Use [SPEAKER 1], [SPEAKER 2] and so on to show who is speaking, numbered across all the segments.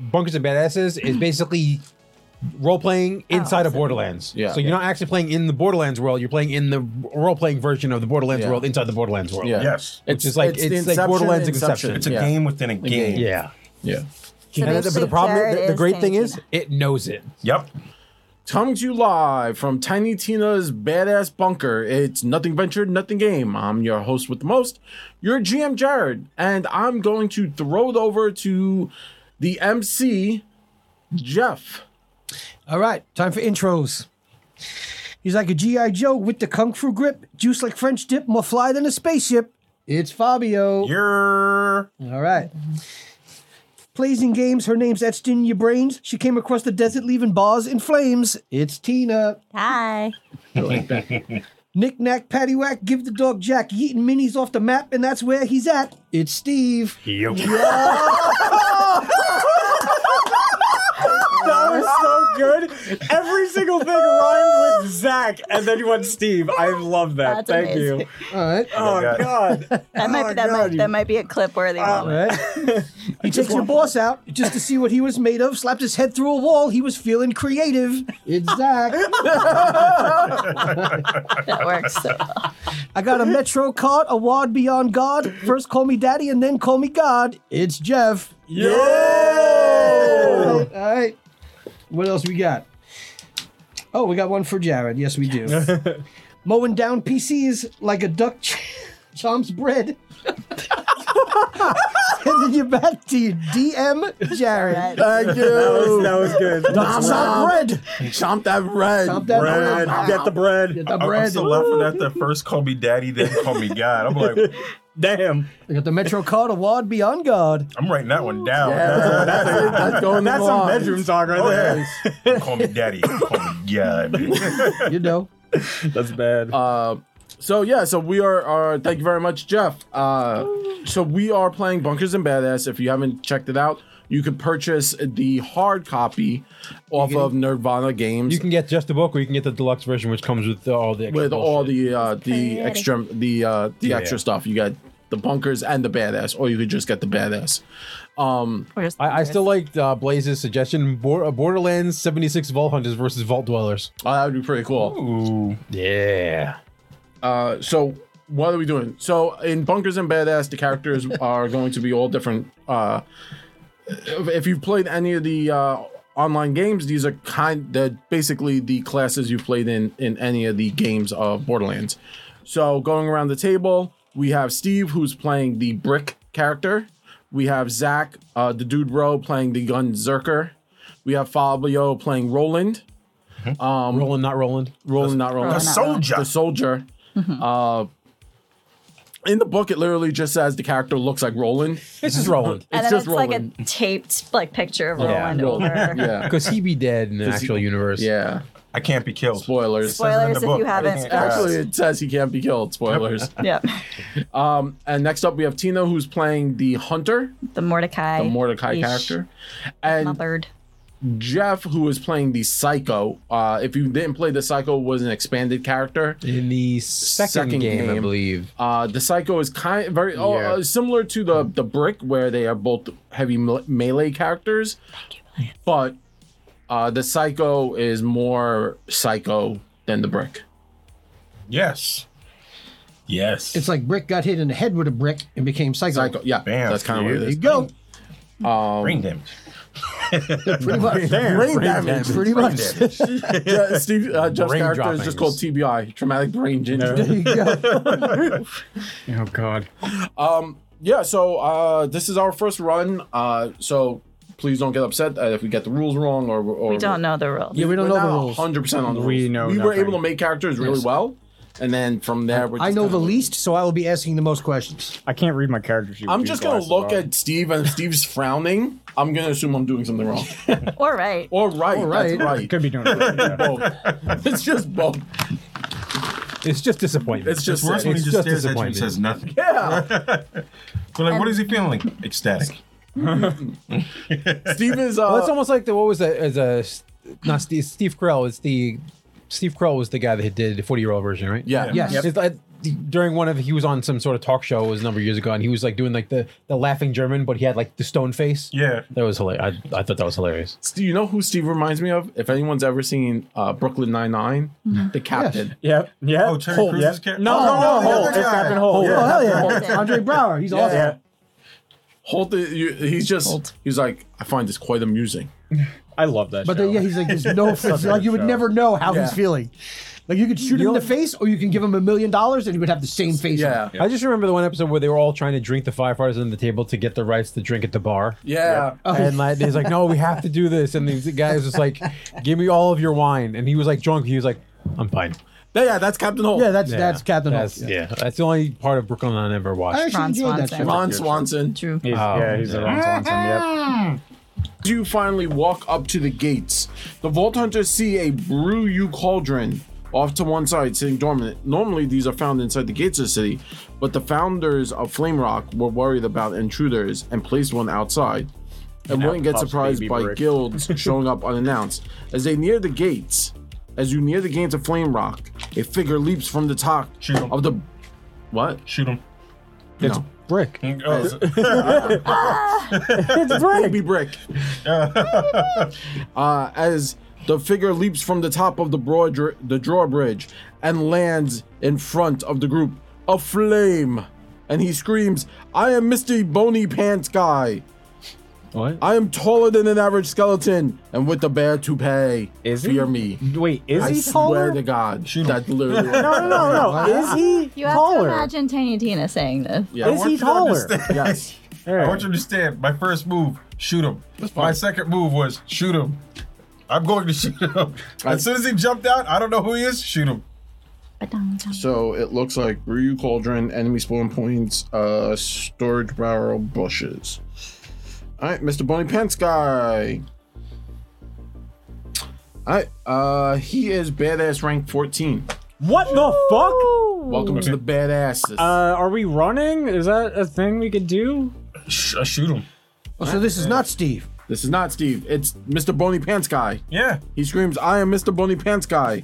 [SPEAKER 1] Bunkers and Badasses is basically role
[SPEAKER 2] Oh,
[SPEAKER 1] playing inside of Borderlands.
[SPEAKER 3] Yeah.
[SPEAKER 1] So you're
[SPEAKER 3] Yeah.
[SPEAKER 1] not actually playing in the Borderlands world. You're playing in the role playing version of the Borderlands
[SPEAKER 3] Yeah.
[SPEAKER 1] world inside the Borderlands world.
[SPEAKER 3] Yeah.
[SPEAKER 4] Yes.
[SPEAKER 1] Which is like
[SPEAKER 3] it's
[SPEAKER 1] it's,
[SPEAKER 3] the
[SPEAKER 1] like
[SPEAKER 3] Inception,
[SPEAKER 1] Borderlands
[SPEAKER 3] Inception.
[SPEAKER 1] Inception.
[SPEAKER 4] It's a
[SPEAKER 3] Yeah.
[SPEAKER 4] game within a game.
[SPEAKER 3] game.
[SPEAKER 1] Yeah.
[SPEAKER 3] Yeah.
[SPEAKER 1] And
[SPEAKER 2] they
[SPEAKER 1] the- but the
[SPEAKER 2] shoot
[SPEAKER 1] problem,
[SPEAKER 2] Jared
[SPEAKER 1] the, the
[SPEAKER 2] is
[SPEAKER 1] great thing
[SPEAKER 2] thinking
[SPEAKER 1] is, it knows it.
[SPEAKER 4] Yep.
[SPEAKER 3] Coming to you live from Tiny Tina's Badass Bunker. It's Nothing Ventured, Nothing Game. I'm your host with the most, your GM Jared, and I'm going to throw it over to the MC, Jeff.
[SPEAKER 5] All right, time for intros. He's like a G.I. Joe with the kung fu grip, juice like French dip, more fly than a spaceship. It's Fabio.
[SPEAKER 4] You're
[SPEAKER 5] All right. Plays in games, her name's etched in your brains. She came across the desert, leaving bars in flames. It's Tina.
[SPEAKER 2] Hi.
[SPEAKER 5] Knick knack, paddywhack, give the dog Jack, yeeting minis off the map, and that's where he's at. It's Steve.
[SPEAKER 4] you.
[SPEAKER 6] That was so good. Every single thing rhymed with Zach, and then you went Steve. I love that.
[SPEAKER 2] That's
[SPEAKER 6] Thank
[SPEAKER 2] amazing.
[SPEAKER 6] you.
[SPEAKER 5] All right.
[SPEAKER 6] Oh
[SPEAKER 4] Yeah.
[SPEAKER 6] God.
[SPEAKER 2] That might,
[SPEAKER 6] Oh,
[SPEAKER 2] be that,
[SPEAKER 6] God,
[SPEAKER 2] might,
[SPEAKER 6] you-
[SPEAKER 2] that might be a clip worthy
[SPEAKER 5] All
[SPEAKER 2] moment.
[SPEAKER 5] right. He takes your boss out just to see what he was made of, slapped his head through a wall. He was feeling creative. It's Zach.
[SPEAKER 6] Um,
[SPEAKER 2] That works. So well.
[SPEAKER 5] I got a Metro card, a wad beyond God. First call me daddy and then call me God. It's Jeff. All
[SPEAKER 6] Yo!
[SPEAKER 5] right, all right. What else we got? Oh, we got one for Jared. Yes, we do. Mowing down PCs like a duck ch- chomps bread. and then you're back to your DM, Jared.
[SPEAKER 2] But
[SPEAKER 6] That
[SPEAKER 3] Thank
[SPEAKER 6] was,
[SPEAKER 3] you.
[SPEAKER 6] that was good.
[SPEAKER 5] Chomp that bread.
[SPEAKER 3] Chomp that bread.
[SPEAKER 4] Bread.
[SPEAKER 5] Chomp that
[SPEAKER 6] Get the bread.
[SPEAKER 5] Get the
[SPEAKER 4] I'm, I'm
[SPEAKER 5] bread.
[SPEAKER 4] still laughing at the first call me daddy, then call me God. I'm like,
[SPEAKER 6] Damn.
[SPEAKER 5] I got the Metro card, a wad beyond God.
[SPEAKER 4] I'm writing that one down.
[SPEAKER 3] That's, that's going in
[SPEAKER 6] That's
[SPEAKER 3] the
[SPEAKER 6] some
[SPEAKER 3] line.
[SPEAKER 6] bedroom talk right
[SPEAKER 4] Oh,
[SPEAKER 6] there.
[SPEAKER 4] yeah. call me daddy. Call me God.
[SPEAKER 5] You know.
[SPEAKER 6] That's bad.
[SPEAKER 3] Uh, so yeah, so we are, are thank you very much, Jeff. Uh, so we are playing Bunkers and Badass. If you haven't checked it out, you can purchase the hard copy off of Nirvana Games
[SPEAKER 1] You can get just the book, or you can get the deluxe version, which comes with all the extra
[SPEAKER 3] with all
[SPEAKER 1] bullshit.
[SPEAKER 3] the uh, the
[SPEAKER 2] Pretty.
[SPEAKER 3] extra the uh, the
[SPEAKER 1] Yeah.
[SPEAKER 3] extra stuff. You got the bunkers and the badass, or you could just get the badass.
[SPEAKER 2] we're just-
[SPEAKER 1] I, I still liked uh, Blaze's suggestion: Bor- uh, Borderlands seventy six Vault Hunters versus Vault Dwellers.
[SPEAKER 3] Oh, that would be pretty cool.
[SPEAKER 4] Ooh.
[SPEAKER 1] Yeah.
[SPEAKER 3] Uh, so what are we doing? So in Bunkers and Badass, the characters are going to be all different. Uh, if if you've played any of the uh, online games, these are kind. They're basically the classes you've played in in any of the games of Borderlands. So going around the table, we have Steve who's playing the brick character. We have Zach, uh, the dude bro, playing the gun zerker. We have Fabio playing Roland.
[SPEAKER 1] Roland, not Roland.
[SPEAKER 3] Roland, not Roland.
[SPEAKER 2] Roland, not Roland.
[SPEAKER 4] Soldier.
[SPEAKER 3] The soldier.
[SPEAKER 2] Mm-hmm.
[SPEAKER 3] Uh, in the book, it literally just says the character looks like Roland.
[SPEAKER 1] It's just Roland.
[SPEAKER 2] and then
[SPEAKER 3] it's
[SPEAKER 2] it's
[SPEAKER 3] just Roland.
[SPEAKER 2] like a taped like picture of Roland
[SPEAKER 3] Roland.
[SPEAKER 2] over.
[SPEAKER 3] Yeah.
[SPEAKER 1] Because he be dead in the actual universe.
[SPEAKER 3] Yeah.
[SPEAKER 4] I can't be killed.
[SPEAKER 3] Spoilers.
[SPEAKER 2] Spoilers if
[SPEAKER 4] book.
[SPEAKER 2] you haven't.
[SPEAKER 4] Everything
[SPEAKER 2] watched.
[SPEAKER 3] Actually, it says he can't be killed. Spoilers.
[SPEAKER 2] Yep.
[SPEAKER 3] and next up, we have Tina, who's playing the hunter,
[SPEAKER 2] The Mordecai.
[SPEAKER 3] the Mordecai
[SPEAKER 2] ish
[SPEAKER 3] character, and
[SPEAKER 2] Mothered.
[SPEAKER 3] Jeff, who is playing the psycho. Uh, if you didn't play the psycho, was an expanded character.
[SPEAKER 1] In the second,
[SPEAKER 3] Second
[SPEAKER 1] game, I
[SPEAKER 3] game.
[SPEAKER 1] believe.
[SPEAKER 3] Uh, the psycho is kind very oh,
[SPEAKER 1] Yeah.
[SPEAKER 3] uh, similar to the the brick, where they are both heavy mele- melee characters, but uh, the psycho is more psycho than the brick.
[SPEAKER 4] Yes. Yes.
[SPEAKER 5] It's like Brick got hit in the head with a brick and became psycho.
[SPEAKER 3] Psycho, yeah,
[SPEAKER 4] Bam.
[SPEAKER 3] that's kind of what
[SPEAKER 4] There
[SPEAKER 3] it
[SPEAKER 5] There Oh, you
[SPEAKER 3] is.
[SPEAKER 4] brain
[SPEAKER 5] go.
[SPEAKER 4] damage.
[SPEAKER 5] Pretty much.
[SPEAKER 3] Brain damage.
[SPEAKER 5] Pretty
[SPEAKER 4] Brain
[SPEAKER 5] much.
[SPEAKER 4] damage.
[SPEAKER 3] Yeah, Steve, uh, Jeff's
[SPEAKER 1] Brain
[SPEAKER 3] character is just called
[SPEAKER 1] droppings.
[SPEAKER 3] TBI, traumatic brain injury.
[SPEAKER 5] There you go.
[SPEAKER 1] Oh God.
[SPEAKER 3] yeah so uh this is our first run uh so please don't get upset uh, if we get the rules wrong or, or
[SPEAKER 2] We don't know the rules.
[SPEAKER 5] Yeah, we don't know the rules.
[SPEAKER 3] 100 percent on the
[SPEAKER 7] We
[SPEAKER 3] rules.
[SPEAKER 7] know
[SPEAKER 3] we were
[SPEAKER 7] nothing.
[SPEAKER 3] able to make characters really
[SPEAKER 5] Yes.
[SPEAKER 3] well and then from there we're
[SPEAKER 5] I
[SPEAKER 3] just
[SPEAKER 5] know
[SPEAKER 3] kinda-
[SPEAKER 5] the least, so I will be asking the most questions.
[SPEAKER 7] I can't read my character sheet. with
[SPEAKER 3] i'm
[SPEAKER 7] these
[SPEAKER 3] just gonna
[SPEAKER 7] glasses
[SPEAKER 3] look
[SPEAKER 7] on.
[SPEAKER 3] at steve and if steve's frowning i'm gonna assume i'm doing something wrong
[SPEAKER 2] Or right.
[SPEAKER 3] or right
[SPEAKER 5] right.
[SPEAKER 3] that's right
[SPEAKER 7] Could be doing it. Yeah.
[SPEAKER 3] Both. it's just both
[SPEAKER 1] It's just disappointment.
[SPEAKER 3] it's just
[SPEAKER 4] Worse
[SPEAKER 3] it.
[SPEAKER 4] when he
[SPEAKER 1] It's just
[SPEAKER 4] just stares at you and
[SPEAKER 1] disappointing.
[SPEAKER 4] says nothing.
[SPEAKER 3] yeah
[SPEAKER 4] So like, what is he feeling? Ecstatic.
[SPEAKER 3] steve is uh
[SPEAKER 1] Well, that's almost like the what was that? As a not Steve, Steve Carell. It's the Steve Carell was the guy that did the forty year old version, right?
[SPEAKER 3] yeah
[SPEAKER 5] Yes.
[SPEAKER 1] It's like- during one of he was on some sort of talk show it was a number of years ago and he was like doing like the the laughing German but he had like the stone face.
[SPEAKER 4] Yeah.
[SPEAKER 1] That was hilarious. I, I thought that was hilarious.
[SPEAKER 3] Do you know who Steve reminds me of? If anyone's ever seen uh, Brooklyn Nine Nine, the captain.
[SPEAKER 6] Yep. Yeah.
[SPEAKER 4] Oh, Terry
[SPEAKER 6] Holt,
[SPEAKER 4] Crews'
[SPEAKER 6] yep.
[SPEAKER 4] character?
[SPEAKER 6] No,
[SPEAKER 4] Oh,
[SPEAKER 6] no, no,
[SPEAKER 4] no, the
[SPEAKER 6] Holt.
[SPEAKER 4] other
[SPEAKER 6] It's
[SPEAKER 4] guy.
[SPEAKER 6] Captain Holt.
[SPEAKER 5] Oh,
[SPEAKER 6] yeah.
[SPEAKER 5] hell yeah.
[SPEAKER 2] Yeah.
[SPEAKER 5] Andre Brower. He's awesome.
[SPEAKER 6] Yeah.
[SPEAKER 3] Holt, uh, you- he's just he's like I find this quite amusing.
[SPEAKER 7] I love that.
[SPEAKER 5] But
[SPEAKER 7] show.
[SPEAKER 5] then, yeah, he's like, there's no,
[SPEAKER 7] Such a
[SPEAKER 5] like you would
[SPEAKER 7] show.
[SPEAKER 5] never know how
[SPEAKER 3] Yeah.
[SPEAKER 5] he's feeling. Like you could shoot him in the face, or you can give him a million dollars, and he would have the same face.
[SPEAKER 3] Yeah, yeah.
[SPEAKER 1] I just remember the one episode where they were all trying to drink the firefighters under the table to get the rights to drink at the bar. And like, he's like, no, we have to do this. And the guy was just like, give me all of your wine. And he was like drunk. He was like, I'm fine.
[SPEAKER 3] Yeah, yeah, that's Captain Holt.
[SPEAKER 5] yeah, that's that's Captain Holt.
[SPEAKER 1] That's, yeah. that's the only part of Brooklyn I never
[SPEAKER 5] I
[SPEAKER 1] watched.
[SPEAKER 5] actually
[SPEAKER 2] Ron
[SPEAKER 5] enjoyed that
[SPEAKER 2] Swanson.
[SPEAKER 5] show.
[SPEAKER 3] Ron Swanson.
[SPEAKER 2] True.
[SPEAKER 7] He's,
[SPEAKER 1] Oh,
[SPEAKER 7] yeah, he's a
[SPEAKER 1] yeah.
[SPEAKER 7] Ron Swanson. Yep.
[SPEAKER 3] you finally walk up to the gates. The Vault Hunters see a brew you cauldron off to one side sitting dormant. Normally, these are found inside the gates of the city, but the founders of Flame Rock were worried about intruders and placed one outside. And wouldn't get
[SPEAKER 7] puffs
[SPEAKER 3] surprised
[SPEAKER 7] baby
[SPEAKER 3] by
[SPEAKER 7] brick.
[SPEAKER 3] guilds showing up unannounced. As they near the gates, as you near the gates of Flame Rock, a figure leaps from the top
[SPEAKER 4] Shoot 'em.
[SPEAKER 3] of the. What?
[SPEAKER 4] Shoot him.
[SPEAKER 3] It's
[SPEAKER 1] Brick.
[SPEAKER 4] Oh, is it-
[SPEAKER 6] It's right.
[SPEAKER 3] baby brick. uh, as the figure leaps from the top of the broad dr- the drawbridge and lands in front of the group, aflame, and he screams, "I am Misty Bony Pants Guy.
[SPEAKER 7] What?
[SPEAKER 3] I am taller than an average skeleton, and with the bear to pay.
[SPEAKER 7] Is he?
[SPEAKER 3] fear me."
[SPEAKER 7] Wait, is
[SPEAKER 3] I
[SPEAKER 7] he
[SPEAKER 3] swear
[SPEAKER 7] taller?
[SPEAKER 3] to God, that literally.
[SPEAKER 6] No, no, no, no. Is he
[SPEAKER 2] You have to
[SPEAKER 6] taller?
[SPEAKER 2] imagine Tiny Tina saying this.
[SPEAKER 3] Yeah.
[SPEAKER 4] I
[SPEAKER 6] Is
[SPEAKER 4] want
[SPEAKER 6] he
[SPEAKER 4] you to
[SPEAKER 6] taller?
[SPEAKER 4] understand-
[SPEAKER 3] Yes.
[SPEAKER 4] I want you to understand. My first move, shoot him. My second move was shoot him. I'm going to shoot him. As soon as he jumped out, I don't know who he is. Shoot him.
[SPEAKER 2] Ba-dum-dum.
[SPEAKER 3] So it looks like Ryu Cauldron, enemy spawn points, uh, storage barrel bushes. All right, Mr. Bunny Pants guy. All right, uh, he is badass rank 14.
[SPEAKER 6] What the fuck?
[SPEAKER 3] Welcome to the badasses.
[SPEAKER 6] Uh, are we running? Is that a thing we could do?
[SPEAKER 4] Sh- uh, shoot him.
[SPEAKER 5] Oh, so this is not Steve.
[SPEAKER 3] this is not Steve. It's Mr. Bony Pants guy.
[SPEAKER 4] Yeah.
[SPEAKER 3] He screams, "I am Mr. Bony Pants guy.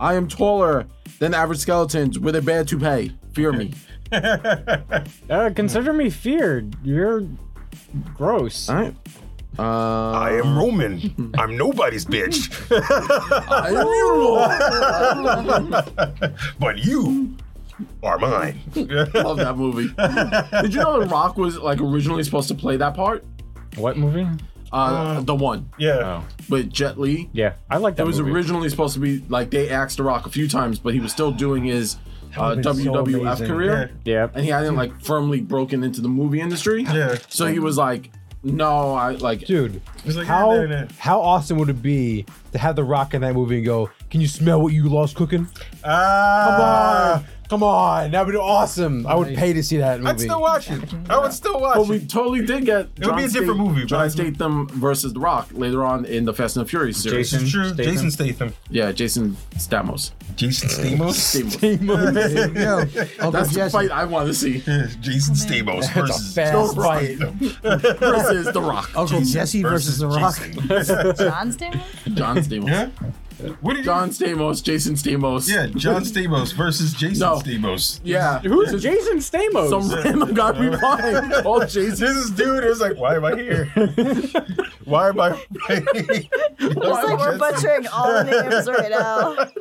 [SPEAKER 3] I am taller than average skeletons with a bad toupee. Fear me."
[SPEAKER 6] Uh, consider me feared. You're gross.
[SPEAKER 3] All right. Uh,
[SPEAKER 8] I am Roman. I'm nobody's bitch.
[SPEAKER 3] I am Ryu.
[SPEAKER 8] But you are mine.
[SPEAKER 3] Love that movie. Did you know The Rock was like originally supposed to play that part?
[SPEAKER 7] What movie?
[SPEAKER 3] Uh, the one
[SPEAKER 4] Yeah.
[SPEAKER 3] with Jet Li.
[SPEAKER 7] Yeah, I like that.
[SPEAKER 3] It was
[SPEAKER 7] movie.
[SPEAKER 3] originally supposed to be like they asked The Rock a few times, but he was still doing his uh,
[SPEAKER 7] been so
[SPEAKER 3] WWF
[SPEAKER 7] amazing.
[SPEAKER 3] career,
[SPEAKER 7] Yeah.
[SPEAKER 3] and he hadn't like firmly broken into the movie industry.
[SPEAKER 4] Yeah.
[SPEAKER 3] So he was like, "No, I like."
[SPEAKER 1] Dude,
[SPEAKER 4] He's like,
[SPEAKER 1] how,
[SPEAKER 4] yeah, yeah, yeah.
[SPEAKER 1] how awesome would it be to have The Rock in that movie and go, can you smell what you lost cooking?
[SPEAKER 4] Ah.
[SPEAKER 1] Come on. Come on. That would be awesome. I would pay to see that movie.
[SPEAKER 4] I'd still watch it. I would still watch
[SPEAKER 3] But we
[SPEAKER 4] it.
[SPEAKER 3] totally did get. It
[SPEAKER 4] would be a different movie, but
[SPEAKER 3] John
[SPEAKER 4] I-
[SPEAKER 3] Statham versus The Rock later on in the Fast and the Furious series.
[SPEAKER 7] Jason
[SPEAKER 4] It's true.
[SPEAKER 7] Statham.
[SPEAKER 4] Jason Statham.
[SPEAKER 3] Yeah, Jason Stamos.
[SPEAKER 8] Jason Stamos?
[SPEAKER 3] Stamos.
[SPEAKER 5] Yo, Uncle
[SPEAKER 3] That's the
[SPEAKER 5] Jesse.
[SPEAKER 3] fight I want to see
[SPEAKER 8] Jason Stamos versus
[SPEAKER 1] fast
[SPEAKER 8] Jason
[SPEAKER 1] fight.
[SPEAKER 8] Statham.
[SPEAKER 3] versus The Rock.
[SPEAKER 5] Uncle Jesse versus, The Rock.
[SPEAKER 8] Jason.
[SPEAKER 2] John Stamos?
[SPEAKER 3] John Stamos.
[SPEAKER 4] Yeah. What did
[SPEAKER 3] John
[SPEAKER 4] you?
[SPEAKER 3] Stamos, Jason Stamos.
[SPEAKER 4] Yeah, John Stamos versus Jason
[SPEAKER 3] No.
[SPEAKER 4] Stamos.
[SPEAKER 3] Yeah.
[SPEAKER 6] Who's Jason Stamos?
[SPEAKER 3] Some random guy we find. Oh, All Jason.
[SPEAKER 4] This is dude is like, why am I here? why am I?
[SPEAKER 2] It's like we're
[SPEAKER 4] Why-
[SPEAKER 2] butchering all the names right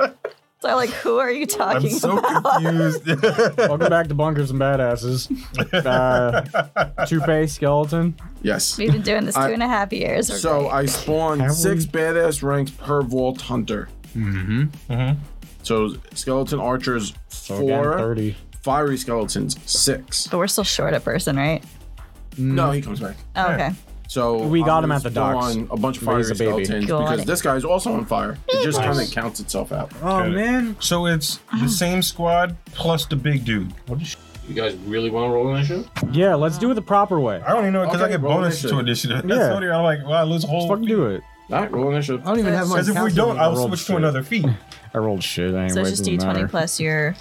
[SPEAKER 2] now. So like, who are you
[SPEAKER 4] I'm
[SPEAKER 2] talking
[SPEAKER 4] so
[SPEAKER 2] about?
[SPEAKER 4] confused.
[SPEAKER 6] Welcome back to Bunkers and Badasses. Uh, Toupee Skeleton.
[SPEAKER 3] Yes.
[SPEAKER 2] We've been doing this two
[SPEAKER 3] I-
[SPEAKER 2] and a half years. We're
[SPEAKER 3] So
[SPEAKER 2] great.
[SPEAKER 3] I spawned six badass ranks per Vault Hunter. Mm-hmm. Mm-hmm. So skeleton archers
[SPEAKER 6] Again,
[SPEAKER 3] four,
[SPEAKER 6] 30.
[SPEAKER 3] fiery skeletons six.
[SPEAKER 2] but we're still short a person, right?
[SPEAKER 3] No, he comes back.
[SPEAKER 2] Oh, okay.
[SPEAKER 3] So
[SPEAKER 6] Mm. We got him
[SPEAKER 3] gonna
[SPEAKER 6] at the docks.
[SPEAKER 3] spawn A bunch of fiery
[SPEAKER 6] Raise a baby.
[SPEAKER 3] skeletons
[SPEAKER 2] Got
[SPEAKER 3] because
[SPEAKER 2] it.
[SPEAKER 3] this guy is also on fire. It just kind of counts itself out.
[SPEAKER 6] Oh, man.
[SPEAKER 4] so it's the same squad plus the big dude. What is sh- you guys really want to roll initiative?
[SPEAKER 6] Yeah, let's do it the proper way.
[SPEAKER 4] I don't even know because
[SPEAKER 3] Okay,
[SPEAKER 4] I get
[SPEAKER 3] roll
[SPEAKER 4] bonus
[SPEAKER 3] initiative.
[SPEAKER 4] to initiative.
[SPEAKER 6] Yeah.
[SPEAKER 4] That's funny. I'm like, wow, I lose a whole.
[SPEAKER 6] Let's fucking do it.
[SPEAKER 3] All right, roll initiative.
[SPEAKER 5] I don't even have my.
[SPEAKER 4] Because if we don't, I'll
[SPEAKER 6] roll
[SPEAKER 4] switch to
[SPEAKER 6] shit.
[SPEAKER 4] another feat.
[SPEAKER 7] I rolled shit. Anyway,
[SPEAKER 2] So it's just
[SPEAKER 7] doesn't
[SPEAKER 2] D20
[SPEAKER 7] matter.
[SPEAKER 2] plus your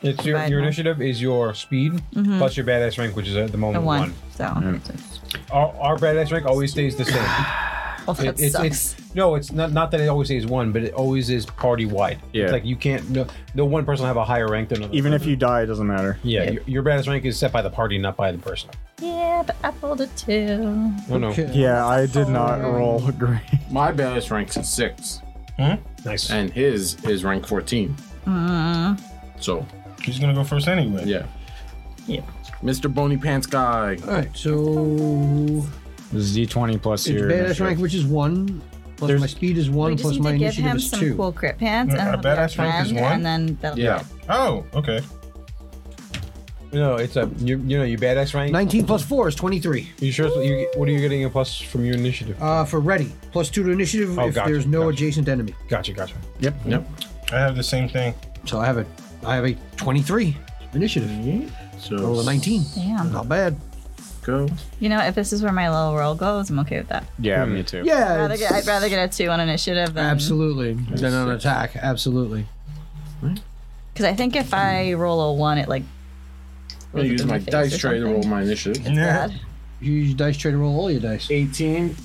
[SPEAKER 1] It's your,
[SPEAKER 2] Right
[SPEAKER 1] your
[SPEAKER 2] now.
[SPEAKER 1] initiative is your speed
[SPEAKER 2] Mm-hmm.
[SPEAKER 1] plus your
[SPEAKER 9] uh,
[SPEAKER 1] badass rank, which is at the
[SPEAKER 2] a
[SPEAKER 1] moment
[SPEAKER 2] one.
[SPEAKER 1] one.
[SPEAKER 2] So
[SPEAKER 1] Our, our badass rank always stays the same.
[SPEAKER 2] Oh, that
[SPEAKER 9] It- it's,
[SPEAKER 2] sucks.
[SPEAKER 9] it's no, it's not not that it always is one, but it always is party wide.
[SPEAKER 1] Yeah.
[SPEAKER 9] It's like you can't no, no one person will have a higher rank than another.
[SPEAKER 1] Even if you die, it doesn't matter.
[SPEAKER 9] yeah, Your, your baddest rank is set by the party, not by the person.
[SPEAKER 2] yeah, but I rolled a two.
[SPEAKER 9] Oh no,
[SPEAKER 1] Yeah, I did not
[SPEAKER 6] Oh.
[SPEAKER 1] roll great.
[SPEAKER 3] My baddest ranks is six,
[SPEAKER 6] Hmm?
[SPEAKER 9] nice.
[SPEAKER 3] and his is rank 14. So,
[SPEAKER 4] He's gonna go first anyway.
[SPEAKER 3] yeah.
[SPEAKER 2] Yeah.
[SPEAKER 3] Mr. Bony Pants Guy.
[SPEAKER 5] All right, so
[SPEAKER 1] Z20 plus
[SPEAKER 5] it's
[SPEAKER 1] your.
[SPEAKER 5] badass rank, which is one. Plus my speed is one.
[SPEAKER 2] We just
[SPEAKER 5] Plus
[SPEAKER 2] need
[SPEAKER 5] my
[SPEAKER 2] to give
[SPEAKER 5] initiative
[SPEAKER 2] him
[SPEAKER 5] is
[SPEAKER 2] some
[SPEAKER 5] two.
[SPEAKER 2] cool crit pants
[SPEAKER 4] Yeah,
[SPEAKER 2] and
[SPEAKER 4] a
[SPEAKER 2] he'll be our
[SPEAKER 4] badass rank is
[SPEAKER 2] friend,
[SPEAKER 4] one?
[SPEAKER 2] and then that'll
[SPEAKER 3] Yeah.
[SPEAKER 2] be
[SPEAKER 4] Oh, okay.
[SPEAKER 9] No, it's a you, you know your badass rank.
[SPEAKER 5] Nineteen plus four is twenty-three.
[SPEAKER 9] You sure? it's- You, what are you getting a plus from your initiative?
[SPEAKER 5] Uh, for ready, plus two to initiative
[SPEAKER 9] Oh,
[SPEAKER 5] if
[SPEAKER 9] gotcha,
[SPEAKER 5] there's no
[SPEAKER 9] gotcha.
[SPEAKER 5] adjacent enemy.
[SPEAKER 9] Gotcha, gotcha.
[SPEAKER 1] Yep.
[SPEAKER 3] Yep.
[SPEAKER 4] I have the same thing.
[SPEAKER 5] So I have a, I have a twenty-three initiative. Roll
[SPEAKER 3] So,
[SPEAKER 5] a nineteen.
[SPEAKER 2] it. Damn.
[SPEAKER 5] Not bad.
[SPEAKER 3] go.
[SPEAKER 2] You know, if this is where my little roll goes, I'm okay with that.
[SPEAKER 1] Yeah, me too.
[SPEAKER 2] I'd
[SPEAKER 5] Yeah.
[SPEAKER 2] rather,
[SPEAKER 5] it's-
[SPEAKER 2] get, I'd rather get a two on initiative than
[SPEAKER 5] Absolutely. Then on attack, absolutely.
[SPEAKER 2] Because I think if I roll a one, it like.
[SPEAKER 3] I'm going to
[SPEAKER 2] it
[SPEAKER 3] use
[SPEAKER 2] in
[SPEAKER 3] my
[SPEAKER 2] face
[SPEAKER 3] dice
[SPEAKER 2] or
[SPEAKER 3] tray to
[SPEAKER 2] something.
[SPEAKER 3] roll my initiative.
[SPEAKER 4] Yeah.
[SPEAKER 2] Bad.
[SPEAKER 5] You use your dice tray to roll all your dice.
[SPEAKER 3] 18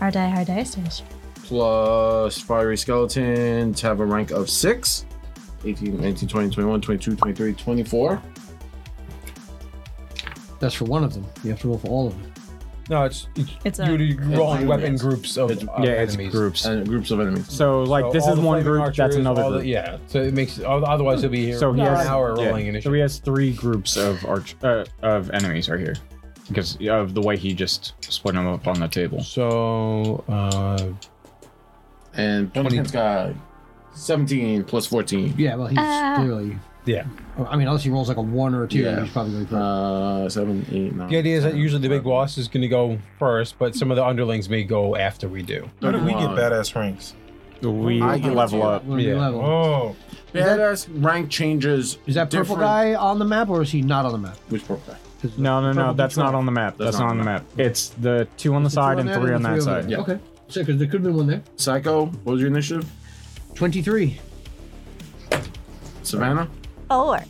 [SPEAKER 2] Our die, our dice dice.
[SPEAKER 3] plus Fiery Skeleton to have a rank of 6. 18, 19, 20, 21, 22, 23, 24.
[SPEAKER 5] That's for one of them. You have to roll for all of them.
[SPEAKER 9] No, it's it's,
[SPEAKER 2] It's a-
[SPEAKER 9] you would roll in
[SPEAKER 3] it's-
[SPEAKER 9] weapon groups of
[SPEAKER 3] it's-
[SPEAKER 9] uh,
[SPEAKER 1] Yeah, it's
[SPEAKER 9] enemies.
[SPEAKER 1] groups.
[SPEAKER 3] And groups of enemies.
[SPEAKER 1] So, like,
[SPEAKER 9] So
[SPEAKER 1] this
[SPEAKER 9] all
[SPEAKER 1] is
[SPEAKER 9] the
[SPEAKER 1] one
[SPEAKER 9] flaming
[SPEAKER 1] group, that's
[SPEAKER 9] archers,
[SPEAKER 1] another
[SPEAKER 9] all
[SPEAKER 1] group.
[SPEAKER 9] the- yeah, so it makes oth- otherwise he'll be here.
[SPEAKER 1] So he
[SPEAKER 9] for
[SPEAKER 1] has
[SPEAKER 9] an hour
[SPEAKER 1] yeah.
[SPEAKER 9] rolling
[SPEAKER 1] So he
[SPEAKER 9] initiative.
[SPEAKER 1] has three groups of arch uh, of enemies right here, because of the way he just split them up on the table.
[SPEAKER 9] So uh,
[SPEAKER 3] And Bony
[SPEAKER 9] 20.
[SPEAKER 3] Pants Guy. 17 plus 14.
[SPEAKER 5] Yeah, well, he's
[SPEAKER 2] Ah.
[SPEAKER 5] clearly.
[SPEAKER 9] yeah,
[SPEAKER 5] I mean, unless he rolls like a one or a two,
[SPEAKER 3] Yeah.
[SPEAKER 5] he's probably going to.
[SPEAKER 3] Uh, seven, eight, nine.
[SPEAKER 9] the idea is that usually the big
[SPEAKER 3] one.
[SPEAKER 9] boss is going to go first, but some of the underlings may go after we do.
[SPEAKER 4] How do we get badass ranks?
[SPEAKER 1] We
[SPEAKER 3] I get
[SPEAKER 1] level
[SPEAKER 3] you.
[SPEAKER 1] up.
[SPEAKER 5] When we
[SPEAKER 9] Yeah.
[SPEAKER 5] level.
[SPEAKER 4] Oh,
[SPEAKER 3] Badass rank changes.
[SPEAKER 5] Is that purple
[SPEAKER 3] different-
[SPEAKER 5] guy on the map or is he not on the map?
[SPEAKER 3] Which purple guy?
[SPEAKER 5] 'Cause
[SPEAKER 1] No, no, no.
[SPEAKER 5] purple
[SPEAKER 1] That's
[SPEAKER 5] control.
[SPEAKER 1] not on the map.
[SPEAKER 3] That's
[SPEAKER 1] That's not on the map. It's the two on the
[SPEAKER 5] Two
[SPEAKER 1] side and three on
[SPEAKER 5] and
[SPEAKER 1] that
[SPEAKER 5] three over
[SPEAKER 1] side.
[SPEAKER 5] there.
[SPEAKER 3] Yeah.
[SPEAKER 5] Okay. So, because there could have been one there.
[SPEAKER 3] Psycho. What was your initiative?
[SPEAKER 5] 23.
[SPEAKER 3] Savannah.
[SPEAKER 2] Four.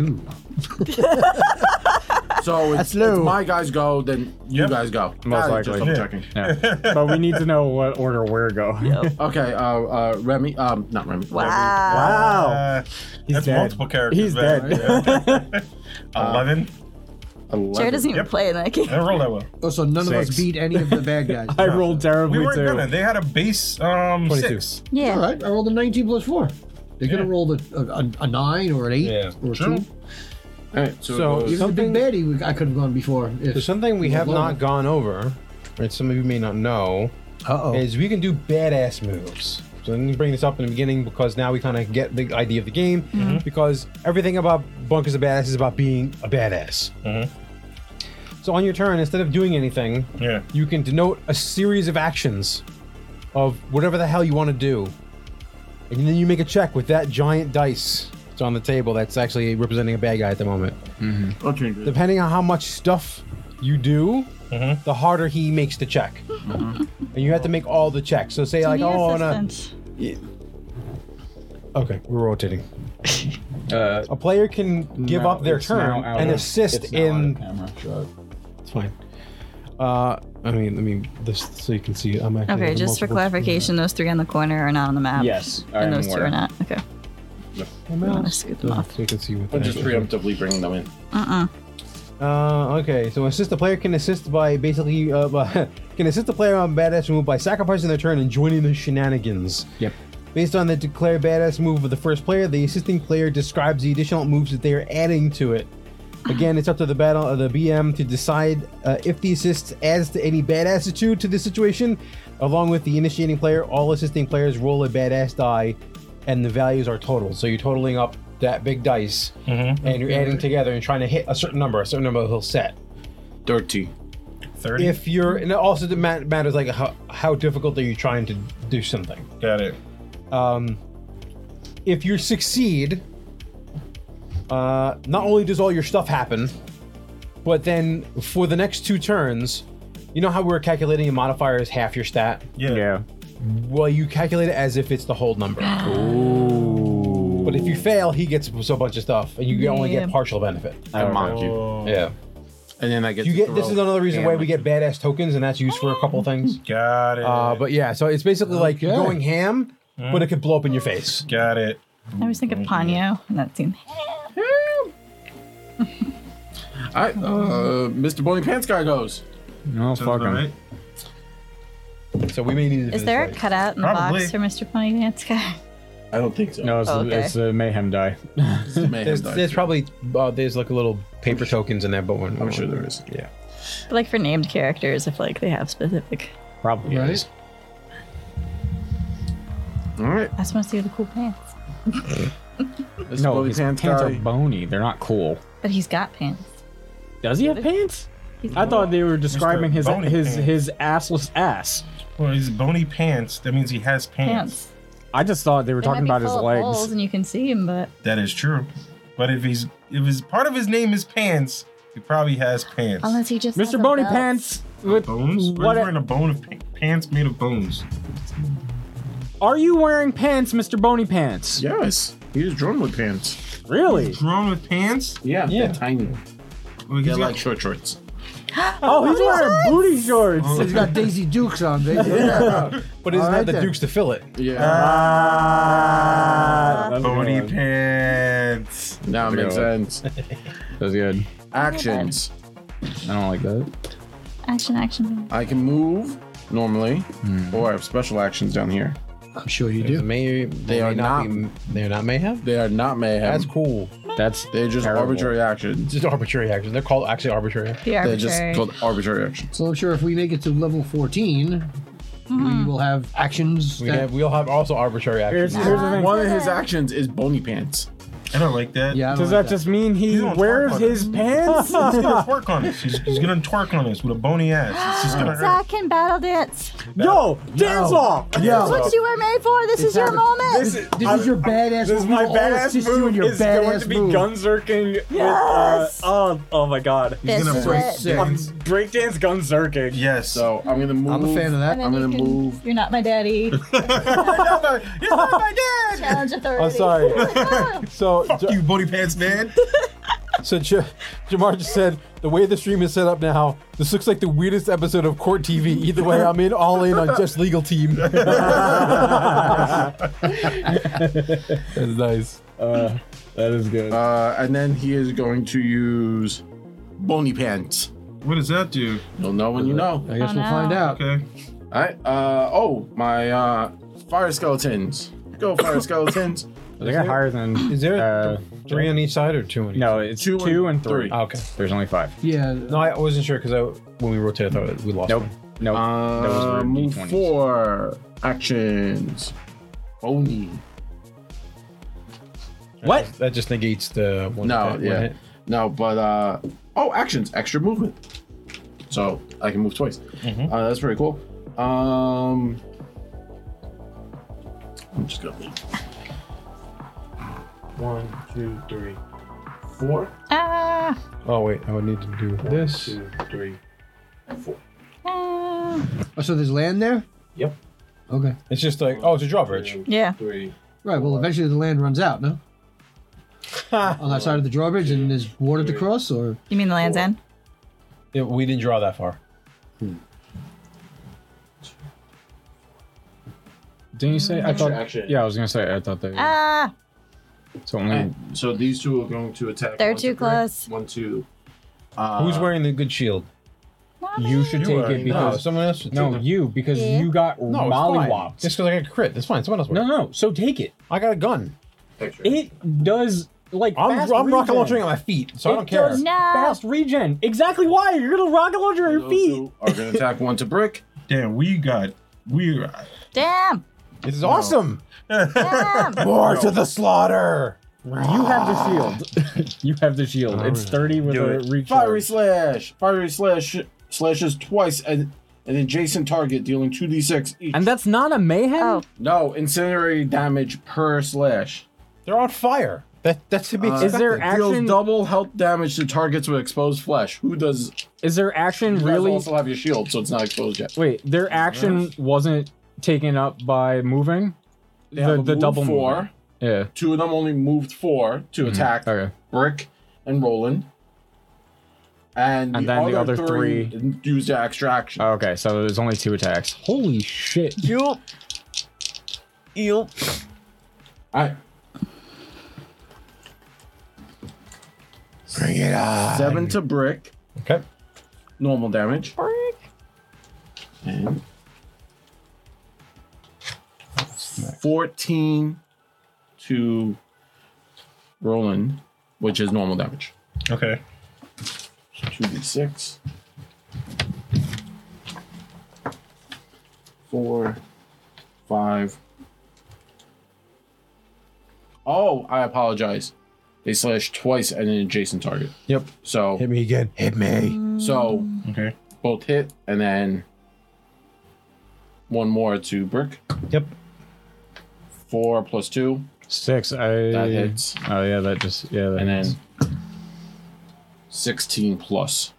[SPEAKER 5] Ooh.
[SPEAKER 3] So it's,
[SPEAKER 5] That's low.
[SPEAKER 3] it's my guys go, then you
[SPEAKER 4] Yep.
[SPEAKER 3] guys go.
[SPEAKER 1] Most
[SPEAKER 3] Got it,
[SPEAKER 1] likely.
[SPEAKER 3] Just double
[SPEAKER 1] Yeah.
[SPEAKER 3] checking.
[SPEAKER 1] Yeah. but we need to know what order we're going.
[SPEAKER 3] Okay. Uh, uh, Remy. Um, not Remy.
[SPEAKER 2] Wow.
[SPEAKER 4] uh, that's
[SPEAKER 1] dead.
[SPEAKER 4] multiple characters.
[SPEAKER 1] He's
[SPEAKER 4] man. Yeah. Eleven.
[SPEAKER 3] Remy.
[SPEAKER 2] Jared doesn't even
[SPEAKER 4] Yep.
[SPEAKER 2] play in that game.
[SPEAKER 4] I roll that well.
[SPEAKER 5] Oh, so none of us
[SPEAKER 1] Six.
[SPEAKER 5] beat any of the bad guys.
[SPEAKER 1] I rolled terribly
[SPEAKER 4] We weren't
[SPEAKER 1] too.
[SPEAKER 4] gonna. They had a base um
[SPEAKER 9] 22.
[SPEAKER 4] six.
[SPEAKER 5] All
[SPEAKER 2] Yeah.
[SPEAKER 5] right. I rolled a 19 plus four. They could have rolled a, a, a nine or an eight
[SPEAKER 9] Yeah.
[SPEAKER 5] or a
[SPEAKER 4] True.
[SPEAKER 5] two.
[SPEAKER 3] All right. So,
[SPEAKER 9] So-
[SPEAKER 3] it goes-
[SPEAKER 5] Even the big baddie, we, I could have gone before.
[SPEAKER 9] So something we have not gone over, and some of you may not know,
[SPEAKER 5] Uh oh.
[SPEAKER 9] is we can do badass moves. So I didn't bring this up in the beginning because now we kind of get the idea of the game because everything about Bunkers a Badass is about being a badass. So on your turn, instead of doing anything,
[SPEAKER 4] Yeah.
[SPEAKER 9] you can denote a series of actions of whatever the hell you want to do. And then you make a check with that giant dice that's on the table that's actually representing a bad guy at the moment.
[SPEAKER 3] Okay, good.
[SPEAKER 9] Depending on how much stuff you do, the harder he makes the check. And you have to make all the checks. So say like,
[SPEAKER 2] New
[SPEAKER 9] oh, on a,
[SPEAKER 2] assistant.
[SPEAKER 9] okay, we're rotating. a player can give up their turn and assist in It's fine. Uh, I mean, let me this so you can see. it. I'm actually
[SPEAKER 2] Okay,
[SPEAKER 9] having
[SPEAKER 2] just for
[SPEAKER 9] multiple-
[SPEAKER 2] clarification, those three on the corner are not on the map.
[SPEAKER 1] Yes, I
[SPEAKER 2] And
[SPEAKER 1] am
[SPEAKER 2] those two
[SPEAKER 1] aware.
[SPEAKER 2] are not. Okay.
[SPEAKER 9] I'm
[SPEAKER 2] I'm gonna
[SPEAKER 9] out.
[SPEAKER 2] scoot them off. Uh-uh.
[SPEAKER 9] So you can see what
[SPEAKER 3] I'm just
[SPEAKER 9] that is.
[SPEAKER 3] preemptively bringing them in.
[SPEAKER 9] Uh, okay, so assist the player can assist by basically uh, by- can assist the player on badass move by sacrificing their turn and joining the shenanigans.
[SPEAKER 1] Yep.
[SPEAKER 9] Based on the declare badass move of the first player, the assisting player describes the additional moves that they are adding to it. Again, it's up to the battle of the BM to decide uh, if the assist adds to any badassitude to the situation. Along with the initiating player, all assisting players roll a badass die, and the values are total. So you're totaling up that big dice, and you're adding together and trying to hit a certain number, a certain number he'll set.
[SPEAKER 3] Dirty.
[SPEAKER 4] Thirty.
[SPEAKER 9] If you're, and it also ma- matters like how, how difficult are you trying to do something.
[SPEAKER 4] Got it.
[SPEAKER 9] if you succeed, uh, not only does all your stuff happen, but then for the next two turns, you know how we are calculating a modifier as half your stat?
[SPEAKER 4] Yeah.
[SPEAKER 1] Yeah.
[SPEAKER 9] Well, you calculate it as if it's the whole number. But if you fail, he gets a bunch of stuff, and you only
[SPEAKER 2] Yeah.
[SPEAKER 9] get partial benefit.
[SPEAKER 3] I mock you.
[SPEAKER 4] Oh.
[SPEAKER 9] Yeah.
[SPEAKER 3] and then I get.
[SPEAKER 1] You
[SPEAKER 3] to
[SPEAKER 1] get this
[SPEAKER 3] throw-
[SPEAKER 1] is another reason why
[SPEAKER 7] damage.
[SPEAKER 1] we get badass tokens, and that's used for a
[SPEAKER 2] Oh.
[SPEAKER 1] couple things.
[SPEAKER 4] Got it.
[SPEAKER 1] Uh, but yeah, so it's basically like you're going ham, but it could blow up in your face.
[SPEAKER 4] Got it.
[SPEAKER 2] I always think of Ponyo in that scene.
[SPEAKER 3] All right, uh, Mr. Bowling Pants guy goes.
[SPEAKER 7] No,
[SPEAKER 4] To
[SPEAKER 7] fuck
[SPEAKER 4] the
[SPEAKER 7] him.
[SPEAKER 4] right.
[SPEAKER 1] So we may need. to
[SPEAKER 2] Is
[SPEAKER 1] do
[SPEAKER 2] there a
[SPEAKER 1] this
[SPEAKER 2] cutout in
[SPEAKER 4] Probably.
[SPEAKER 2] the box for Mr. Pony Dance Guy?
[SPEAKER 3] I don't think so.
[SPEAKER 7] No, it's,
[SPEAKER 2] Oh, Okay.
[SPEAKER 7] it's
[SPEAKER 10] uh,
[SPEAKER 7] the mayhem die.
[SPEAKER 3] This may have
[SPEAKER 1] There's,
[SPEAKER 3] died.
[SPEAKER 1] there's probably uh, there's like little paper tokens in there, but when,
[SPEAKER 3] I'm sure there is.
[SPEAKER 1] Yeah.
[SPEAKER 2] But like for named characters, I feel like they have specific.
[SPEAKER 7] Probably
[SPEAKER 3] Right?
[SPEAKER 7] is.
[SPEAKER 3] All right,
[SPEAKER 2] I just want to see the cool pants.
[SPEAKER 3] Mr.
[SPEAKER 7] No,
[SPEAKER 3] Bowling
[SPEAKER 7] his
[SPEAKER 3] Pants
[SPEAKER 7] pants
[SPEAKER 3] guy.
[SPEAKER 7] are bony. They're not cool.
[SPEAKER 2] But he's got pants.
[SPEAKER 10] Does he have pants?
[SPEAKER 2] He's
[SPEAKER 10] I thought they were describing his
[SPEAKER 4] Bony
[SPEAKER 10] his
[SPEAKER 4] Pants.
[SPEAKER 10] his assless ass.
[SPEAKER 4] Well, he's bony pants. That means he has pants.
[SPEAKER 2] pants.
[SPEAKER 10] I just thought they were
[SPEAKER 2] They
[SPEAKER 10] talking
[SPEAKER 2] might
[SPEAKER 10] about
[SPEAKER 2] be
[SPEAKER 10] his
[SPEAKER 2] full of
[SPEAKER 10] legs.
[SPEAKER 2] holes and you can see him, but
[SPEAKER 4] That is true. But if he's if his part of his name is pants, he probably has pants.
[SPEAKER 2] unless he just has a
[SPEAKER 10] Mr. Bony
[SPEAKER 2] belt.
[SPEAKER 10] Pants with
[SPEAKER 4] Bones? What
[SPEAKER 10] What
[SPEAKER 4] wearing a bone of pa- pants made of bones.
[SPEAKER 10] Are you wearing pants, Mr. Bony Pants?
[SPEAKER 3] Yes, he is drawn with pants.
[SPEAKER 10] Really?
[SPEAKER 4] Drawn with pants?
[SPEAKER 3] Yeah, yeah, tiny.
[SPEAKER 4] Well, he's
[SPEAKER 3] They're
[SPEAKER 4] got-
[SPEAKER 3] like short shorts.
[SPEAKER 10] Oh, he's wearing booty shorts.
[SPEAKER 5] He's got Daisy Dukes on, baby.
[SPEAKER 1] But it's
[SPEAKER 5] All
[SPEAKER 1] not
[SPEAKER 5] right
[SPEAKER 1] the
[SPEAKER 5] then.
[SPEAKER 1] Dukes to fill it.
[SPEAKER 3] Yeah,
[SPEAKER 10] That's a good
[SPEAKER 4] bony
[SPEAKER 10] one.
[SPEAKER 4] pants.
[SPEAKER 3] now it makes
[SPEAKER 7] Yeah.
[SPEAKER 3] sense.
[SPEAKER 7] That's good.
[SPEAKER 3] Actions.
[SPEAKER 7] I don't like that.
[SPEAKER 2] Action, action.
[SPEAKER 3] I can move normally, or I have special actions down here.
[SPEAKER 5] I'm sure you do.
[SPEAKER 1] May they
[SPEAKER 3] are
[SPEAKER 1] may be- they're not mayhem.
[SPEAKER 3] They are not mayhem.
[SPEAKER 1] That's cool.
[SPEAKER 7] That's
[SPEAKER 3] They're just
[SPEAKER 7] terrible.
[SPEAKER 3] arbitrary actions.
[SPEAKER 1] Just arbitrary actions. They're called actually arbitrary.
[SPEAKER 2] The
[SPEAKER 3] They're just
[SPEAKER 2] arbitrary.
[SPEAKER 3] called arbitrary actions.
[SPEAKER 5] So I'm sure if we make it to level 14, we will have actions.
[SPEAKER 1] We
[SPEAKER 5] that-
[SPEAKER 1] have, we'll have also arbitrary
[SPEAKER 10] Here's,
[SPEAKER 1] actions.
[SPEAKER 10] here's the thing.
[SPEAKER 3] One of his actions is bony pants.
[SPEAKER 4] I don't like that.
[SPEAKER 5] yeah. I don't
[SPEAKER 10] Does
[SPEAKER 5] like
[SPEAKER 10] that just mean he
[SPEAKER 4] You don't
[SPEAKER 10] wears
[SPEAKER 4] talk about
[SPEAKER 10] his pants?
[SPEAKER 4] He's gonna twerk on us. He's, he's gonna twerk on us with a bony ass. It's just gonna hurt.
[SPEAKER 2] Zach can battle dance.
[SPEAKER 10] Yo, dance off!
[SPEAKER 2] That's what you were made for. This is your moment.
[SPEAKER 10] This is,
[SPEAKER 5] This
[SPEAKER 10] I'm-
[SPEAKER 5] is your badass.
[SPEAKER 10] this is
[SPEAKER 5] move.
[SPEAKER 10] my
[SPEAKER 5] We will all
[SPEAKER 10] badass
[SPEAKER 5] assist you in
[SPEAKER 10] move.
[SPEAKER 5] your
[SPEAKER 10] is going to
[SPEAKER 5] badass
[SPEAKER 10] be
[SPEAKER 5] move.
[SPEAKER 10] gunzerking. With, uh,
[SPEAKER 2] Yes.
[SPEAKER 10] oh, oh my god.
[SPEAKER 2] this
[SPEAKER 4] gonna break
[SPEAKER 2] is it.
[SPEAKER 4] shit.
[SPEAKER 10] I'm breakdance gunzerking.
[SPEAKER 4] Yes.
[SPEAKER 3] So I'm gonna move.
[SPEAKER 5] I'm a fan of
[SPEAKER 2] And
[SPEAKER 5] that.
[SPEAKER 2] then
[SPEAKER 3] I'm
[SPEAKER 2] you
[SPEAKER 3] gonna
[SPEAKER 2] can-
[SPEAKER 3] move.
[SPEAKER 2] You're not my daddy. Challenge authority.
[SPEAKER 1] I'm sorry. So, Ja-
[SPEAKER 4] you bony pants man.
[SPEAKER 1] so Ja- Jamar just said the way the stream is set up now, this looks like the weirdest episode of Court TV. Either way, I'm in all in on just legal team. That's nice.
[SPEAKER 7] Uh, that is good.
[SPEAKER 3] Uh, and then he is going to use bony pants.
[SPEAKER 4] what does that do?
[SPEAKER 3] You'll know when you know.
[SPEAKER 5] I guess
[SPEAKER 2] Oh,
[SPEAKER 5] we'll
[SPEAKER 2] no.
[SPEAKER 5] find out.
[SPEAKER 4] Okay.
[SPEAKER 3] All right. Uh, oh, my uh, fire skeletons. Go fire skeletons.
[SPEAKER 7] I think I higher than.
[SPEAKER 1] Is there
[SPEAKER 7] Uh,
[SPEAKER 1] three on each side or two on each?
[SPEAKER 7] no, it's
[SPEAKER 3] Two
[SPEAKER 7] two,
[SPEAKER 3] and
[SPEAKER 7] and three.
[SPEAKER 3] three.
[SPEAKER 1] Okay.
[SPEAKER 7] There's only five.
[SPEAKER 5] Yeah.
[SPEAKER 1] No, I wasn't sure because when we rotated, I thought we lost.
[SPEAKER 7] Nope.
[SPEAKER 1] one.
[SPEAKER 7] Nope. that was
[SPEAKER 3] Uh,
[SPEAKER 7] weird.
[SPEAKER 3] move
[SPEAKER 7] D20s.
[SPEAKER 3] four actions. Bony.
[SPEAKER 10] What?
[SPEAKER 1] That just negates the one.
[SPEAKER 3] No,
[SPEAKER 1] attack, one
[SPEAKER 3] yeah,
[SPEAKER 1] hit.
[SPEAKER 3] no, but uh, oh, actions, extra movement. So I can move twice. Uh, that's pretty cool. Um, I'm just gonna. One, two, three, four.
[SPEAKER 2] Ah,
[SPEAKER 1] Oh wait, I would need to do this.
[SPEAKER 3] Two, three.
[SPEAKER 2] ah.
[SPEAKER 5] Oh, so there's land there?
[SPEAKER 3] Yep.
[SPEAKER 5] Okay.
[SPEAKER 1] It's just like oh, it's a drawbridge.
[SPEAKER 2] Yeah.
[SPEAKER 3] Three.
[SPEAKER 5] Right. Well, eventually the land runs out, no? on that side of the drawbridge, and there's water to cross, or
[SPEAKER 2] You mean the land's end?
[SPEAKER 1] Yeah, we didn't draw that far.
[SPEAKER 7] Hmm. Didn't you say? I
[SPEAKER 3] Extra
[SPEAKER 1] Oh,
[SPEAKER 7] thought.
[SPEAKER 3] action.
[SPEAKER 7] Yeah, I was gonna say. I thought they.
[SPEAKER 2] Ah,
[SPEAKER 7] it's only.
[SPEAKER 3] And so these two are going to attack.
[SPEAKER 2] They're
[SPEAKER 3] one, two,
[SPEAKER 2] too
[SPEAKER 3] three.
[SPEAKER 2] close.
[SPEAKER 3] One, two. Uh,
[SPEAKER 1] Who's wearing the good shield? You should
[SPEAKER 4] You
[SPEAKER 1] take
[SPEAKER 4] are-
[SPEAKER 1] it
[SPEAKER 3] no.
[SPEAKER 1] because someone else should.
[SPEAKER 7] No,
[SPEAKER 1] take it.
[SPEAKER 7] you because
[SPEAKER 2] Yeah.
[SPEAKER 7] you got
[SPEAKER 1] no, it's fine.
[SPEAKER 7] mollywopped.
[SPEAKER 1] Just because I got a crit, that's fine. Someone else.
[SPEAKER 7] No,
[SPEAKER 1] will.
[SPEAKER 7] no. So take it.
[SPEAKER 1] I got a gun.
[SPEAKER 3] Picture.
[SPEAKER 7] It does like.
[SPEAKER 1] I'm,
[SPEAKER 7] fast
[SPEAKER 1] I'm rocket
[SPEAKER 7] regen.
[SPEAKER 1] launching at my feet, so I
[SPEAKER 7] It
[SPEAKER 1] don't care.
[SPEAKER 7] does
[SPEAKER 2] No.
[SPEAKER 7] Fast regen. Exactly why you're gonna rocket launch your
[SPEAKER 3] Those
[SPEAKER 7] feet.
[SPEAKER 3] two are going to attack one to brick.
[SPEAKER 4] Damn, we got we.
[SPEAKER 2] Damn.
[SPEAKER 1] This is awesome.
[SPEAKER 2] Damn.
[SPEAKER 1] More to the slaughter.
[SPEAKER 7] You have the shield. you have the shield. It's thirty with a recharge.
[SPEAKER 3] Fiery slash. Fiery slash slashes twice an, an adjacent target, dealing 2d6 each.
[SPEAKER 10] And that's not a mayhem?
[SPEAKER 2] Oh,
[SPEAKER 3] no, incendiary damage per slash.
[SPEAKER 1] They're on fire. That that's to be
[SPEAKER 3] Uh,
[SPEAKER 1] expected.
[SPEAKER 10] Is there
[SPEAKER 3] Deals
[SPEAKER 10] action?
[SPEAKER 3] double health damage to targets with exposed flesh. Who does?
[SPEAKER 10] Is their action
[SPEAKER 3] You really?
[SPEAKER 10] really?
[SPEAKER 3] also have your shield, so it's not exposed yet.
[SPEAKER 7] Wait,
[SPEAKER 10] Their action wasn't taken up by moving.
[SPEAKER 3] They have
[SPEAKER 10] the-
[SPEAKER 3] a
[SPEAKER 10] the
[SPEAKER 3] move
[SPEAKER 10] double
[SPEAKER 3] four.
[SPEAKER 10] movement. Yeah.
[SPEAKER 3] Two of them only moved four to attack
[SPEAKER 7] Okay.
[SPEAKER 3] Brick and Roland. and,
[SPEAKER 7] And
[SPEAKER 3] the
[SPEAKER 7] then the
[SPEAKER 3] other
[SPEAKER 7] other
[SPEAKER 3] three, use their extra action.
[SPEAKER 7] Okay, so there's only two attacks. Holy shit.
[SPEAKER 6] Yup. Yup.
[SPEAKER 3] Alright.
[SPEAKER 1] Bring it on.
[SPEAKER 3] Seven to brick,
[SPEAKER 1] Okay.
[SPEAKER 3] normal damage. And fourteen to Roland, which is normal damage.
[SPEAKER 4] Okay.
[SPEAKER 3] Two d six. Four, five. Oh, I apologize. They slash twice at an adjacent target.
[SPEAKER 1] Yep.
[SPEAKER 3] So
[SPEAKER 1] Hit me again. Hit me.
[SPEAKER 3] so
[SPEAKER 4] Okay.
[SPEAKER 3] both hit and then one more to brick.
[SPEAKER 1] Yep.
[SPEAKER 3] Four plus two.
[SPEAKER 7] Six. I,
[SPEAKER 3] That hits.
[SPEAKER 7] Oh, yeah, that just. Yeah, that
[SPEAKER 3] And
[SPEAKER 7] hits.
[SPEAKER 3] then sixteen plus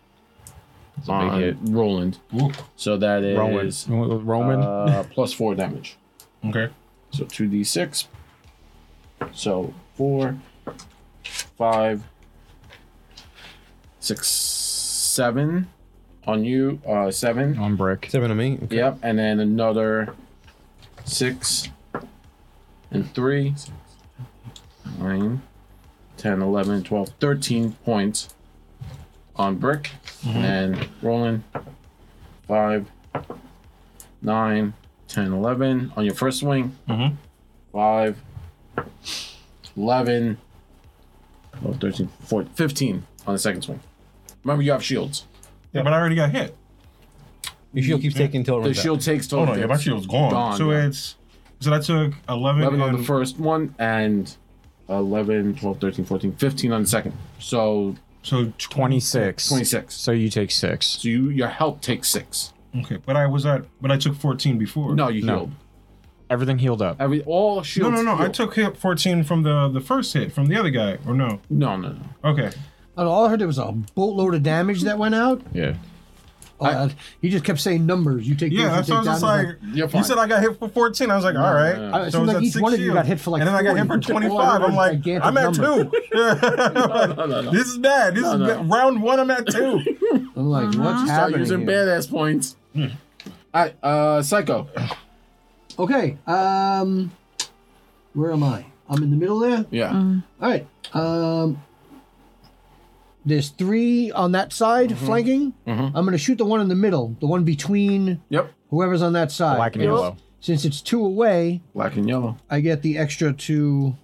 [SPEAKER 7] It's a big hit.
[SPEAKER 3] on Roland.
[SPEAKER 4] Ooh.
[SPEAKER 3] So that is
[SPEAKER 7] Roman. Roman.
[SPEAKER 3] uh, plus four damage.
[SPEAKER 4] Okay.
[SPEAKER 3] So 2d6. So 4, 5, 6, 7 on you, uh, 7.
[SPEAKER 7] on brick.
[SPEAKER 1] Seven to me. Okay.
[SPEAKER 3] Yep, and then another 6 and 3, 9, 10, 11, 12, 13 points on Brick.
[SPEAKER 4] Mm-hmm.
[SPEAKER 3] And rolling 5, 9, 10, 11 on your first swing.
[SPEAKER 4] Mhm.
[SPEAKER 3] 5, 11, 12, 13, 14, 15 on the second swing. Remember, you have shields.
[SPEAKER 4] Yeah, but I already got hit.
[SPEAKER 1] Your Mm-hmm. shield keeps taking until it
[SPEAKER 3] The
[SPEAKER 1] runs out.
[SPEAKER 3] shield takes
[SPEAKER 4] Oh
[SPEAKER 3] total
[SPEAKER 4] no, yeah, my
[SPEAKER 3] damage.
[SPEAKER 4] shield's gone.
[SPEAKER 3] Gone,
[SPEAKER 4] so
[SPEAKER 3] yeah.
[SPEAKER 4] it's so I took eleven,
[SPEAKER 3] 11 on
[SPEAKER 4] and
[SPEAKER 3] the first one and 11, 12, 13, 14, 15 on the second. So
[SPEAKER 4] so
[SPEAKER 7] 26.
[SPEAKER 3] 26.
[SPEAKER 7] So you take six.
[SPEAKER 3] So you, your health takes six.
[SPEAKER 4] Okay, but I was at but I took fourteen before.
[SPEAKER 3] No, you
[SPEAKER 7] No.
[SPEAKER 3] healed.
[SPEAKER 7] Everything healed up.
[SPEAKER 3] Every all
[SPEAKER 4] no,
[SPEAKER 3] shields.
[SPEAKER 4] no, no. I
[SPEAKER 3] heal.
[SPEAKER 4] took hit fourteen from the the first hit from the other guy, or no?
[SPEAKER 3] No, no, no.
[SPEAKER 4] Okay,
[SPEAKER 5] I don't know, all I heard there was a boatload of damage that went out.
[SPEAKER 7] Yeah.
[SPEAKER 5] Oh, uh, he just kept saying numbers. You take
[SPEAKER 4] yeah.
[SPEAKER 5] this,
[SPEAKER 4] That's
[SPEAKER 5] you
[SPEAKER 4] why I
[SPEAKER 5] take
[SPEAKER 4] was just
[SPEAKER 5] that,
[SPEAKER 4] like,
[SPEAKER 5] and
[SPEAKER 3] You're fine.
[SPEAKER 4] you said I got hit for fourteen. I was like, all right.
[SPEAKER 3] no, no.
[SPEAKER 5] I- it seemed
[SPEAKER 4] it's
[SPEAKER 5] like
[SPEAKER 4] at
[SPEAKER 5] each
[SPEAKER 4] six
[SPEAKER 5] one of you got
[SPEAKER 4] shields.
[SPEAKER 5] hit for, like,
[SPEAKER 4] and then I got
[SPEAKER 5] 40.
[SPEAKER 4] hit for twenty five.
[SPEAKER 5] Whatever
[SPEAKER 4] I'm like,
[SPEAKER 5] gigantic
[SPEAKER 4] I'm at
[SPEAKER 5] number.
[SPEAKER 4] two. Yeah.
[SPEAKER 3] no, no, no.
[SPEAKER 4] This is bad. This is
[SPEAKER 3] no.
[SPEAKER 4] bad. round one. I'm at two.
[SPEAKER 5] I'm like, what's
[SPEAKER 3] Start
[SPEAKER 5] happening?
[SPEAKER 3] using
[SPEAKER 5] here?
[SPEAKER 3] badass points. All right, uh, Psycho.
[SPEAKER 5] Okay. Um, where am I? I'm in the middle there.
[SPEAKER 3] Yeah.
[SPEAKER 5] All right. Um, there's three on that side flanking. I'm going to shoot the one in the middle, the one between
[SPEAKER 3] Yep.
[SPEAKER 5] whoever's on that side.
[SPEAKER 7] Black and yellow.
[SPEAKER 5] Since it's two away,
[SPEAKER 3] Black and yellow.
[SPEAKER 5] I get the extra two.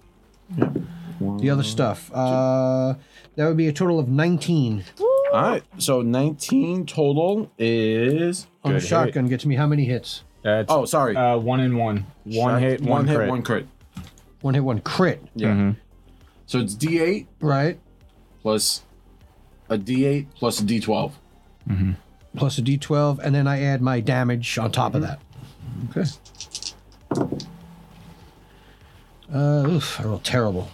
[SPEAKER 5] The other stuff. Uh, that would be a total of 19.
[SPEAKER 3] All right. So 19 total is.
[SPEAKER 5] On a
[SPEAKER 7] Good hit.
[SPEAKER 5] shotgun gets me how many hits?
[SPEAKER 7] That's,
[SPEAKER 3] Oh, sorry.
[SPEAKER 7] Uh, one and one. One
[SPEAKER 3] Shot-
[SPEAKER 7] hit, one,
[SPEAKER 3] hit,
[SPEAKER 7] crit.
[SPEAKER 3] one crit.
[SPEAKER 5] One hit, one crit.
[SPEAKER 3] Yeah. So it's D8
[SPEAKER 5] Right.
[SPEAKER 3] plus a D8 plus a D12.
[SPEAKER 5] Plus a d12, and then I add my damage on top of that. Okay. Uh, oof, I roll terrible.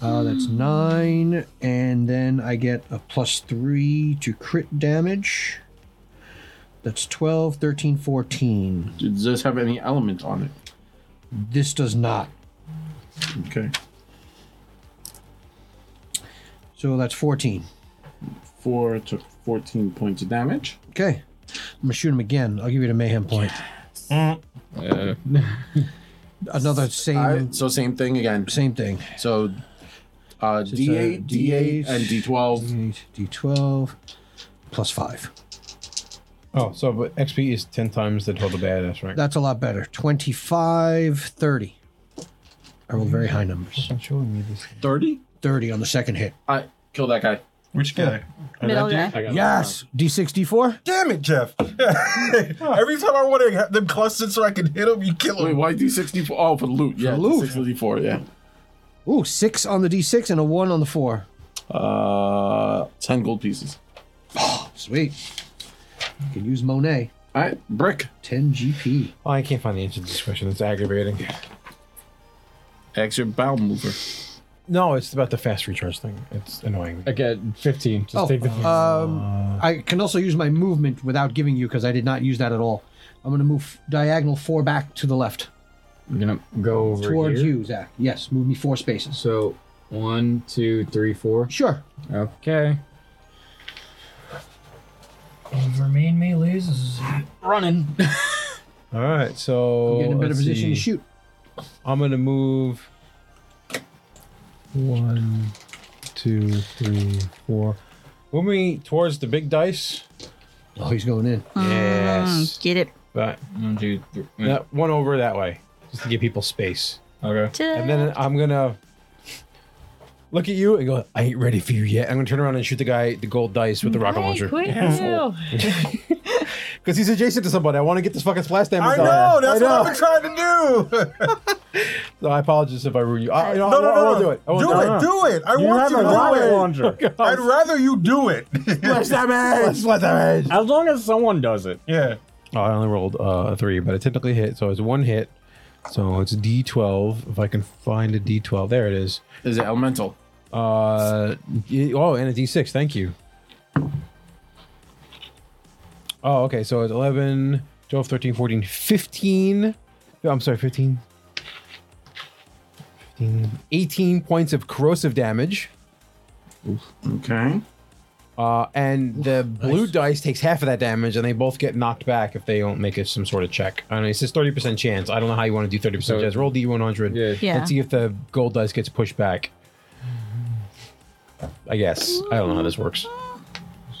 [SPEAKER 5] Uh, that's nine, and then I get a plus three to crit damage. That's 12, 13, 14.
[SPEAKER 3] Does this have any element on it?
[SPEAKER 5] This does not.
[SPEAKER 3] Okay.
[SPEAKER 5] So that's 14.
[SPEAKER 3] Four took 14 points of damage.
[SPEAKER 5] Okay. I'm going to shoot him again. I'll give you the mayhem point. Another same
[SPEAKER 3] All right. So same thing again.
[SPEAKER 5] same thing.
[SPEAKER 3] So uh,
[SPEAKER 5] it's a
[SPEAKER 3] D8, D8, and D12.
[SPEAKER 5] D8, D12, plus five.
[SPEAKER 1] Oh, so but XP is ten times the total badass, right?
[SPEAKER 5] That's a lot better. 25, 30. I rolled very high numbers.
[SPEAKER 1] That's showing me this.
[SPEAKER 3] 30?
[SPEAKER 5] 30 on the second hit.
[SPEAKER 3] I kill that guy.
[SPEAKER 4] Which guy?
[SPEAKER 2] Middle guy.
[SPEAKER 5] Yes. D6, D4?
[SPEAKER 4] Damn it, Jeff. Every time I want to have them clustered so I can hit them, you kill
[SPEAKER 3] Wait,
[SPEAKER 4] them.
[SPEAKER 3] why D64? Oh, for the loot. Yeah,
[SPEAKER 5] loot.
[SPEAKER 3] D64, yeah.
[SPEAKER 5] Ooh, six on the D6 and a one on the four.
[SPEAKER 3] Uh, 10 gold pieces.
[SPEAKER 5] Sweet. You can use Monet.
[SPEAKER 3] All right, brick.
[SPEAKER 5] 10 GP.
[SPEAKER 1] Oh, I can't find the answer to this question. It's aggravating.
[SPEAKER 3] Extra bowel mover.
[SPEAKER 1] No, it's about the fast recharge thing. It's annoying. uh,
[SPEAKER 7] Again, 15. Just
[SPEAKER 5] Oh,
[SPEAKER 7] take the.
[SPEAKER 5] um, I can also use my movement without giving you because I did not use that at all. I'm going to move diagonal four back to the left
[SPEAKER 7] I'm going to go over
[SPEAKER 5] towards
[SPEAKER 7] here.
[SPEAKER 5] you, Zach. Yes, move me four spaces.
[SPEAKER 7] So one, two, three, four.
[SPEAKER 5] Sure.
[SPEAKER 7] Okay.
[SPEAKER 11] Remain melees is running.
[SPEAKER 1] All right, so
[SPEAKER 5] Get in a better
[SPEAKER 1] let's
[SPEAKER 5] position to
[SPEAKER 1] see.
[SPEAKER 5] shoot.
[SPEAKER 1] I'm gonna move one, two, three, four. Move me towards the big dice.
[SPEAKER 5] Oh, he's going in.
[SPEAKER 1] Yes,
[SPEAKER 2] Mm, Get it.
[SPEAKER 1] but
[SPEAKER 7] I'm gonna do th-
[SPEAKER 1] that one over that way, just to give people space.
[SPEAKER 7] Okay.
[SPEAKER 1] And then I'm gonna look at you and go, "I ain't ready for you yet." I'm gonna turn around and shoot the guy, the gold dice with the rocket launcher, because he's adjacent to somebody. I want to get this fucking splash damage.
[SPEAKER 4] I
[SPEAKER 1] down.
[SPEAKER 4] know. That's
[SPEAKER 1] I know.
[SPEAKER 4] what I've been trying to do.
[SPEAKER 1] So I apologize if I ruin you. I, no,
[SPEAKER 4] No, no,
[SPEAKER 1] I
[SPEAKER 4] no,
[SPEAKER 1] won't
[SPEAKER 4] no.
[SPEAKER 1] do it. I won't
[SPEAKER 4] Do
[SPEAKER 1] do it.
[SPEAKER 4] it. Do it. I want you to do it. I'd rather you do it.
[SPEAKER 1] Splash damage. Splash damage.
[SPEAKER 10] As long as someone does it.
[SPEAKER 4] yeah.
[SPEAKER 1] Oh, I only rolled uh, a three, but it technically hit. So it's one hit. So it's D12. If I can find a D12, there it is.
[SPEAKER 3] Is it elemental?
[SPEAKER 1] Uh, y- oh, and a D6. Thank you. Oh, okay. So it's 11, 12, 13, 14, 15. Oh, I'm sorry, 15. 15. 18 points of corrosive damage.
[SPEAKER 3] Okay.
[SPEAKER 1] Uh, and the blue dice takes half of that damage, and they both get knocked back if they don't make it some sort of check. And it says thirty percent chance. I don't know how you want to do thirty percent chance. Roll D one hundred.
[SPEAKER 7] Yeah.
[SPEAKER 2] Yeah.
[SPEAKER 1] Let's see if the gold dice gets pushed back. I guess I don't know how this works.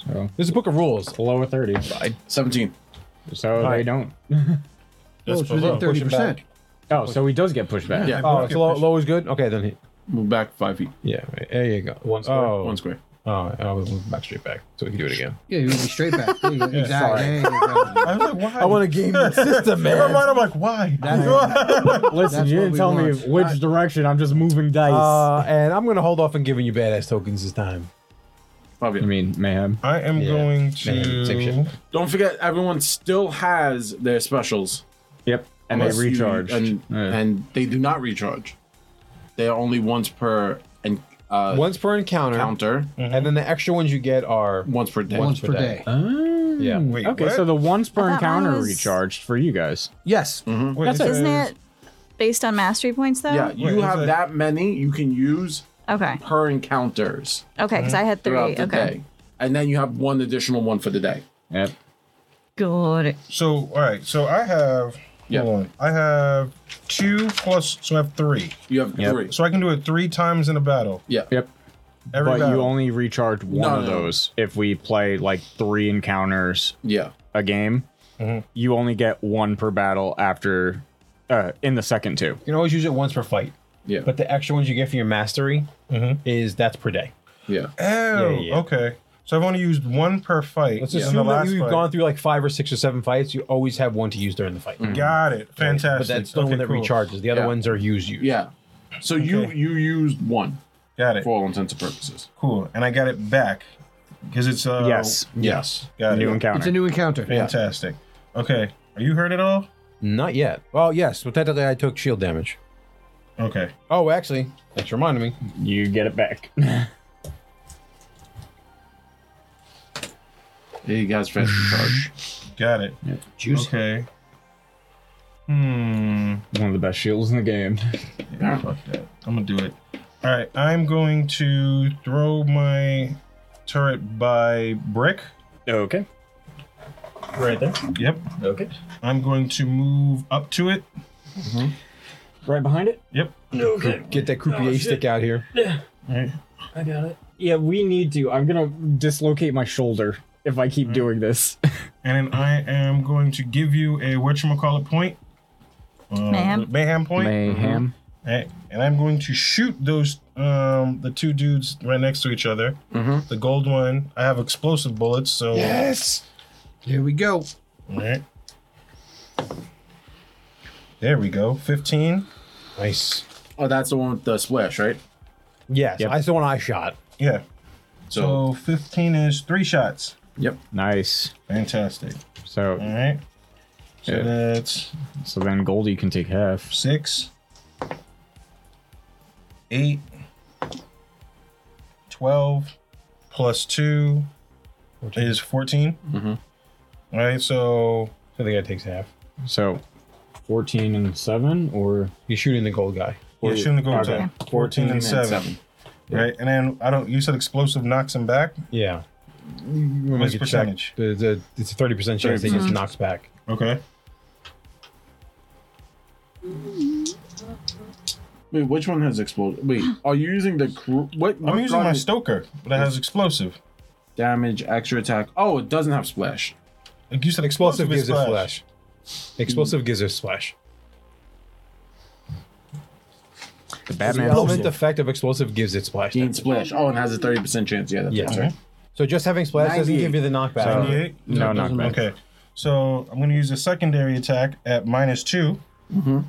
[SPEAKER 7] So
[SPEAKER 1] There's a book of rules.
[SPEAKER 7] below a thirty.
[SPEAKER 3] 17.
[SPEAKER 7] So they don't.
[SPEAKER 5] Oh, it's within
[SPEAKER 1] push
[SPEAKER 5] thirty
[SPEAKER 1] him
[SPEAKER 5] percent.
[SPEAKER 7] Oh, so he does get pushed back.
[SPEAKER 3] Yeah.
[SPEAKER 1] Oh, so low, low is good. Okay, then. he-
[SPEAKER 3] Move back five feet.
[SPEAKER 1] Yeah, right. there you go. One
[SPEAKER 7] square,
[SPEAKER 1] Oh,
[SPEAKER 3] One square.
[SPEAKER 1] oh, I was back straight back, so we can do it again.
[SPEAKER 5] Yeah, he would be straight back. There you go. exactly. There you go.
[SPEAKER 4] I was like, why?
[SPEAKER 1] I want to game the system,
[SPEAKER 4] In my
[SPEAKER 1] man.
[SPEAKER 4] mind, I'm like, why?
[SPEAKER 5] That's
[SPEAKER 10] Listen, you
[SPEAKER 5] what
[SPEAKER 10] didn't
[SPEAKER 5] we
[SPEAKER 10] tell me
[SPEAKER 5] want.
[SPEAKER 10] which direction. I'm just moving dice.
[SPEAKER 1] Uh, and I'm gonna hold off on giving you badass tokens this time.
[SPEAKER 7] I mean, mayhem.
[SPEAKER 4] I am
[SPEAKER 1] Yeah.
[SPEAKER 4] going
[SPEAKER 1] Man, same shit.
[SPEAKER 4] to.
[SPEAKER 3] Don't forget, everyone still has their specials.
[SPEAKER 7] Yep. And
[SPEAKER 3] Unless
[SPEAKER 7] they
[SPEAKER 3] you-
[SPEAKER 7] recharge.
[SPEAKER 3] and,
[SPEAKER 7] Yeah.
[SPEAKER 3] and they do not recharge. They are only once per and uh,
[SPEAKER 1] Once per encounter,
[SPEAKER 3] counter,
[SPEAKER 1] and then the extra ones you get are
[SPEAKER 3] once per day.
[SPEAKER 5] Once per day.
[SPEAKER 7] Oh.
[SPEAKER 1] yeah.
[SPEAKER 4] Wait,
[SPEAKER 10] okay,
[SPEAKER 4] what?
[SPEAKER 10] so the once
[SPEAKER 2] I
[SPEAKER 10] per
[SPEAKER 2] thought mine
[SPEAKER 10] encounter
[SPEAKER 2] was-
[SPEAKER 7] recharged for you guys.
[SPEAKER 5] Yes.
[SPEAKER 1] Mm-hmm.
[SPEAKER 4] Wait,
[SPEAKER 10] that's
[SPEAKER 4] it
[SPEAKER 2] Isn't
[SPEAKER 4] says-
[SPEAKER 2] it based on mastery points though?
[SPEAKER 3] Yeah, you
[SPEAKER 4] Wait,
[SPEAKER 3] have
[SPEAKER 4] is that-
[SPEAKER 3] that many you can use
[SPEAKER 2] Okay.
[SPEAKER 3] per encounters
[SPEAKER 2] Okay, because I had three.
[SPEAKER 3] throughout the
[SPEAKER 2] Okay.
[SPEAKER 3] day. And then you have one additional one for the day.
[SPEAKER 7] Yep.
[SPEAKER 2] Got it.
[SPEAKER 4] So, all right. So I have.
[SPEAKER 3] Yeah.
[SPEAKER 4] Hold on. I have two plus, so I have three.
[SPEAKER 3] You have
[SPEAKER 7] Yep.
[SPEAKER 3] three.
[SPEAKER 4] So I can do it three times in a battle.
[SPEAKER 3] Yeah.
[SPEAKER 7] Yep.
[SPEAKER 4] Every
[SPEAKER 7] But
[SPEAKER 4] battle.
[SPEAKER 7] you only recharge one
[SPEAKER 3] No,
[SPEAKER 7] of
[SPEAKER 3] no.
[SPEAKER 7] those if we play like three encounters
[SPEAKER 3] Yeah.
[SPEAKER 7] a game. You only get one per battle after, uh, in the second two.
[SPEAKER 1] You can always use it once per fight,
[SPEAKER 3] Yeah.
[SPEAKER 1] but the extra ones you get for your mastery
[SPEAKER 3] Mm-hmm.
[SPEAKER 1] is that's per day.
[SPEAKER 3] yeah.
[SPEAKER 4] Oh,
[SPEAKER 1] yeah.
[SPEAKER 4] okay. So I've only used one per fight.
[SPEAKER 1] Let's
[SPEAKER 4] in the
[SPEAKER 1] assume that
[SPEAKER 4] last
[SPEAKER 1] you've
[SPEAKER 4] fight.
[SPEAKER 1] gone through like five or six or seven fights. You always have one to use during the fight.
[SPEAKER 4] Got it. Fantastic.
[SPEAKER 1] Mm. But that's the
[SPEAKER 4] Okay,
[SPEAKER 1] one that
[SPEAKER 4] cool.
[SPEAKER 1] recharges. The other
[SPEAKER 3] Mm-hmm. Yeah.
[SPEAKER 1] ones are used. used.
[SPEAKER 3] Yeah. So you
[SPEAKER 4] Okay.
[SPEAKER 3] you used one
[SPEAKER 4] Got it.
[SPEAKER 3] for all intents and purposes.
[SPEAKER 4] Cool. And I got it back because it's uh
[SPEAKER 7] yes.
[SPEAKER 3] Yes.
[SPEAKER 4] Got
[SPEAKER 7] New
[SPEAKER 4] it.
[SPEAKER 7] encounter.
[SPEAKER 5] It's a new encounter.
[SPEAKER 4] Fantastic. Okay. Are you hurt at all?
[SPEAKER 1] Not yet. Well, yes. But technically, I took shield damage.
[SPEAKER 4] Okay.
[SPEAKER 1] Oh, actually, that's reminding me.
[SPEAKER 7] you get it back.
[SPEAKER 3] Hey, you guys fast recharge.
[SPEAKER 4] Got it.
[SPEAKER 5] Juice.
[SPEAKER 4] Okay. Hmm.
[SPEAKER 7] One of the best shields in the game.
[SPEAKER 4] Yeah, fuck that. I'm gonna do it. All right. I'm going to throw my turret by brick.
[SPEAKER 7] Okay.
[SPEAKER 10] right there.
[SPEAKER 4] Yep.
[SPEAKER 10] Okay.
[SPEAKER 4] I'm going to move up to it.
[SPEAKER 10] Right behind it?
[SPEAKER 4] Yep.
[SPEAKER 10] Okay.
[SPEAKER 1] Get that croupier stick out here.
[SPEAKER 10] I got it. Yeah, we need to. I'm gonna dislocate my shoulder if I keep doing this.
[SPEAKER 4] And then I am going to give you a whatchamacallit point. Uh,
[SPEAKER 2] Mayhem.
[SPEAKER 4] Mayhem point.
[SPEAKER 1] Mm-hmm.
[SPEAKER 7] Mayhem.
[SPEAKER 4] Alright, and I'm going to shoot those um the two dudes right next to each other. The gold one, I have explosive bullets, so
[SPEAKER 5] Here we go.
[SPEAKER 4] Alright. There we go. 15.
[SPEAKER 1] Nice.
[SPEAKER 3] Oh, that's the one with the splash, right?
[SPEAKER 1] Yes.
[SPEAKER 7] Yep.
[SPEAKER 1] I saw one I shot.
[SPEAKER 4] Yeah.
[SPEAKER 3] So
[SPEAKER 4] So 15 is three shots.
[SPEAKER 3] yep.
[SPEAKER 7] Nice.
[SPEAKER 4] Fantastic.
[SPEAKER 7] So,
[SPEAKER 4] Alright. So
[SPEAKER 7] Yeah.
[SPEAKER 4] that's
[SPEAKER 7] so then Goldie can take half.
[SPEAKER 4] six. Eight. Twelve plus two is 14 All right, so
[SPEAKER 1] So the guy takes half.
[SPEAKER 7] So, fourteen and seven, or
[SPEAKER 1] You're shooting the gold guy.
[SPEAKER 4] Yeah, shouldn't go
[SPEAKER 7] Okay.
[SPEAKER 4] to 14 and 7. Right? And then I don't you said explosive knocks him back.
[SPEAKER 1] Yeah. We'll
[SPEAKER 4] What's
[SPEAKER 1] make a
[SPEAKER 4] percentage?
[SPEAKER 1] check. There's a- It's a thirty percent chance he gets
[SPEAKER 4] 30%.
[SPEAKER 1] knocked back.
[SPEAKER 4] Okay.
[SPEAKER 3] Wait, which one has explosive? Wait, are you using the cru- what?
[SPEAKER 4] I'm using my Stoker, but it has explosive.
[SPEAKER 3] damage, extra attack. Oh, it doesn't have splash.
[SPEAKER 4] Like you said,
[SPEAKER 1] Explosive
[SPEAKER 4] explosive
[SPEAKER 1] gives
[SPEAKER 4] is
[SPEAKER 1] a
[SPEAKER 4] flash.
[SPEAKER 1] flash. Explosive gives a splash.
[SPEAKER 9] The
[SPEAKER 1] The
[SPEAKER 9] Batman.
[SPEAKER 1] element effect of explosive gives it splash.
[SPEAKER 3] Gain splash. Oh, and has a thirty percent chance. Yeah, that's
[SPEAKER 1] Yeah.
[SPEAKER 3] right.
[SPEAKER 1] So just having splash doesn't give you the knockback.
[SPEAKER 3] So-
[SPEAKER 4] 98?
[SPEAKER 9] No, knockback.
[SPEAKER 4] Okay. So I'm going to use a secondary attack at minus two.
[SPEAKER 3] Mm-hmm.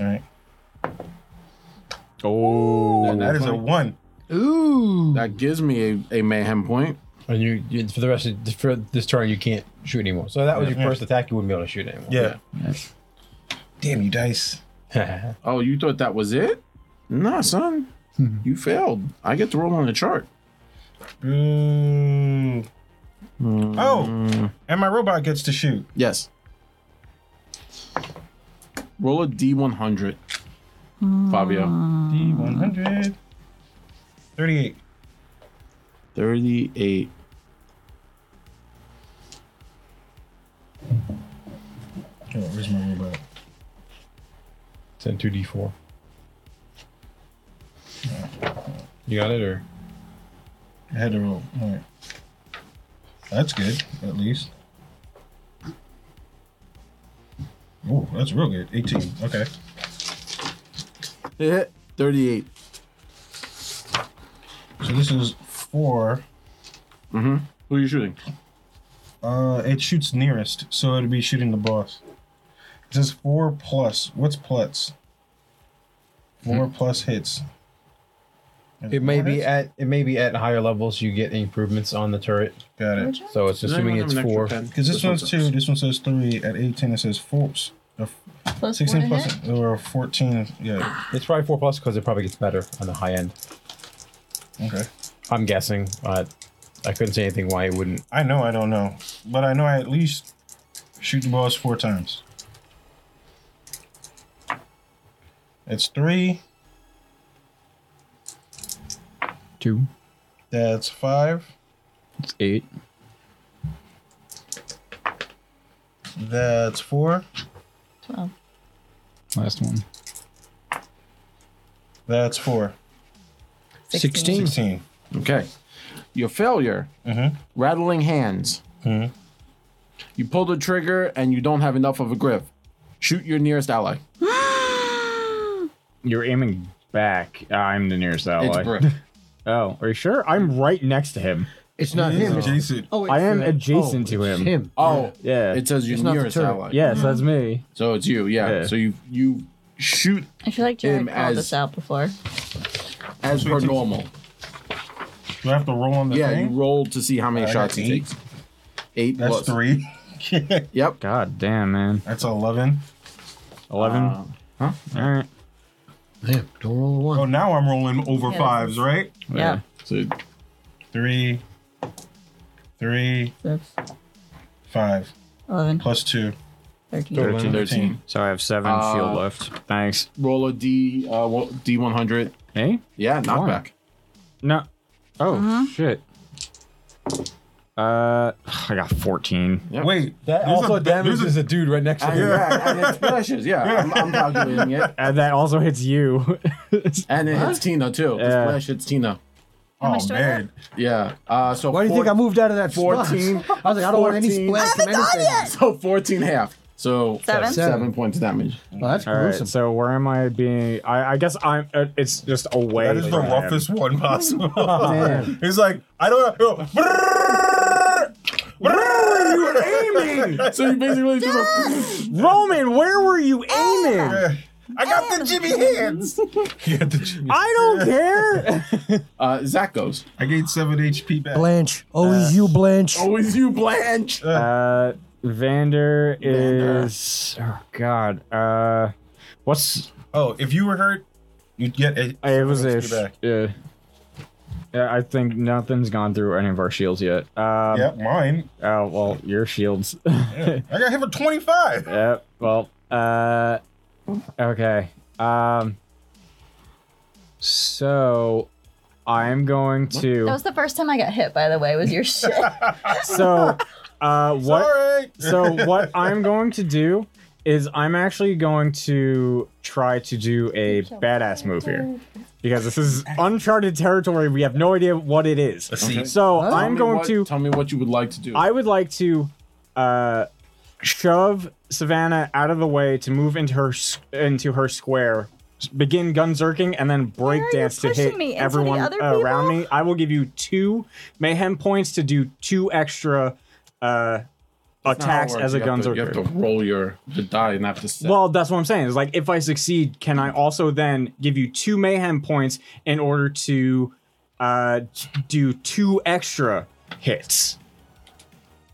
[SPEAKER 4] All right.
[SPEAKER 9] Oh,
[SPEAKER 4] That is a one.
[SPEAKER 5] Ooh.
[SPEAKER 3] That gives me a, a mayhem point.
[SPEAKER 1] And you, you for the rest of for this turn you can't shoot anymore. So that was your
[SPEAKER 4] Yeah.
[SPEAKER 1] first attack. You wouldn't be able to shoot anymore.
[SPEAKER 4] Yeah. Damn you, dice.
[SPEAKER 1] Yeah.
[SPEAKER 3] Oh, you thought that was it? Nah, son. you failed. I get to roll on the chart.
[SPEAKER 4] Ooh. Oh, and my robot gets to shoot.
[SPEAKER 3] Yes. Roll a D100, Fabio.
[SPEAKER 4] D100. 38.
[SPEAKER 3] 38.
[SPEAKER 4] Oh, where's my robot?
[SPEAKER 1] Send two d four. You got it, or
[SPEAKER 4] I had to roll. All right. That's good, at least. Oh, that's real good. 18. Okay.
[SPEAKER 3] It hit 38.
[SPEAKER 4] So this is four.
[SPEAKER 3] Mm-hmm. Who are you shooting?
[SPEAKER 4] Uh, it shoots nearest, so it'd be shooting the boss. It says four plus. What's plus? Four plus hits. Is
[SPEAKER 1] Hmm. it may
[SPEAKER 4] four
[SPEAKER 1] be
[SPEAKER 4] hits?
[SPEAKER 1] at it may be at higher levels. You get improvements on the turret.
[SPEAKER 4] Got it.
[SPEAKER 1] So it's assuming it's four.
[SPEAKER 4] Because this one's two. This one says three. At 18, it says four. s- a f-
[SPEAKER 2] Plus
[SPEAKER 4] 16
[SPEAKER 2] 16
[SPEAKER 4] plus or 14. Yeah.
[SPEAKER 1] It's probably four plus because it probably gets better on the high end.
[SPEAKER 4] Okay.
[SPEAKER 1] I'm guessing. Uh, I couldn't say anything why it wouldn't.
[SPEAKER 4] I know I don't know, but I know I at least shoot the balls four times. It's three.
[SPEAKER 9] two,
[SPEAKER 4] That's five.
[SPEAKER 9] it's eight,
[SPEAKER 4] That's four.
[SPEAKER 2] 12.
[SPEAKER 9] last one.
[SPEAKER 4] That's four.
[SPEAKER 2] 16.
[SPEAKER 4] 16.
[SPEAKER 3] Okay. Your failure,
[SPEAKER 4] Mhm.
[SPEAKER 3] rattling hands.
[SPEAKER 4] Mhm.
[SPEAKER 3] You pull the trigger and you don't have enough of a grip. Shoot your nearest ally.
[SPEAKER 9] You're aiming back. Ah, I'm the nearest
[SPEAKER 3] It's
[SPEAKER 9] ally.
[SPEAKER 3] Brooke.
[SPEAKER 9] Oh, are you sure? I'm right next to him.
[SPEAKER 5] It's not him. it's-
[SPEAKER 4] Jason.
[SPEAKER 5] Oh,
[SPEAKER 9] I am
[SPEAKER 5] uh,
[SPEAKER 9] adjacent to
[SPEAKER 5] it's
[SPEAKER 9] him.
[SPEAKER 5] Him.
[SPEAKER 3] Oh,
[SPEAKER 9] Yeah.
[SPEAKER 3] it says your
[SPEAKER 5] not the
[SPEAKER 3] nearest
[SPEAKER 5] turret.
[SPEAKER 3] ally.
[SPEAKER 9] yes, that's me.
[SPEAKER 3] So it's you, yeah.
[SPEAKER 9] Yeah.
[SPEAKER 3] So you you shoot
[SPEAKER 2] I feel like Jared
[SPEAKER 3] Him
[SPEAKER 2] called
[SPEAKER 3] as-
[SPEAKER 2] this out before.
[SPEAKER 3] as per normal.
[SPEAKER 4] Do I have to roll on the
[SPEAKER 3] Yeah, you
[SPEAKER 4] thing?
[SPEAKER 3] roll to see how many
[SPEAKER 4] I got
[SPEAKER 3] shots he
[SPEAKER 4] eight.
[SPEAKER 3] takes. Eight
[SPEAKER 4] That's
[SPEAKER 3] plus.
[SPEAKER 4] three.
[SPEAKER 3] Yep.
[SPEAKER 9] God damn, man.
[SPEAKER 4] That's 11.
[SPEAKER 9] Eleven.
[SPEAKER 3] Uh,
[SPEAKER 9] All right.
[SPEAKER 5] Damn, don't roll a one.
[SPEAKER 4] Oh, now I'm rolling over
[SPEAKER 2] Yeah,
[SPEAKER 4] fives, right?
[SPEAKER 2] Yeah.
[SPEAKER 3] so
[SPEAKER 4] Three, three,
[SPEAKER 2] Six,
[SPEAKER 4] five,
[SPEAKER 2] 11,
[SPEAKER 4] plus two.
[SPEAKER 2] 13.
[SPEAKER 9] Thirteen.
[SPEAKER 3] 13.
[SPEAKER 9] So I have seven
[SPEAKER 3] Uh,
[SPEAKER 9] shield left. Thanks.
[SPEAKER 3] Roll a D uh, wo- D100.
[SPEAKER 9] Hey.
[SPEAKER 3] Yeah, knockback.
[SPEAKER 9] No. Oh shit. Uh, I got fourteen.
[SPEAKER 3] Yep.
[SPEAKER 4] Wait,
[SPEAKER 1] That
[SPEAKER 4] There's
[SPEAKER 1] also
[SPEAKER 4] a- there's
[SPEAKER 1] damages
[SPEAKER 4] a-
[SPEAKER 1] a dude right next to
[SPEAKER 3] And,
[SPEAKER 1] him.
[SPEAKER 3] yeah, and it's precious. Yeah, I'm, I'm calculating it.
[SPEAKER 9] And Uh, that also hits you.
[SPEAKER 3] And it hits Tina too. It's
[SPEAKER 9] Yeah.
[SPEAKER 3] flesh hits Tina.
[SPEAKER 2] How much
[SPEAKER 4] oh
[SPEAKER 2] do I
[SPEAKER 4] man.
[SPEAKER 3] Yeah. Uh, so
[SPEAKER 5] Why do you think I moved out of that
[SPEAKER 3] 14.
[SPEAKER 5] spot? I was like, I don't want any
[SPEAKER 3] 14.
[SPEAKER 5] splash from anything.
[SPEAKER 3] So 14 half. So
[SPEAKER 2] Seven.
[SPEAKER 3] seven points damage.
[SPEAKER 5] Well, that's
[SPEAKER 9] All right.
[SPEAKER 5] gruesome.
[SPEAKER 9] So where am I being? I, I guess I'm. Uh, it's just away.
[SPEAKER 4] That is the
[SPEAKER 9] from him.
[SPEAKER 4] roughest one possible.
[SPEAKER 9] Damn.
[SPEAKER 4] He's like, I don't know.
[SPEAKER 3] So you basically just
[SPEAKER 9] Roman, where were you aiming?
[SPEAKER 4] I got the Jimmy hands. yeah, the Jimmy.
[SPEAKER 9] I don't care.
[SPEAKER 3] uh, Zach goes.
[SPEAKER 4] I gained seven HP back.
[SPEAKER 5] Blanche. Always you, Blanche.
[SPEAKER 3] Always you, Blanche.
[SPEAKER 9] Uh, Vander
[SPEAKER 3] Vander.
[SPEAKER 9] is. Oh God. Uh, what's?
[SPEAKER 4] Oh, if you were hurt, you'd get a,
[SPEAKER 9] It was
[SPEAKER 4] HP
[SPEAKER 9] ish.
[SPEAKER 4] back.
[SPEAKER 9] Yeah. Yeah, I think nothing's gone through any of our shields yet. Um,
[SPEAKER 4] Yep, mine.
[SPEAKER 9] Oh well, your shields.
[SPEAKER 4] I got hit for 25.
[SPEAKER 9] Yep. Well, uh, okay. Um, so I'm going to.
[SPEAKER 2] That was the first time I got hit, by the way, was your shit.
[SPEAKER 9] so uh, what so what i'm going to do is i'm actually going to try to do a badass move here because this is uncharted territory we have no idea what it is
[SPEAKER 3] see.
[SPEAKER 9] so
[SPEAKER 3] Tell
[SPEAKER 9] i'm
[SPEAKER 3] me
[SPEAKER 9] going
[SPEAKER 3] what-
[SPEAKER 9] to
[SPEAKER 3] tell me what you would like to do.
[SPEAKER 9] i would like to uh, shove savannah out of the way to move into her s- into her square s- begin gun zerking and then break dance to
[SPEAKER 2] pushing
[SPEAKER 9] hit
[SPEAKER 2] me into the
[SPEAKER 9] everyone
[SPEAKER 2] other
[SPEAKER 9] around
[SPEAKER 2] people?
[SPEAKER 9] me i will give you two mayhem points to do two extra uh
[SPEAKER 3] That's not how it
[SPEAKER 9] attacks
[SPEAKER 3] works.
[SPEAKER 9] as a
[SPEAKER 3] You have
[SPEAKER 9] gun
[SPEAKER 3] to- You have to
[SPEAKER 9] zerker
[SPEAKER 3] roll your the die and have to set.
[SPEAKER 9] well, that's what I'm saying. Is like if I succeed, can I also then give you two mayhem points in order to uh, t- do two extra hits,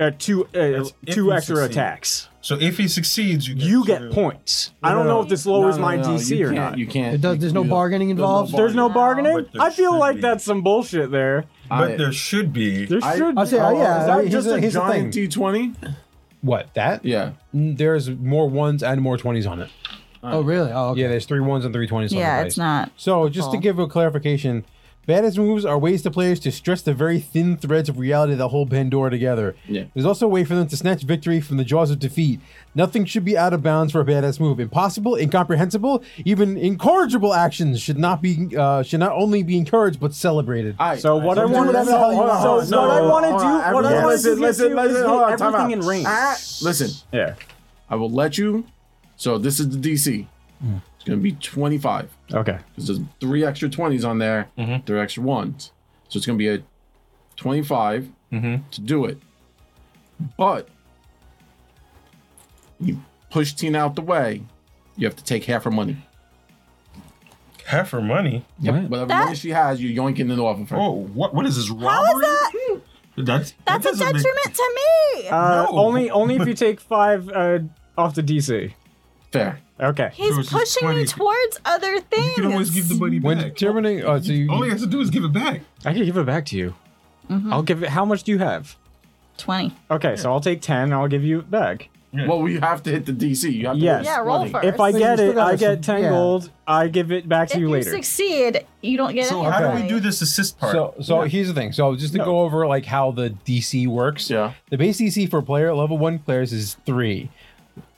[SPEAKER 9] uh, two uh,
[SPEAKER 4] if
[SPEAKER 9] two
[SPEAKER 4] you
[SPEAKER 9] extra
[SPEAKER 4] succeed.
[SPEAKER 9] attacks?
[SPEAKER 4] So if he succeeds, you get,
[SPEAKER 9] You get points. I don't know if this lowers my DC or not.
[SPEAKER 3] You can't.
[SPEAKER 5] It does, there's no bargaining involved.
[SPEAKER 9] There's no bargaining.
[SPEAKER 4] But there
[SPEAKER 9] I feel
[SPEAKER 4] should
[SPEAKER 9] like
[SPEAKER 4] be.
[SPEAKER 9] that's some bullshit there.
[SPEAKER 3] I-
[SPEAKER 4] But there should be.
[SPEAKER 9] There
[SPEAKER 3] I-
[SPEAKER 9] should.
[SPEAKER 5] I'll say, oh, yeah,
[SPEAKER 3] is that
[SPEAKER 5] here's
[SPEAKER 3] just
[SPEAKER 5] the-
[SPEAKER 3] a
[SPEAKER 5] here's the
[SPEAKER 3] giant
[SPEAKER 5] thing.
[SPEAKER 3] D20?
[SPEAKER 1] What that?
[SPEAKER 3] Yeah.
[SPEAKER 1] Mm, There's more ones and more twenties on it.
[SPEAKER 5] Oh, really? Oh, okay.
[SPEAKER 1] Yeah, there's three ones and three twenties. on
[SPEAKER 2] yeah,
[SPEAKER 1] the
[SPEAKER 2] it's
[SPEAKER 1] dice.
[SPEAKER 2] not.
[SPEAKER 1] So, just to
[SPEAKER 2] Oh.
[SPEAKER 1] give a clarification, badass moves are ways to players to stress the very thin threads of reality that hold Pandora together.
[SPEAKER 3] Yeah.
[SPEAKER 1] There's also a way for them to snatch victory from the jaws of defeat. Nothing should be out of bounds for a badass move. Impossible, incomprehensible, even incorrigible actions should not be uh, should not only be encouraged but celebrated.
[SPEAKER 3] All right.
[SPEAKER 9] So what I want to
[SPEAKER 1] whatever the hell you want.
[SPEAKER 9] so
[SPEAKER 1] No,
[SPEAKER 9] what I want to do, what I
[SPEAKER 3] everyone,
[SPEAKER 9] want to
[SPEAKER 3] listen,
[SPEAKER 9] do is
[SPEAKER 3] listen, listen, hold on,
[SPEAKER 9] hit
[SPEAKER 3] time
[SPEAKER 9] everything
[SPEAKER 3] out.
[SPEAKER 9] in range.
[SPEAKER 3] Ah, listen,
[SPEAKER 9] Yeah.
[SPEAKER 3] I will let you. So this is the DC.
[SPEAKER 9] Hmm.
[SPEAKER 3] It's gonna be 25
[SPEAKER 9] Okay.
[SPEAKER 3] because there's three extra 20s on there, three extra ones. So it's gonna be a 25 to do it. But you push Tina out the way. You have to take half her money.
[SPEAKER 4] Half her money.
[SPEAKER 3] Yep. Whatever
[SPEAKER 2] That-
[SPEAKER 3] money she has, you're yoinking it off of her.
[SPEAKER 4] Oh, what? What is this robbery?
[SPEAKER 2] How is that?
[SPEAKER 4] That's
[SPEAKER 2] That's
[SPEAKER 4] that
[SPEAKER 2] a
[SPEAKER 4] doesn't make-
[SPEAKER 2] detriment to me.
[SPEAKER 9] Uh,
[SPEAKER 4] No.
[SPEAKER 9] Only only if you take five uh, off the DC.
[SPEAKER 3] Fair.
[SPEAKER 9] Okay.
[SPEAKER 4] so
[SPEAKER 2] He's
[SPEAKER 4] it's just
[SPEAKER 2] pushing me
[SPEAKER 4] 20.
[SPEAKER 2] towards other things.
[SPEAKER 4] You can always give the money
[SPEAKER 1] When
[SPEAKER 4] back.
[SPEAKER 1] determining, oh, so you,
[SPEAKER 4] All he has to do is give it back.
[SPEAKER 9] I can give it back to you. I'll give it. How much do you have?
[SPEAKER 2] twenty.
[SPEAKER 9] Okay, so I'll take ten. and I'll give you it back.
[SPEAKER 3] Well, we have to hit the DC. You have to
[SPEAKER 9] Yes.
[SPEAKER 3] hit
[SPEAKER 2] Yeah, roll
[SPEAKER 3] money.
[SPEAKER 2] first.
[SPEAKER 9] If
[SPEAKER 5] But
[SPEAKER 9] I
[SPEAKER 5] you
[SPEAKER 9] get
[SPEAKER 5] still
[SPEAKER 9] it,
[SPEAKER 5] gotta
[SPEAKER 9] I get
[SPEAKER 5] sub-
[SPEAKER 9] ten
[SPEAKER 5] yeah.
[SPEAKER 9] gold. I give it back to
[SPEAKER 2] If
[SPEAKER 9] you
[SPEAKER 2] you
[SPEAKER 9] later.
[SPEAKER 2] succeed, you don't get
[SPEAKER 4] So
[SPEAKER 2] any
[SPEAKER 4] how do
[SPEAKER 2] money.
[SPEAKER 4] we do this assist part?
[SPEAKER 1] So, so here's the thing. So, just to
[SPEAKER 9] No.
[SPEAKER 1] go over like how the DC works.
[SPEAKER 3] Yeah.
[SPEAKER 1] The base DC for player level one players is three.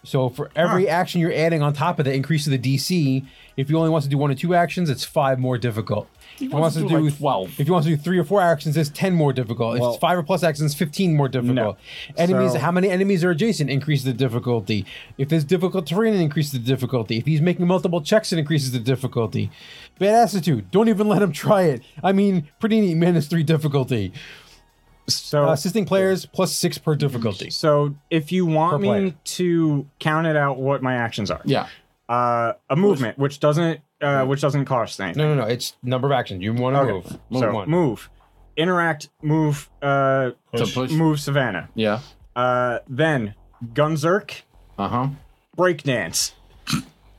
[SPEAKER 1] So for every action you're adding on top of the increase of the DC, if you only want to do one or two actions, it's five more difficult. If you want
[SPEAKER 3] wants
[SPEAKER 1] to
[SPEAKER 3] to do,
[SPEAKER 1] do
[SPEAKER 3] like, 12.
[SPEAKER 1] if you want to do three or four actions, it's ten more difficult. if
[SPEAKER 9] Well-
[SPEAKER 1] it's five or plus actions, fifteen more difficult. Enemies,
[SPEAKER 9] So-
[SPEAKER 1] how many enemies are adjacent? Increase the difficulty. If there's difficult terrain, it increases the difficulty. If he's making multiple checks, it increases the difficulty. Bad attitude. Don't even let him try it. I mean, pretty neat minus three difficulty.
[SPEAKER 9] so,
[SPEAKER 1] Uh, assisting players plus six per difficulty.
[SPEAKER 9] so if you
[SPEAKER 1] Per
[SPEAKER 9] want me
[SPEAKER 1] player.
[SPEAKER 9] to count it out, what my actions are?
[SPEAKER 3] Yeah.
[SPEAKER 9] Uh, a movement, which doesn't, uh, which doesn't cost anything.
[SPEAKER 1] No, no, no. It's number of actions. You want to
[SPEAKER 9] Okay.
[SPEAKER 1] move.
[SPEAKER 9] so
[SPEAKER 1] one.
[SPEAKER 9] move, interact, move, uh,
[SPEAKER 3] To push.
[SPEAKER 9] move Savannah.
[SPEAKER 3] Yeah.
[SPEAKER 9] Uh, then Gunzerk,
[SPEAKER 3] Uh huh.
[SPEAKER 9] breakdance,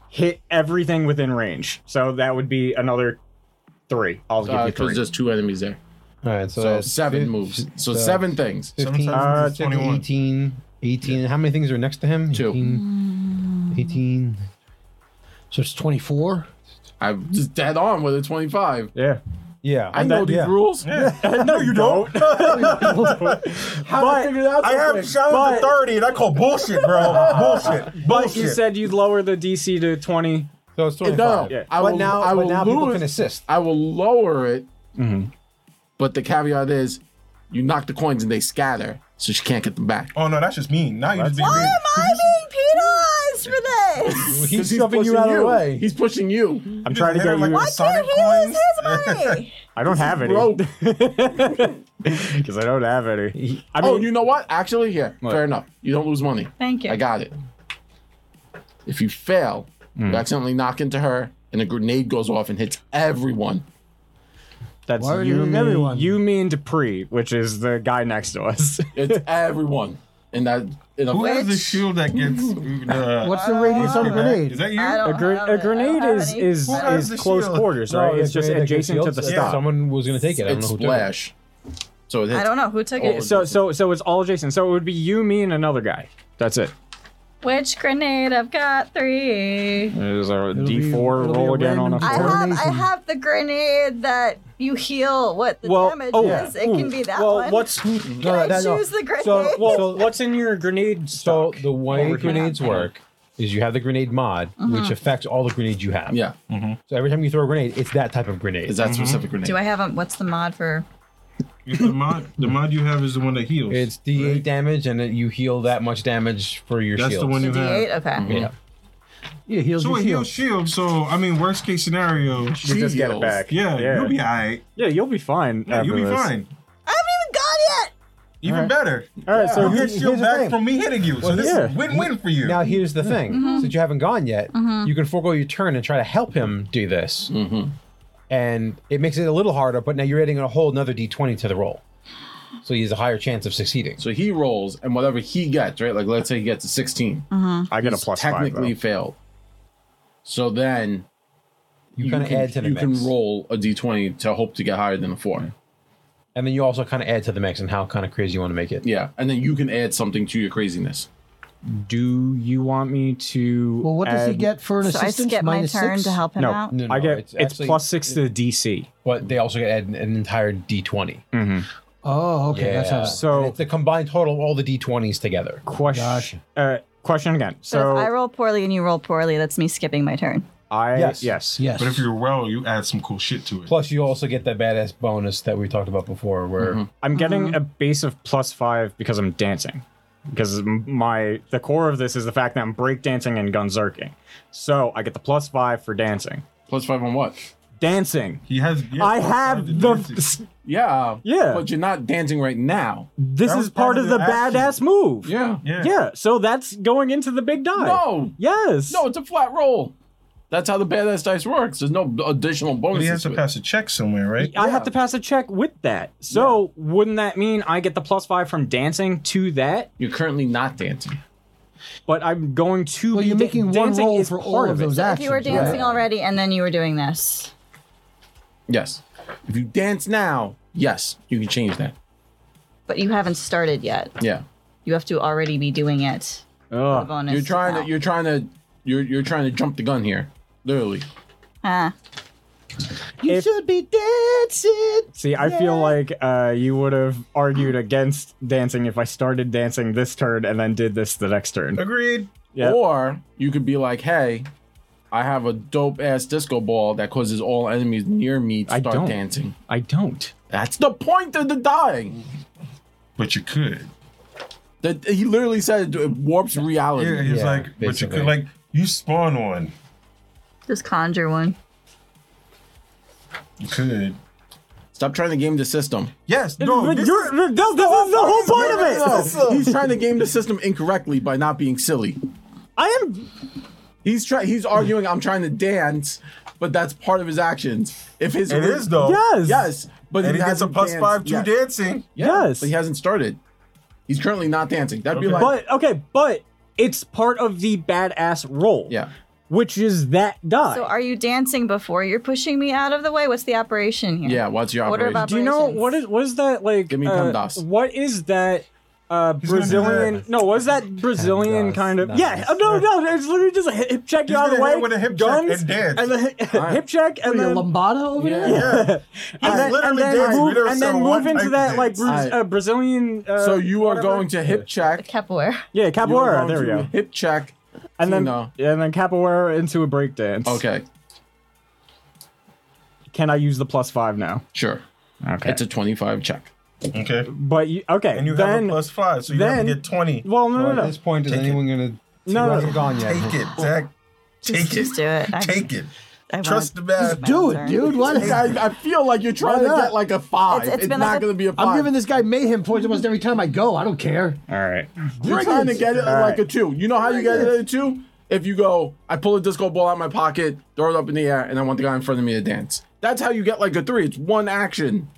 [SPEAKER 9] hit everything within range. So that would be another three. I'll
[SPEAKER 4] Uh,
[SPEAKER 9] give you
[SPEAKER 3] Because
[SPEAKER 9] three.
[SPEAKER 3] Uh, there's two enemies there.
[SPEAKER 1] All right, so,
[SPEAKER 3] So
[SPEAKER 1] that's
[SPEAKER 3] seven
[SPEAKER 1] fif-
[SPEAKER 3] moves. So
[SPEAKER 1] uh,
[SPEAKER 3] seven things.
[SPEAKER 1] 15,
[SPEAKER 4] Seven times
[SPEAKER 9] uh,
[SPEAKER 4] is 21.
[SPEAKER 1] 18, 18. How many things are next to him?
[SPEAKER 3] Two.
[SPEAKER 1] 18, 18.
[SPEAKER 5] So it's 24.
[SPEAKER 3] I'm just dead on with a 25.
[SPEAKER 9] yeah.
[SPEAKER 1] Yeah.
[SPEAKER 3] I know these rules.
[SPEAKER 9] no, you don't. but
[SPEAKER 4] I have shouted
[SPEAKER 9] But-
[SPEAKER 4] authority, and I call bullshit, bro. bullshit.
[SPEAKER 9] but you said you'd lower the DC to 20.
[SPEAKER 1] so it's 25.
[SPEAKER 3] No,
[SPEAKER 9] Yeah.
[SPEAKER 3] I
[SPEAKER 1] But
[SPEAKER 3] will,
[SPEAKER 1] now,
[SPEAKER 3] I
[SPEAKER 1] but
[SPEAKER 3] will
[SPEAKER 1] now people
[SPEAKER 3] lose-
[SPEAKER 1] can assist.
[SPEAKER 3] I will lower it.
[SPEAKER 1] Mm-hmm.
[SPEAKER 3] But the caveat is you knock the coins and they scatter, so she can't get them back.
[SPEAKER 4] Oh no, that's just mean. Now you just being
[SPEAKER 2] Why
[SPEAKER 4] mean.
[SPEAKER 2] am I being penalized for this?
[SPEAKER 1] He's
[SPEAKER 3] 'Cause
[SPEAKER 1] shoving Oh, you
[SPEAKER 3] pushing
[SPEAKER 1] out of the way.
[SPEAKER 3] He's pushing you.
[SPEAKER 9] I'm trying to get you.
[SPEAKER 2] Why can't he lose his money?
[SPEAKER 9] I don't have any.
[SPEAKER 3] Rope.
[SPEAKER 9] Because I don't have any. I mean,
[SPEAKER 3] oh, you know what? Actually, here. Fair enough. You don't lose money.
[SPEAKER 2] Thank you.
[SPEAKER 3] I got it. If you fail,
[SPEAKER 1] Mm.
[SPEAKER 3] you accidentally knock into her, and a grenade goes off and hits everyone.
[SPEAKER 9] that's
[SPEAKER 5] Why would
[SPEAKER 9] you
[SPEAKER 5] it
[SPEAKER 9] mean,
[SPEAKER 5] be everyone?
[SPEAKER 9] you mean Dupree, which is the guy next to us.
[SPEAKER 3] It's everyone. And that in a
[SPEAKER 4] Who has the shield that gets? Uh,
[SPEAKER 5] What's the radius on a
[SPEAKER 4] Is
[SPEAKER 5] grenade?
[SPEAKER 4] that you?
[SPEAKER 2] I
[SPEAKER 9] A,
[SPEAKER 2] don't have
[SPEAKER 9] gr- a
[SPEAKER 2] it. I don't
[SPEAKER 9] grenade
[SPEAKER 2] have
[SPEAKER 9] is
[SPEAKER 2] any.
[SPEAKER 9] is,
[SPEAKER 4] Who has
[SPEAKER 9] is
[SPEAKER 4] the
[SPEAKER 9] close
[SPEAKER 4] shield?
[SPEAKER 9] quarters, right? it's just adjacent to the
[SPEAKER 1] stop.
[SPEAKER 9] stop.
[SPEAKER 1] Someone was going to take it. I don't
[SPEAKER 3] it's
[SPEAKER 1] know who
[SPEAKER 3] splash. So it hits.
[SPEAKER 2] I don't know who took
[SPEAKER 3] Oh,
[SPEAKER 2] it.
[SPEAKER 9] So so so it's all Jason. So it would be you, me, and another guy. That's it.
[SPEAKER 2] Which grenade? I've got three.
[SPEAKER 9] There's a
[SPEAKER 5] be-
[SPEAKER 9] D4
[SPEAKER 5] it'll be
[SPEAKER 9] roll
[SPEAKER 5] a
[SPEAKER 9] again on a
[SPEAKER 5] random
[SPEAKER 2] I
[SPEAKER 9] four.
[SPEAKER 2] have I
[SPEAKER 5] Coronation.
[SPEAKER 2] have the grenade that You heal what the
[SPEAKER 9] Well,
[SPEAKER 2] damage
[SPEAKER 9] oh,
[SPEAKER 2] is. It
[SPEAKER 9] ooh,
[SPEAKER 2] can be that
[SPEAKER 9] well,
[SPEAKER 2] one.
[SPEAKER 9] what's
[SPEAKER 2] Can I choose the grenade?
[SPEAKER 9] So, well, what's in your grenade stock?
[SPEAKER 1] So the way
[SPEAKER 9] Over here.
[SPEAKER 1] grenades work is you have the grenade mod, which
[SPEAKER 2] Mhm.
[SPEAKER 1] affects all the grenades you have.
[SPEAKER 3] Yeah.
[SPEAKER 1] So every time you throw a grenade, it's that type of grenade.
[SPEAKER 3] Is that specific grenade?
[SPEAKER 2] Do I have a what's the mod for?
[SPEAKER 4] the mod, the mod you have is the one that heals.
[SPEAKER 1] It's D8 damage, and it, you heal that much damage for your
[SPEAKER 4] That's the
[SPEAKER 1] shields.
[SPEAKER 4] one you The have.
[SPEAKER 2] D8? Okay.
[SPEAKER 1] Yeah.
[SPEAKER 5] Yeah, heals
[SPEAKER 4] so
[SPEAKER 5] your
[SPEAKER 4] it
[SPEAKER 5] shield.
[SPEAKER 4] heals shield. So I mean, worst case scenario, you
[SPEAKER 9] You just get it back.
[SPEAKER 4] Yeah,
[SPEAKER 9] Yeah.
[SPEAKER 4] you'll be alright.
[SPEAKER 9] Yeah, you'll be fine.
[SPEAKER 4] Yeah, you'll be
[SPEAKER 9] after this.
[SPEAKER 4] fine.
[SPEAKER 2] I haven't even got it.
[SPEAKER 4] Even
[SPEAKER 9] Alright.
[SPEAKER 4] better.
[SPEAKER 9] All right, so
[SPEAKER 4] you
[SPEAKER 9] here-
[SPEAKER 4] get shield
[SPEAKER 1] here's the
[SPEAKER 4] back
[SPEAKER 1] thing.
[SPEAKER 4] from me hitting you. So
[SPEAKER 1] Well,
[SPEAKER 4] this
[SPEAKER 1] yeah.
[SPEAKER 4] is win-win for you.
[SPEAKER 1] Now here's the thing:
[SPEAKER 9] Mm-hmm.
[SPEAKER 2] Mhm.
[SPEAKER 1] since you haven't gone yet,
[SPEAKER 2] Mhm.
[SPEAKER 1] you can forego your turn and try to help him do this,
[SPEAKER 3] Mm-hmm.
[SPEAKER 1] and it makes it a little harder. But now you're adding a whole another D20 to the roll, so he has a higher chance of succeeding.
[SPEAKER 3] So he rolls, and whatever he gets, right? Like, let's say he gets a 16.
[SPEAKER 9] I get a
[SPEAKER 3] He's
[SPEAKER 9] plus
[SPEAKER 3] technically
[SPEAKER 9] five.
[SPEAKER 3] failed. So then
[SPEAKER 1] You, kind of
[SPEAKER 3] can,
[SPEAKER 1] add to the
[SPEAKER 3] you
[SPEAKER 1] mix,
[SPEAKER 3] can roll a d20 to hope to get higher than a four.
[SPEAKER 1] and then you also kind of add to the mix and how kind of crazy you want to make it.
[SPEAKER 3] Yeah, and then you can add something to your craziness.
[SPEAKER 9] Though. Do you want me to?
[SPEAKER 5] Well, what does he
[SPEAKER 9] add-
[SPEAKER 5] get for an
[SPEAKER 2] so I
[SPEAKER 5] assistance?
[SPEAKER 2] skip my
[SPEAKER 5] Minus
[SPEAKER 2] turn
[SPEAKER 5] six?
[SPEAKER 2] to help him
[SPEAKER 9] No.
[SPEAKER 2] out.
[SPEAKER 1] No, no,
[SPEAKER 9] I get
[SPEAKER 1] it's
[SPEAKER 9] it's,
[SPEAKER 1] actually-
[SPEAKER 9] plus six to DC.
[SPEAKER 1] But they also add an, an entire D20.
[SPEAKER 3] Mm-hmm.
[SPEAKER 5] Oh, okay. That's how.
[SPEAKER 9] So-
[SPEAKER 1] And it's the combined total of all the D20s together.
[SPEAKER 9] Question.
[SPEAKER 5] Gotcha.
[SPEAKER 9] Uh, question again.
[SPEAKER 2] So,
[SPEAKER 9] So,
[SPEAKER 2] if I roll poorly and you roll poorly, that's me skipping my turn.
[SPEAKER 9] I
[SPEAKER 1] Yes.
[SPEAKER 9] yes.
[SPEAKER 5] Yes.
[SPEAKER 4] But if you're well, you add some cool shit to it.
[SPEAKER 1] Plus, you also get that badass bonus that we talked about before,
[SPEAKER 3] Mm-hmm.
[SPEAKER 1] where
[SPEAKER 9] I'm getting a base of plus five because I'm dancing. Because m- my the core of this is the fact that I'm breakdancing and gunzerking. So I get the plus five for dancing.
[SPEAKER 3] Plus five on what?
[SPEAKER 9] Dancing.
[SPEAKER 4] he has. yeah,
[SPEAKER 9] I
[SPEAKER 4] he
[SPEAKER 9] have
[SPEAKER 4] started
[SPEAKER 9] the
[SPEAKER 4] dancing.
[SPEAKER 9] s-
[SPEAKER 3] Yeah.
[SPEAKER 9] Yeah.
[SPEAKER 3] But you're not dancing right now.
[SPEAKER 9] this
[SPEAKER 4] That was
[SPEAKER 9] is part of the
[SPEAKER 4] action.
[SPEAKER 9] badass move.
[SPEAKER 3] Yeah.
[SPEAKER 4] Yeah.
[SPEAKER 9] Yeah, so that's going into the big die.
[SPEAKER 3] No.
[SPEAKER 9] Yes.
[SPEAKER 3] No, it's a flat roll. That's how the badass dice works. There's no additional
[SPEAKER 4] But
[SPEAKER 3] bonus.
[SPEAKER 4] he has to pass a check somewhere, right?
[SPEAKER 9] I have to pass a check with that. So wouldn't that mean I get the plus five from dancing to that?
[SPEAKER 3] You're currently not dancing.
[SPEAKER 9] But I'm going to
[SPEAKER 5] well,
[SPEAKER 9] be
[SPEAKER 5] you're
[SPEAKER 9] da-
[SPEAKER 5] making one
[SPEAKER 9] dancing
[SPEAKER 5] roll
[SPEAKER 9] is
[SPEAKER 5] for all
[SPEAKER 9] part
[SPEAKER 5] of
[SPEAKER 9] it.
[SPEAKER 5] those
[SPEAKER 2] So if
[SPEAKER 5] actions.
[SPEAKER 2] you were
[SPEAKER 5] right?
[SPEAKER 2] dancing already and then you were doing this,
[SPEAKER 3] Yes. If you dance now, yes, you can change that.
[SPEAKER 2] but you haven't started yet,
[SPEAKER 3] Yeah.
[SPEAKER 2] you have to already be doing it.
[SPEAKER 9] Ugh.
[SPEAKER 2] The bonus Oh.
[SPEAKER 3] You're
[SPEAKER 2] is
[SPEAKER 3] trying
[SPEAKER 2] out.
[SPEAKER 3] to you're trying to you're you're trying to jump the gun here. Literally.
[SPEAKER 2] Ah.
[SPEAKER 5] You
[SPEAKER 9] If-
[SPEAKER 5] should be dancing.
[SPEAKER 9] See, I feel like uh, you would have argued against dancing if I started dancing this turn and then did this the next turn.
[SPEAKER 4] Agreed.
[SPEAKER 9] Yeah.
[SPEAKER 3] Or you could be like, hey, I have a dope ass disco ball that causes all enemies near me to
[SPEAKER 9] I
[SPEAKER 3] start
[SPEAKER 9] don't.
[SPEAKER 3] dancing.
[SPEAKER 9] I don't.
[SPEAKER 3] That's the point of the dying.
[SPEAKER 4] But you could.
[SPEAKER 3] That he literally said it warps reality.
[SPEAKER 4] Yeah, he's
[SPEAKER 1] Yeah,
[SPEAKER 4] like, but you
[SPEAKER 1] basically.
[SPEAKER 4] could like you spawn one.
[SPEAKER 2] Just conjure one.
[SPEAKER 4] You could.
[SPEAKER 3] Stop trying to game the system.
[SPEAKER 4] Yes. No.
[SPEAKER 9] But
[SPEAKER 4] This,
[SPEAKER 9] you're- this, this is the whole point of it.
[SPEAKER 3] He's trying to game the system incorrectly by not being silly.
[SPEAKER 9] I am.
[SPEAKER 3] He's try he's arguing I'm trying to dance, but that's part of his actions. If his
[SPEAKER 4] it is though.
[SPEAKER 9] Yes.
[SPEAKER 3] Oh, Yes, but
[SPEAKER 4] And he gets a
[SPEAKER 3] hasn't
[SPEAKER 4] plus
[SPEAKER 3] danced
[SPEAKER 4] five to
[SPEAKER 3] yet.
[SPEAKER 4] dancing.
[SPEAKER 3] Yeah,
[SPEAKER 9] Yes.
[SPEAKER 3] but he hasn't started. He's currently not dancing. That'd be
[SPEAKER 4] Okay.
[SPEAKER 3] like
[SPEAKER 9] But okay, but it's part of the badass roll.
[SPEAKER 3] yeah.
[SPEAKER 9] Which is that die.
[SPEAKER 2] So are you dancing before you're pushing me out of the way? What's the operation here?
[SPEAKER 3] Yeah, what's your
[SPEAKER 2] What are
[SPEAKER 3] operation?
[SPEAKER 2] about-
[SPEAKER 9] Do you know what is what is that like?
[SPEAKER 3] Give me
[SPEAKER 9] uh,
[SPEAKER 3] Pendas.
[SPEAKER 9] What is that? Uh,
[SPEAKER 4] gonna do
[SPEAKER 9] Brazilian?
[SPEAKER 4] that.
[SPEAKER 9] No, what is that Brazilian
[SPEAKER 1] Pendas,
[SPEAKER 9] kind of?
[SPEAKER 1] nice.
[SPEAKER 9] Yeah, uh, no, no, it's literally just a hip hip check you
[SPEAKER 4] He's
[SPEAKER 9] out of the
[SPEAKER 4] gonna
[SPEAKER 9] way
[SPEAKER 4] hit with a hip check
[SPEAKER 9] guns,
[SPEAKER 4] and dance.
[SPEAKER 9] and the hip,
[SPEAKER 3] Alright.
[SPEAKER 9] hip check, and
[SPEAKER 5] Your
[SPEAKER 9] then
[SPEAKER 5] lambada over
[SPEAKER 3] Yeah.
[SPEAKER 5] there.
[SPEAKER 9] yeah, and then, and
[SPEAKER 4] literally
[SPEAKER 9] then
[SPEAKER 4] dancing. We
[SPEAKER 9] move,
[SPEAKER 4] never
[SPEAKER 9] and
[SPEAKER 4] saw
[SPEAKER 9] then
[SPEAKER 4] one
[SPEAKER 9] move into
[SPEAKER 4] type
[SPEAKER 9] that
[SPEAKER 4] of
[SPEAKER 9] like
[SPEAKER 4] dance.
[SPEAKER 9] Bra-
[SPEAKER 3] Alright.
[SPEAKER 9] uh, Brazilian. Uh,
[SPEAKER 3] so you are
[SPEAKER 9] whatever.
[SPEAKER 3] going to hip check.
[SPEAKER 2] Capoeira.
[SPEAKER 9] yeah
[SPEAKER 3] You are
[SPEAKER 9] capoeira.
[SPEAKER 3] going
[SPEAKER 9] There we
[SPEAKER 3] to
[SPEAKER 9] go.
[SPEAKER 3] Hip check.
[SPEAKER 9] And then
[SPEAKER 3] Latino.
[SPEAKER 9] and then capoeira into a break dance.
[SPEAKER 3] Okay,
[SPEAKER 9] Can I use the plus five now?
[SPEAKER 3] sure.
[SPEAKER 9] Okay.
[SPEAKER 3] It's a twenty-five check.
[SPEAKER 4] Okay.
[SPEAKER 9] but you, okay.
[SPEAKER 4] And you
[SPEAKER 9] then
[SPEAKER 4] have a plus five, so you have
[SPEAKER 9] then-
[SPEAKER 4] to get twenty.
[SPEAKER 9] well, no, no,
[SPEAKER 1] Well,
[SPEAKER 9] no.
[SPEAKER 1] at this point, is
[SPEAKER 4] Take it.
[SPEAKER 1] anyone going to?
[SPEAKER 9] No, no,
[SPEAKER 1] hasn't
[SPEAKER 9] no.
[SPEAKER 1] gone yet.
[SPEAKER 4] Take it, Zach. Take it.
[SPEAKER 2] Just do it. I,
[SPEAKER 4] Take it.
[SPEAKER 2] I wanna-
[SPEAKER 4] Trust the bad.
[SPEAKER 2] my
[SPEAKER 5] Do it,
[SPEAKER 2] turn.
[SPEAKER 5] dude. Why the-
[SPEAKER 3] I, I feel like you're trying to
[SPEAKER 5] not?
[SPEAKER 3] get like a five.
[SPEAKER 2] It's-
[SPEAKER 3] It's,
[SPEAKER 2] it's been
[SPEAKER 3] not
[SPEAKER 2] like a-
[SPEAKER 3] going to be a 5
[SPEAKER 5] I'm giving this guy mayhem points almost every time I go. I don't care.
[SPEAKER 12] All right.
[SPEAKER 3] You're trying to get it
[SPEAKER 9] All
[SPEAKER 3] like
[SPEAKER 9] right.
[SPEAKER 3] a two. You know how you get it at a two? If you go, I pull a disco ball out of my pocket, throw it up in the air, and I want the guy in front of me to dance. That's how you get like a three. It's one action.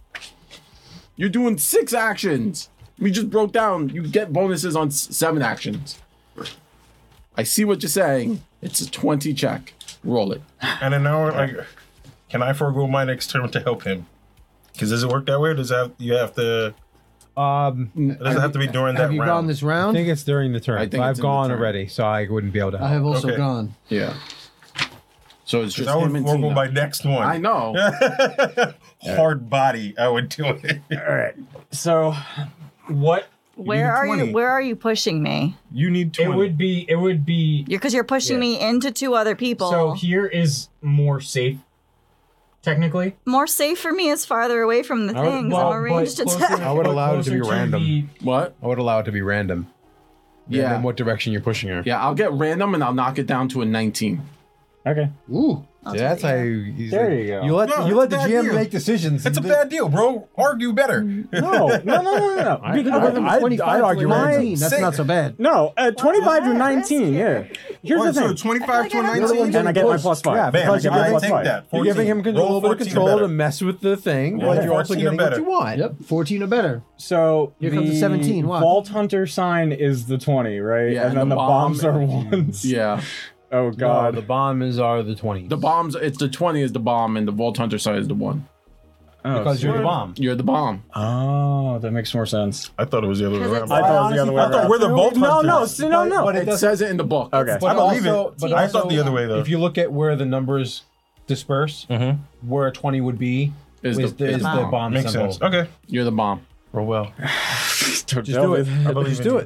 [SPEAKER 3] You're doing six actions. We just broke down. You get bonuses on s- seven actions. I see what you're saying. It's a 20 check. Roll it.
[SPEAKER 4] And an hour. Like, can I forego my next turn to help him? Because does it work that way? Or does it have, you have to?
[SPEAKER 1] Um,
[SPEAKER 4] It doesn't have to be during that
[SPEAKER 5] Have you
[SPEAKER 4] round.
[SPEAKER 5] gone this
[SPEAKER 1] I
[SPEAKER 5] round?
[SPEAKER 1] think it's during the turn.
[SPEAKER 3] I think
[SPEAKER 1] I've
[SPEAKER 3] it's in the
[SPEAKER 1] gone
[SPEAKER 3] turn.
[SPEAKER 1] already, so I wouldn't be able to.
[SPEAKER 5] I have also
[SPEAKER 4] Okay.
[SPEAKER 5] gone.
[SPEAKER 3] Yeah. So it's just
[SPEAKER 4] I would
[SPEAKER 3] him and
[SPEAKER 4] forego
[SPEAKER 3] Tina.
[SPEAKER 4] my next one.
[SPEAKER 3] I know.
[SPEAKER 4] Hard body, I would do it.
[SPEAKER 9] All right. So, what?
[SPEAKER 2] Where are you? Where are you pushing me?
[SPEAKER 4] You need
[SPEAKER 9] It would
[SPEAKER 13] be. It would be.
[SPEAKER 2] You're because you're pushing
[SPEAKER 13] Yeah.
[SPEAKER 2] me into two other people.
[SPEAKER 13] So here is more safe, technically.
[SPEAKER 2] More safe for me is farther away from the
[SPEAKER 1] I would-
[SPEAKER 2] thing. 'cause
[SPEAKER 1] well,
[SPEAKER 2] I'm a ranged
[SPEAKER 13] but
[SPEAKER 2] attack.
[SPEAKER 1] I would allow it to be
[SPEAKER 13] Closer to
[SPEAKER 1] random.
[SPEAKER 3] What?
[SPEAKER 1] I would allow it to be random.
[SPEAKER 3] Yeah.
[SPEAKER 1] And then what direction you're pushing her.
[SPEAKER 3] Yeah, I'll get random and I'll knock it down to a 19.
[SPEAKER 9] Okay.
[SPEAKER 5] Ooh.
[SPEAKER 1] Yeah, that's how you. he's
[SPEAKER 9] There
[SPEAKER 1] like-
[SPEAKER 9] you go.
[SPEAKER 1] You let
[SPEAKER 4] No,
[SPEAKER 1] you let the
[SPEAKER 4] bad
[SPEAKER 1] GM
[SPEAKER 4] deal.
[SPEAKER 1] make decisions.
[SPEAKER 4] That's a
[SPEAKER 1] and
[SPEAKER 4] bad deal, bro. Argue better.
[SPEAKER 9] No, no, no, no, no.
[SPEAKER 1] I-
[SPEAKER 9] Because-
[SPEAKER 1] I- I'd- I'd argue
[SPEAKER 9] random.
[SPEAKER 5] That's not so bad.
[SPEAKER 9] no, uh, 25 to
[SPEAKER 2] Wow,
[SPEAKER 9] 19, yeah. Here's
[SPEAKER 4] Wait,
[SPEAKER 9] the
[SPEAKER 4] so
[SPEAKER 9] thing.
[SPEAKER 4] 25 to a
[SPEAKER 1] The other
[SPEAKER 4] 19?
[SPEAKER 1] one's
[SPEAKER 9] And I get my
[SPEAKER 1] pushed.
[SPEAKER 9] plus five.
[SPEAKER 1] Yeah,
[SPEAKER 4] Bam,
[SPEAKER 1] because
[SPEAKER 4] I
[SPEAKER 1] you're giving,
[SPEAKER 4] take
[SPEAKER 1] plus five.
[SPEAKER 4] that.
[SPEAKER 1] You're giving him
[SPEAKER 4] 14.
[SPEAKER 1] control, a
[SPEAKER 4] Roll
[SPEAKER 1] little bit of
[SPEAKER 4] 14 or
[SPEAKER 1] control
[SPEAKER 4] better.
[SPEAKER 1] to mess with the thing,
[SPEAKER 4] Roll
[SPEAKER 1] but you're also
[SPEAKER 4] 14 or
[SPEAKER 1] getting what
[SPEAKER 4] better.
[SPEAKER 1] you want.
[SPEAKER 5] Yep, 14 or better.
[SPEAKER 9] So
[SPEAKER 5] Here comes the 17, watch.
[SPEAKER 9] Vault Hunter sign is the 20, right?
[SPEAKER 3] Yeah, and
[SPEAKER 9] and, then
[SPEAKER 3] the
[SPEAKER 9] the,
[SPEAKER 3] bomb-
[SPEAKER 9] bombs are ones.
[SPEAKER 3] Yeah.
[SPEAKER 9] Oh,
[SPEAKER 1] Uh,
[SPEAKER 9] God.
[SPEAKER 1] the bomb is are the twenty.
[SPEAKER 3] The bombs, it's the 20 is the bomb and the Vault Hunter side is the one.
[SPEAKER 14] Oh,
[SPEAKER 1] because you're the
[SPEAKER 14] sweet.
[SPEAKER 1] bomb.
[SPEAKER 3] You're the bomb.
[SPEAKER 9] Oh, that makes more sense.
[SPEAKER 4] I thought it was the other way
[SPEAKER 2] Because
[SPEAKER 4] around.
[SPEAKER 2] it's
[SPEAKER 9] I thought it was the other way
[SPEAKER 4] I thought
[SPEAKER 9] around.
[SPEAKER 4] we're the Vault
[SPEAKER 9] No, no,
[SPEAKER 4] Hunters.
[SPEAKER 9] see, no, no.
[SPEAKER 1] But it
[SPEAKER 3] It,
[SPEAKER 1] doesn't-
[SPEAKER 3] says it in the book.
[SPEAKER 9] okay.
[SPEAKER 1] But
[SPEAKER 4] I believe
[SPEAKER 1] also,
[SPEAKER 4] it.
[SPEAKER 1] but
[SPEAKER 4] I
[SPEAKER 1] also,
[SPEAKER 4] thought the other way, though.
[SPEAKER 1] If you look at where the numbers disperse, where a twenty would be
[SPEAKER 3] Is
[SPEAKER 1] is,
[SPEAKER 3] the-
[SPEAKER 1] the,
[SPEAKER 3] is
[SPEAKER 1] is
[SPEAKER 3] the
[SPEAKER 1] the
[SPEAKER 3] bomb.
[SPEAKER 1] bomb,
[SPEAKER 4] Mm-hmm. Makes
[SPEAKER 1] symbol.
[SPEAKER 4] sense. Okay.
[SPEAKER 3] You're the bomb.
[SPEAKER 1] Roll well.
[SPEAKER 9] Don't
[SPEAKER 1] Just
[SPEAKER 9] tell
[SPEAKER 1] do
[SPEAKER 9] me
[SPEAKER 1] it.
[SPEAKER 9] that.
[SPEAKER 4] believe
[SPEAKER 1] Just
[SPEAKER 4] in
[SPEAKER 1] do
[SPEAKER 4] you.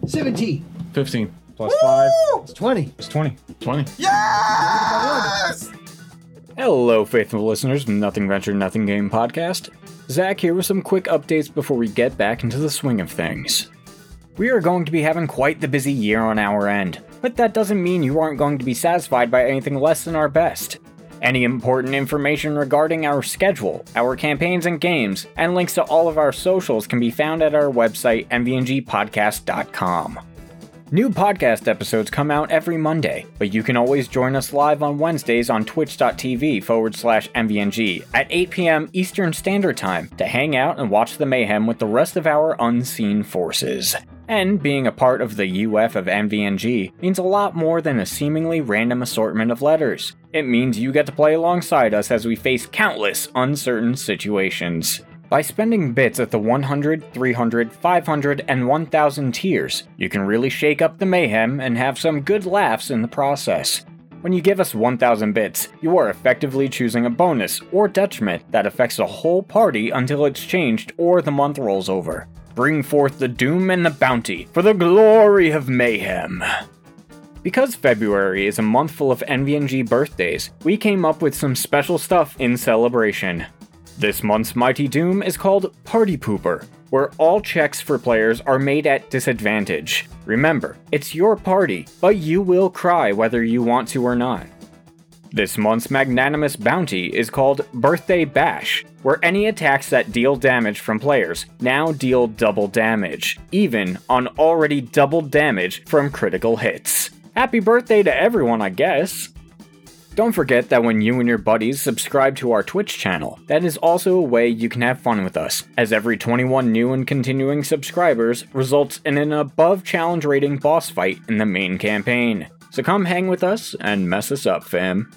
[SPEAKER 1] it.
[SPEAKER 5] 17.
[SPEAKER 3] Fifteen,
[SPEAKER 9] Plus five.
[SPEAKER 5] It's 20.
[SPEAKER 9] It's 20.
[SPEAKER 3] twenty.
[SPEAKER 9] Hello, faithful listeners from Nothing Venture, Nothing Game podcast. Zach here with some quick updates before we get back into the swing of things. We are going to be having quite the busy year on our end, but that doesn't mean you aren't going to be satisfied by anything less than our best. Any important information regarding our schedule, our campaigns and games, and links to all of our socials can be found at our website, mvngpodcast.com. New podcast episodes come out every Monday, but you can always join us live on Wednesdays on twitch.tv forward slash MVNG at 8 p.m. Eastern Standard Time to hang out and watch the mayhem with the rest of our unseen forces. And being a part of the UF of MVNG means a lot more than a seemingly random assortment of letters. It means you get to play alongside us as we face countless uncertain situations. By spending bits at the 100, 300, 500, and 1000 tiers, you can really shake up the mayhem and have some good laughs in the process. When you give us 1000 bits, you are effectively choosing a bonus or detriment that affects the whole party until it's changed or the month rolls over. Bring forth the doom and the bounty for the glory of mayhem. Because February is a month full of NVNG birthdays, we came up with some special stuff in celebration. This month's Mighty Doom is called Party Pooper, where all checks for players are made at disadvantage. Remember, it's your party, but you will cry whether you want to or not. This month's magnanimous bounty is called Birthday Bash, where any attacks that deal damage from players now deal double damage, even on already double damage from critical hits. Happy birthday to everyone, I guess! Don't forget that when you and your buddies subscribe to our Twitch channel, that is also a way you can have fun with us, as every 21 new and continuing subscribers results in an above challenge rating boss fight in the main campaign. So come hang with us and mess us up, fam.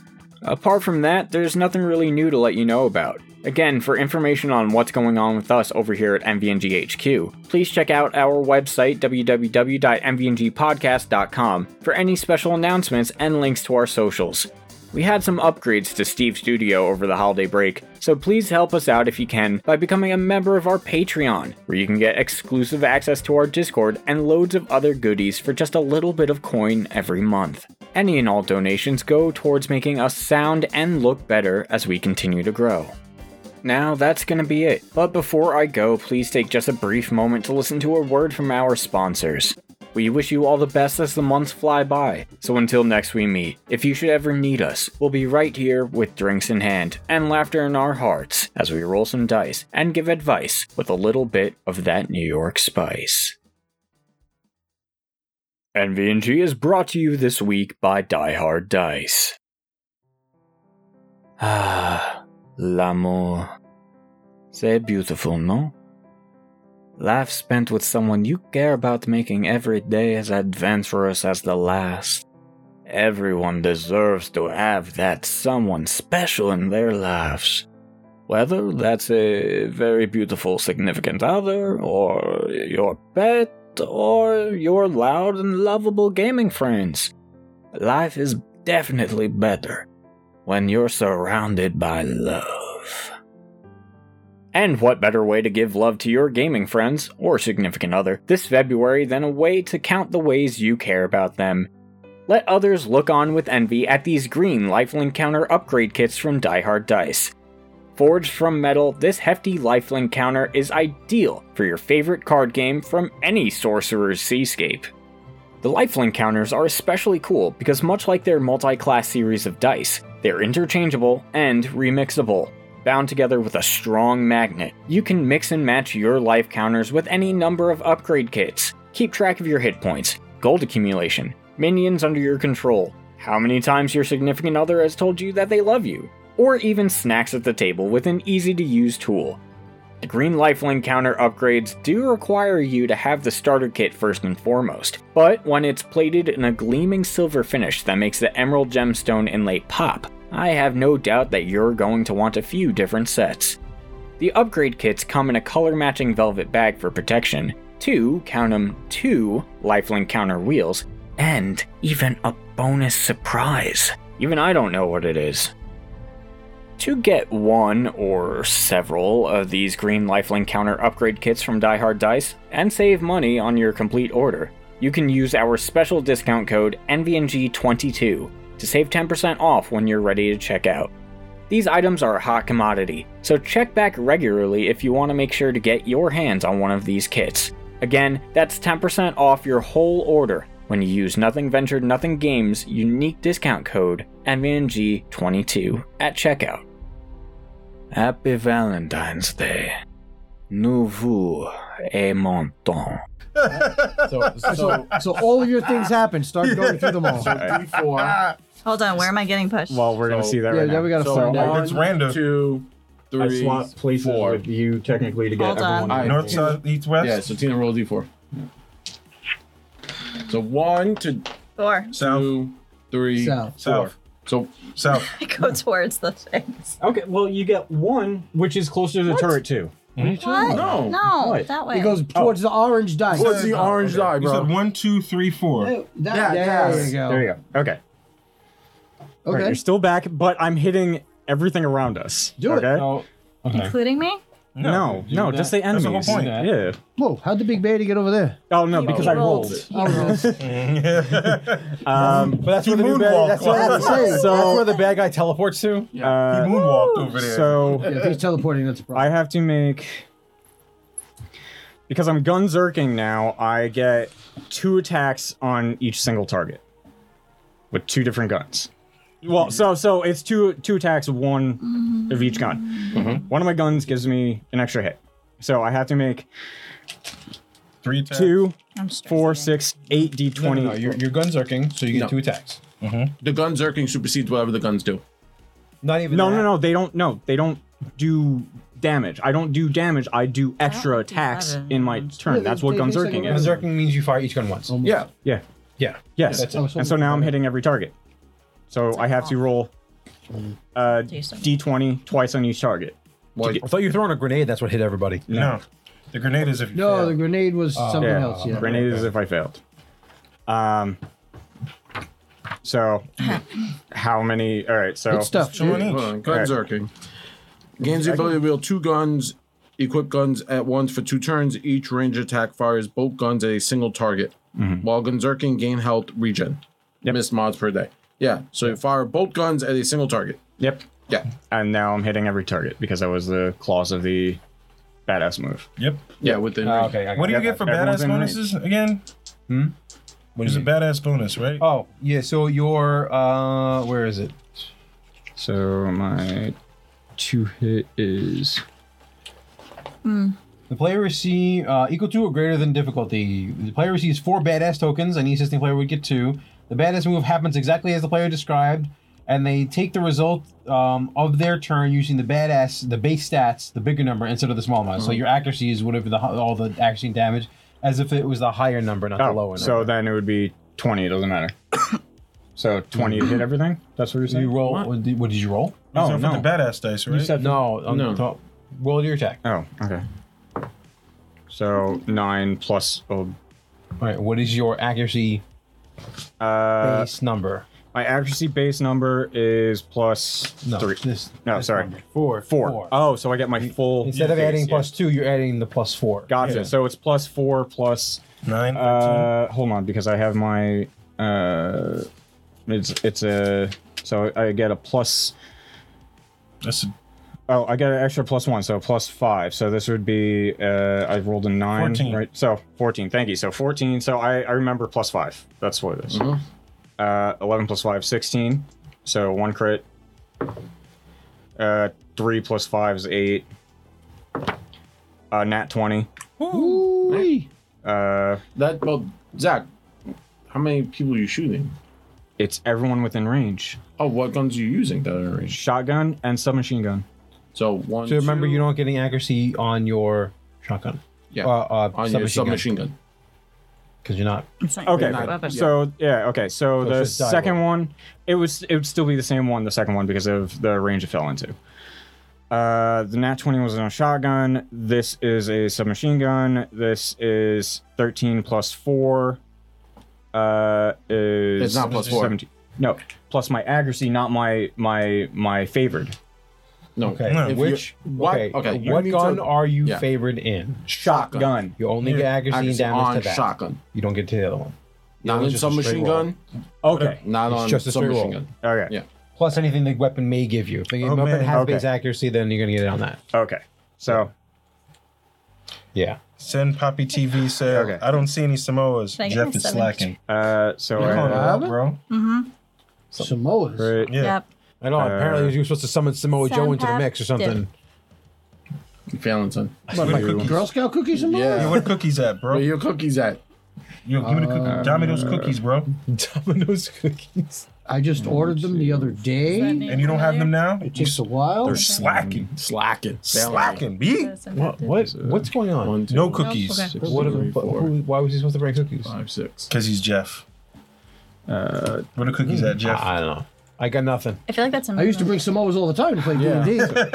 [SPEAKER 9] Apart from that, there's nothing really new to let you know about. Again, for information on what's going on with us over here at MVNG HQ, please check out our website www.mvngpodcast.com for any special announcements and links to our socials. We had some upgrades to Steve's studio over the holiday break, so please help us out if you can by becoming a member of our Patreon, where you can get exclusive access to our Discord and loads of other goodies for just a little bit of coin every month. Any and all donations go towards making us sound and look better as we continue to grow. Now that's gonna be it, but before I go, please take just a brief moment to listen to a word from our sponsors. We wish you all the best as the months fly by. So until next we meet, if you should ever need us, we'll be right here with drinks in hand and laughter in our hearts as we roll some dice and give advice with a little bit of that New York spice. NVNG is brought to you this week by Die Hard Dice. Ah, l'amour. C'est beautiful, no? Life spent with someone you care about making every day as adventurous as the last. Everyone deserves to have that someone special in their lives. Whether that's a very beautiful significant other, or your pet, or your loud and lovable gaming friends. Life is definitely better when you're surrounded by love. And what better way to give love to your gaming friends or significant other this February than a way to count the ways you care about them? Let others look on with envy at these green lifelink counter upgrade kits from Die Hard Dice. Forged from metal, this hefty lifelink counter is ideal for your favorite card game from any sorcerer's seascape. The lifelink counters are especially cool because, much like their multi class series of dice, they're interchangeable and remixable. Bound together with a strong magnet, you can mix and match your life counters with any number of upgrade kits. Keep track of your hit points, gold accumulation, minions under your control, how many times your significant other has told you that they love you, or even snacks at the table with an easy to use tool. The green lifelink counter upgrades do require you to have the starter kit first and foremost, but when it's plated in a gleaming silver finish that makes the emerald gemstone inlay pop, I have no doubt that you're going to want a few different sets. The upgrade kits come in a color matching velvet bag for protection, two, count 'em, two lifelink counter wheels, and even a bonus surprise. Even I don't know what it is. To get one or several of these green lifelink counter upgrade kits from Die Hard Dice and save money on your complete order, you can use our special discount code NVNG22 to save 10% off when you're ready to check out. These items are a hot commodity, so check back regularly if you want to make sure to get your hands on one of these kits. Again, that's 10% off your whole order when you use Nothing Ventured Nothing Games unique discount code MVNG22 at checkout. Happy Valentine's Day. Nouveau et monton.
[SPEAKER 3] so,
[SPEAKER 5] So, so all of your things happen. Start going through them all.
[SPEAKER 3] D4.
[SPEAKER 2] Hold on, where am I getting pushed?
[SPEAKER 10] Well, we're gonna see that
[SPEAKER 5] yeah,
[SPEAKER 10] right
[SPEAKER 5] now
[SPEAKER 10] now.
[SPEAKER 5] we gotta
[SPEAKER 10] so
[SPEAKER 5] find out.
[SPEAKER 10] one,
[SPEAKER 5] It's random.
[SPEAKER 3] Two, three,
[SPEAKER 10] I swap places
[SPEAKER 3] four.
[SPEAKER 10] with you technically to get
[SPEAKER 2] Hold on.
[SPEAKER 10] everyone.
[SPEAKER 3] All right,
[SPEAKER 10] involved.
[SPEAKER 4] North, south, east, west.
[SPEAKER 3] Yeah, so Tina roll d4. So one to
[SPEAKER 2] Or
[SPEAKER 3] two, three,
[SPEAKER 5] South.
[SPEAKER 3] four.
[SPEAKER 4] South.
[SPEAKER 3] So
[SPEAKER 4] South.
[SPEAKER 2] I go towards the things.
[SPEAKER 10] Okay, well you get one, which is closer to the turret too.
[SPEAKER 4] What are you talking
[SPEAKER 2] What?
[SPEAKER 4] about?
[SPEAKER 3] no,
[SPEAKER 2] No,
[SPEAKER 10] What?
[SPEAKER 2] that way.
[SPEAKER 5] It goes towards the orange dice.
[SPEAKER 3] What's the
[SPEAKER 5] Oh,
[SPEAKER 3] orange die,
[SPEAKER 4] You said
[SPEAKER 3] bro?
[SPEAKER 4] one, two, three, four.
[SPEAKER 5] that,
[SPEAKER 3] Yeah,
[SPEAKER 5] there
[SPEAKER 3] yes.
[SPEAKER 5] you go.
[SPEAKER 10] There you go. Okay. All right,
[SPEAKER 5] Okay.
[SPEAKER 10] you're still back, but I'm hitting everything around us.
[SPEAKER 5] Do it.
[SPEAKER 10] okay?
[SPEAKER 4] Oh,
[SPEAKER 2] Including me?
[SPEAKER 10] No, no, just the
[SPEAKER 4] That's
[SPEAKER 10] enemies.
[SPEAKER 4] the whole point.
[SPEAKER 10] Yeah.
[SPEAKER 5] Whoa, how'd the big baby get over there?
[SPEAKER 10] Oh no, because I
[SPEAKER 2] rolled.
[SPEAKER 10] rolled.
[SPEAKER 1] Um, but that's where the new
[SPEAKER 4] moonwalked
[SPEAKER 1] bad, that's, where,
[SPEAKER 4] while-
[SPEAKER 1] that's
[SPEAKER 10] So-
[SPEAKER 1] where the bad guy teleports to.
[SPEAKER 4] He
[SPEAKER 10] Uh,
[SPEAKER 4] moonwalked over there.
[SPEAKER 10] so
[SPEAKER 5] Yeah, if he's teleporting, that's a problem.
[SPEAKER 10] I have to make because I'm gun zerking now. I get two attacks on each single target with two different guns. Well, so so it's two two attacks, one of each gun.
[SPEAKER 1] Mm-hmm.
[SPEAKER 10] One of my guns gives me an extra hit, so I have to make
[SPEAKER 4] three attacks.
[SPEAKER 10] two,
[SPEAKER 2] I'm stressed
[SPEAKER 10] four,
[SPEAKER 2] again.
[SPEAKER 10] six, eight d
[SPEAKER 1] No, no,
[SPEAKER 10] twenty.
[SPEAKER 1] no, your, your gun's irking, so you get
[SPEAKER 3] No.
[SPEAKER 1] two attacks.
[SPEAKER 3] The gun zerking supersedes whatever the guns do.
[SPEAKER 1] Not even
[SPEAKER 10] No,
[SPEAKER 1] that.
[SPEAKER 10] no, no. They don't. No, they don't do damage. I don't do damage. I do extra
[SPEAKER 2] think you have
[SPEAKER 10] attacks
[SPEAKER 2] it.
[SPEAKER 10] in my turn.
[SPEAKER 5] Yeah,
[SPEAKER 10] That's
[SPEAKER 5] they-
[SPEAKER 10] what
[SPEAKER 5] they
[SPEAKER 10] gun
[SPEAKER 5] basically
[SPEAKER 10] zerking
[SPEAKER 5] have
[SPEAKER 1] Gun
[SPEAKER 10] is.
[SPEAKER 5] it.
[SPEAKER 1] zerking means you fire each gun once.
[SPEAKER 3] Yeah.
[SPEAKER 10] Yeah,
[SPEAKER 1] Yeah.
[SPEAKER 10] yes.
[SPEAKER 1] That's it.
[SPEAKER 5] Oh, so-
[SPEAKER 10] and so now I'm hitting every target. So I have to roll uh,
[SPEAKER 2] Decent.
[SPEAKER 10] d20 twice on each target.
[SPEAKER 1] I thought you were throwing a grenade. That's what hit everybody.
[SPEAKER 4] No. The grenade is if you
[SPEAKER 5] No,
[SPEAKER 4] fail.
[SPEAKER 5] the grenade was something
[SPEAKER 10] Yeah,
[SPEAKER 5] else. Yeah.
[SPEAKER 10] grenade is if I failed. Um. So, how many? All right. So
[SPEAKER 5] Good stuff.
[SPEAKER 4] Two in
[SPEAKER 5] dude.
[SPEAKER 4] each.
[SPEAKER 3] Hold on, Gun
[SPEAKER 10] Okay.
[SPEAKER 3] zerking. Gains the ability to wield two guns, equip guns at once for two turns. Each range attack fires both guns at a single target. While gun zerking, gain health regen. Missed mods per day. Yeah, so you fire both guns at a single target.
[SPEAKER 10] Yep.
[SPEAKER 3] Yeah,
[SPEAKER 10] And now I'm hitting every target because that was the clause of the badass move.
[SPEAKER 4] Yep.
[SPEAKER 3] yeah, within.
[SPEAKER 1] Ah, okay. I
[SPEAKER 4] What do you
[SPEAKER 1] got that.
[SPEAKER 4] get for
[SPEAKER 10] Everyone's
[SPEAKER 4] badass
[SPEAKER 10] in range.
[SPEAKER 4] bonuses again? Hmm? There's a badass bonus, right?
[SPEAKER 1] Oh yeah. So your uh, where is it?
[SPEAKER 7] So my two hit is
[SPEAKER 1] The player receives uh, equal to or greater than difficulty. The player receives four badass tokens, and each assisting player would get two. The badass move happens exactly as the player described, and they take the result um, of their turn using the badass, the base stats, the bigger number instead of the small amount. So your accuracy is whatever the hi- all the accuracy and damage, as if it was the higher number, not the lower
[SPEAKER 10] Oh,
[SPEAKER 1] number.
[SPEAKER 10] so then it would be 20. It doesn't matter. so 20 to hit everything? That's what you're saying?
[SPEAKER 1] you roll. What did, what did you roll?
[SPEAKER 10] oh,
[SPEAKER 4] so
[SPEAKER 10] no.
[SPEAKER 4] for the badass dice, right?
[SPEAKER 1] no. On
[SPEAKER 3] No.
[SPEAKER 1] Top, roll your attack.
[SPEAKER 10] oh, okay. So 9 plus, oh,
[SPEAKER 1] All right. What is your accuracy
[SPEAKER 10] uh,
[SPEAKER 1] base number?
[SPEAKER 10] My accuracy base number is plus three. no, sorry.
[SPEAKER 1] Four.
[SPEAKER 10] Four.
[SPEAKER 1] Four.
[SPEAKER 10] Oh, so I get my full.
[SPEAKER 1] Instead of
[SPEAKER 10] base,
[SPEAKER 1] adding
[SPEAKER 10] yeah.
[SPEAKER 1] plus two, you're adding the plus four.
[SPEAKER 10] Gotcha.
[SPEAKER 1] Yeah.
[SPEAKER 10] So it's plus four plus
[SPEAKER 4] nine.
[SPEAKER 10] Uh, hold on, because I have my. Uh, it's it's a so I get a plus.
[SPEAKER 4] That's. A,
[SPEAKER 10] oh, I get an extra plus one, so plus five. So this would be uh, I rolled a nine,
[SPEAKER 4] 14.
[SPEAKER 10] right? So fourteen. Thank you. So fourteen. So I I remember plus five. That's what it is.
[SPEAKER 3] Mhm.
[SPEAKER 10] Uh, eleven plus five, 16. So one crit. Uh, three plus five is eight. Uh, nat twenty. Uh,
[SPEAKER 3] that well, Zach, how many people are you shooting?
[SPEAKER 10] It's everyone within range.
[SPEAKER 3] Oh, what guns are you using that are in range?
[SPEAKER 10] Shotgun and submachine gun.
[SPEAKER 3] So one.
[SPEAKER 1] So remember,
[SPEAKER 3] two-
[SPEAKER 1] you're not getting accuracy on your shotgun.
[SPEAKER 3] Yeah.
[SPEAKER 1] Uh, uh,
[SPEAKER 3] on your submachine gun.
[SPEAKER 1] Because you're not.
[SPEAKER 10] Okay, so yeah, okay,
[SPEAKER 1] So
[SPEAKER 10] so,
[SPEAKER 1] it's
[SPEAKER 10] the
[SPEAKER 1] just die
[SPEAKER 10] second one, it was it would still be the same one, the second one because of the range it fell into. Uh, the nat twenty was on a shotgun. This is a submachine gun. This is thirteen plus four. Uh, is
[SPEAKER 3] It's not plus four.
[SPEAKER 10] 17 No, plus my accuracy, not my my my favored.
[SPEAKER 3] No.
[SPEAKER 1] Okay.
[SPEAKER 10] No,
[SPEAKER 1] If
[SPEAKER 10] which-
[SPEAKER 1] you-
[SPEAKER 10] what-
[SPEAKER 1] Okay.
[SPEAKER 10] okay, you
[SPEAKER 1] What
[SPEAKER 10] need
[SPEAKER 1] gun
[SPEAKER 10] to-
[SPEAKER 1] are you
[SPEAKER 10] yeah.
[SPEAKER 1] favored in?
[SPEAKER 10] Shotgun.
[SPEAKER 1] You only get accuracy, and
[SPEAKER 3] Accuracy
[SPEAKER 1] damage
[SPEAKER 3] on
[SPEAKER 1] to that.
[SPEAKER 3] shotgun.
[SPEAKER 1] You don't get to the other one.
[SPEAKER 3] Not
[SPEAKER 1] It's
[SPEAKER 3] in
[SPEAKER 1] just a straight
[SPEAKER 3] submachine
[SPEAKER 1] roll.
[SPEAKER 3] gun.
[SPEAKER 10] Okay.
[SPEAKER 3] Not
[SPEAKER 1] It's
[SPEAKER 3] on
[SPEAKER 1] just a straight
[SPEAKER 3] submachine
[SPEAKER 1] roll.
[SPEAKER 3] gun.
[SPEAKER 10] Okay.
[SPEAKER 3] Yeah.
[SPEAKER 1] Plus anything the weapon may give you. If the
[SPEAKER 3] Oh,
[SPEAKER 1] weapon
[SPEAKER 3] man.
[SPEAKER 1] has
[SPEAKER 3] Okay.
[SPEAKER 1] base accuracy, then you're gonna get it on that.
[SPEAKER 10] Okay. So.
[SPEAKER 1] Yeah.
[SPEAKER 4] Send Poppy TV said, I don't see any Samoas.
[SPEAKER 2] Thank
[SPEAKER 4] Jeff
[SPEAKER 2] you,
[SPEAKER 4] is
[SPEAKER 2] seven.
[SPEAKER 4] slacking.
[SPEAKER 10] Uh, so
[SPEAKER 4] You're going
[SPEAKER 10] I,
[SPEAKER 4] out, bro.
[SPEAKER 2] Mm-hmm.
[SPEAKER 5] Samoas.
[SPEAKER 10] Right.
[SPEAKER 4] Yeah.
[SPEAKER 2] Yep.
[SPEAKER 10] Uh,
[SPEAKER 1] I know. apparently, you were supposed to summon Samoa Joe into the
[SPEAKER 2] Sampath
[SPEAKER 1] mix or something.
[SPEAKER 3] You're failing, son.
[SPEAKER 5] What, my cookies? Girl Scout cookies and
[SPEAKER 3] Yeah.
[SPEAKER 4] Yo, where the cookies at, bro?
[SPEAKER 3] Where your cookies at?
[SPEAKER 4] Yo, give me the cookies. Domino's cookies, bro.
[SPEAKER 1] Domino's cookies.
[SPEAKER 5] I just ordered them the other day.
[SPEAKER 4] And you don't have them now?
[SPEAKER 5] It takes a while.
[SPEAKER 4] They're slacking.
[SPEAKER 3] Slacking.
[SPEAKER 4] Slacking, B.
[SPEAKER 1] What? What? What's going on?
[SPEAKER 3] uh, One, two,
[SPEAKER 4] No cookies.
[SPEAKER 2] okay.
[SPEAKER 1] What- what- who- why was he supposed to bring cookies?
[SPEAKER 3] five, six.
[SPEAKER 4] Because he's Jeff.
[SPEAKER 10] uh,
[SPEAKER 4] Where the cookies at, Jeff?
[SPEAKER 1] I don't know. I got nothing.
[SPEAKER 2] I feel like that's a
[SPEAKER 5] I used to
[SPEAKER 2] movement.
[SPEAKER 5] bring Samoas all the time to play D
[SPEAKER 4] Yeah.
[SPEAKER 5] and D. Unless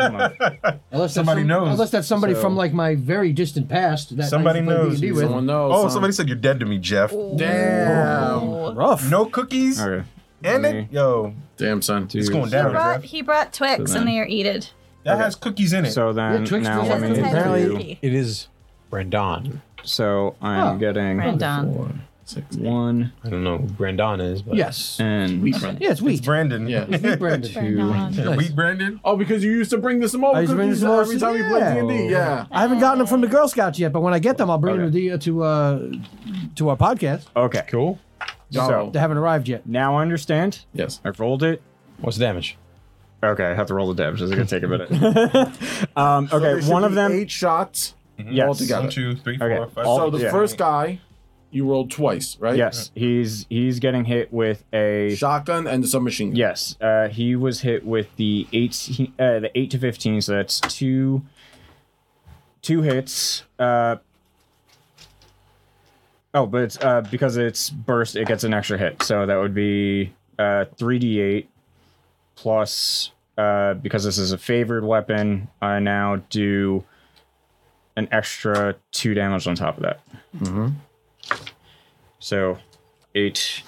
[SPEAKER 5] that's
[SPEAKER 4] Somebody
[SPEAKER 5] some-
[SPEAKER 4] knows.
[SPEAKER 5] Unless that's somebody
[SPEAKER 4] So-
[SPEAKER 5] from like my very distant past. That I used to
[SPEAKER 4] Somebody
[SPEAKER 5] play
[SPEAKER 4] knows.
[SPEAKER 5] D&D with.
[SPEAKER 3] knows,
[SPEAKER 4] Oh,
[SPEAKER 3] huh?
[SPEAKER 4] somebody said you're dead to me, Jeff.
[SPEAKER 3] Damn.
[SPEAKER 10] Rough.
[SPEAKER 4] No cookies.
[SPEAKER 10] Okay.
[SPEAKER 4] And
[SPEAKER 10] Me.
[SPEAKER 4] it, yo,
[SPEAKER 3] Damn, son.
[SPEAKER 4] it's going
[SPEAKER 2] He
[SPEAKER 4] down,
[SPEAKER 2] brought,
[SPEAKER 4] Jeff.
[SPEAKER 2] he brought Twix
[SPEAKER 10] So
[SPEAKER 2] and
[SPEAKER 10] then-
[SPEAKER 2] they are eated.
[SPEAKER 4] That has cookies in it.
[SPEAKER 10] So then
[SPEAKER 5] Yeah, Twix
[SPEAKER 10] now
[SPEAKER 5] does
[SPEAKER 10] let
[SPEAKER 5] have
[SPEAKER 10] me
[SPEAKER 5] Tyler
[SPEAKER 10] do.
[SPEAKER 2] Perry.
[SPEAKER 1] It is Brandon.
[SPEAKER 10] So I'm
[SPEAKER 5] Oh,
[SPEAKER 10] getting
[SPEAKER 2] Brandon.
[SPEAKER 3] Four, six.
[SPEAKER 10] one
[SPEAKER 1] I don't know who Brandon is, but
[SPEAKER 5] Yes.
[SPEAKER 10] and
[SPEAKER 3] Wheat Brandon.
[SPEAKER 5] Yeah, it's wheat.
[SPEAKER 4] It's Brandon.
[SPEAKER 3] Yeah.
[SPEAKER 5] Wheat Brandon.
[SPEAKER 2] Brandon.
[SPEAKER 5] Nice.
[SPEAKER 4] Wheat Brandon.
[SPEAKER 3] Oh, because you used to bring the Samoa
[SPEAKER 5] I used to bring the
[SPEAKER 3] cookies
[SPEAKER 5] Samoa-
[SPEAKER 3] every time we played D&D. Yeah.
[SPEAKER 5] I haven't gotten them from the Girl Scouts yet, but when I get them, I'll bring
[SPEAKER 10] Okay.
[SPEAKER 5] them to, the, to uh to our podcast.
[SPEAKER 10] okay.
[SPEAKER 1] cool.
[SPEAKER 10] So
[SPEAKER 3] Oh,
[SPEAKER 5] They haven't arrived yet.
[SPEAKER 10] now I understand.
[SPEAKER 3] Yes.
[SPEAKER 10] I've rolled it.
[SPEAKER 1] What's the damage?
[SPEAKER 10] Okay, I have to roll the damage. This is gonna take a minute. um, okay, one of them.
[SPEAKER 3] Eight shots.
[SPEAKER 10] Yes.
[SPEAKER 3] altogether.
[SPEAKER 4] One, two, three,
[SPEAKER 10] Okay.
[SPEAKER 4] four, five,
[SPEAKER 10] All-
[SPEAKER 3] So
[SPEAKER 4] six,
[SPEAKER 3] the
[SPEAKER 10] yeah.
[SPEAKER 3] first guy, you rolled twice, right?
[SPEAKER 10] Yes, he's he's getting hit with a.
[SPEAKER 3] Shotgun and the submachine gun.
[SPEAKER 10] Yes, uh, he was hit with the eight, uh, the eight to fifteen. So that's two, two hits. Uh, oh, but it's, uh, because it's burst, it gets an extra hit. So that would be uh, three d eight plus. Uh, because this is a favored weapon, I now do an extra two damage on top of that.
[SPEAKER 3] Mhm.
[SPEAKER 10] So, eight,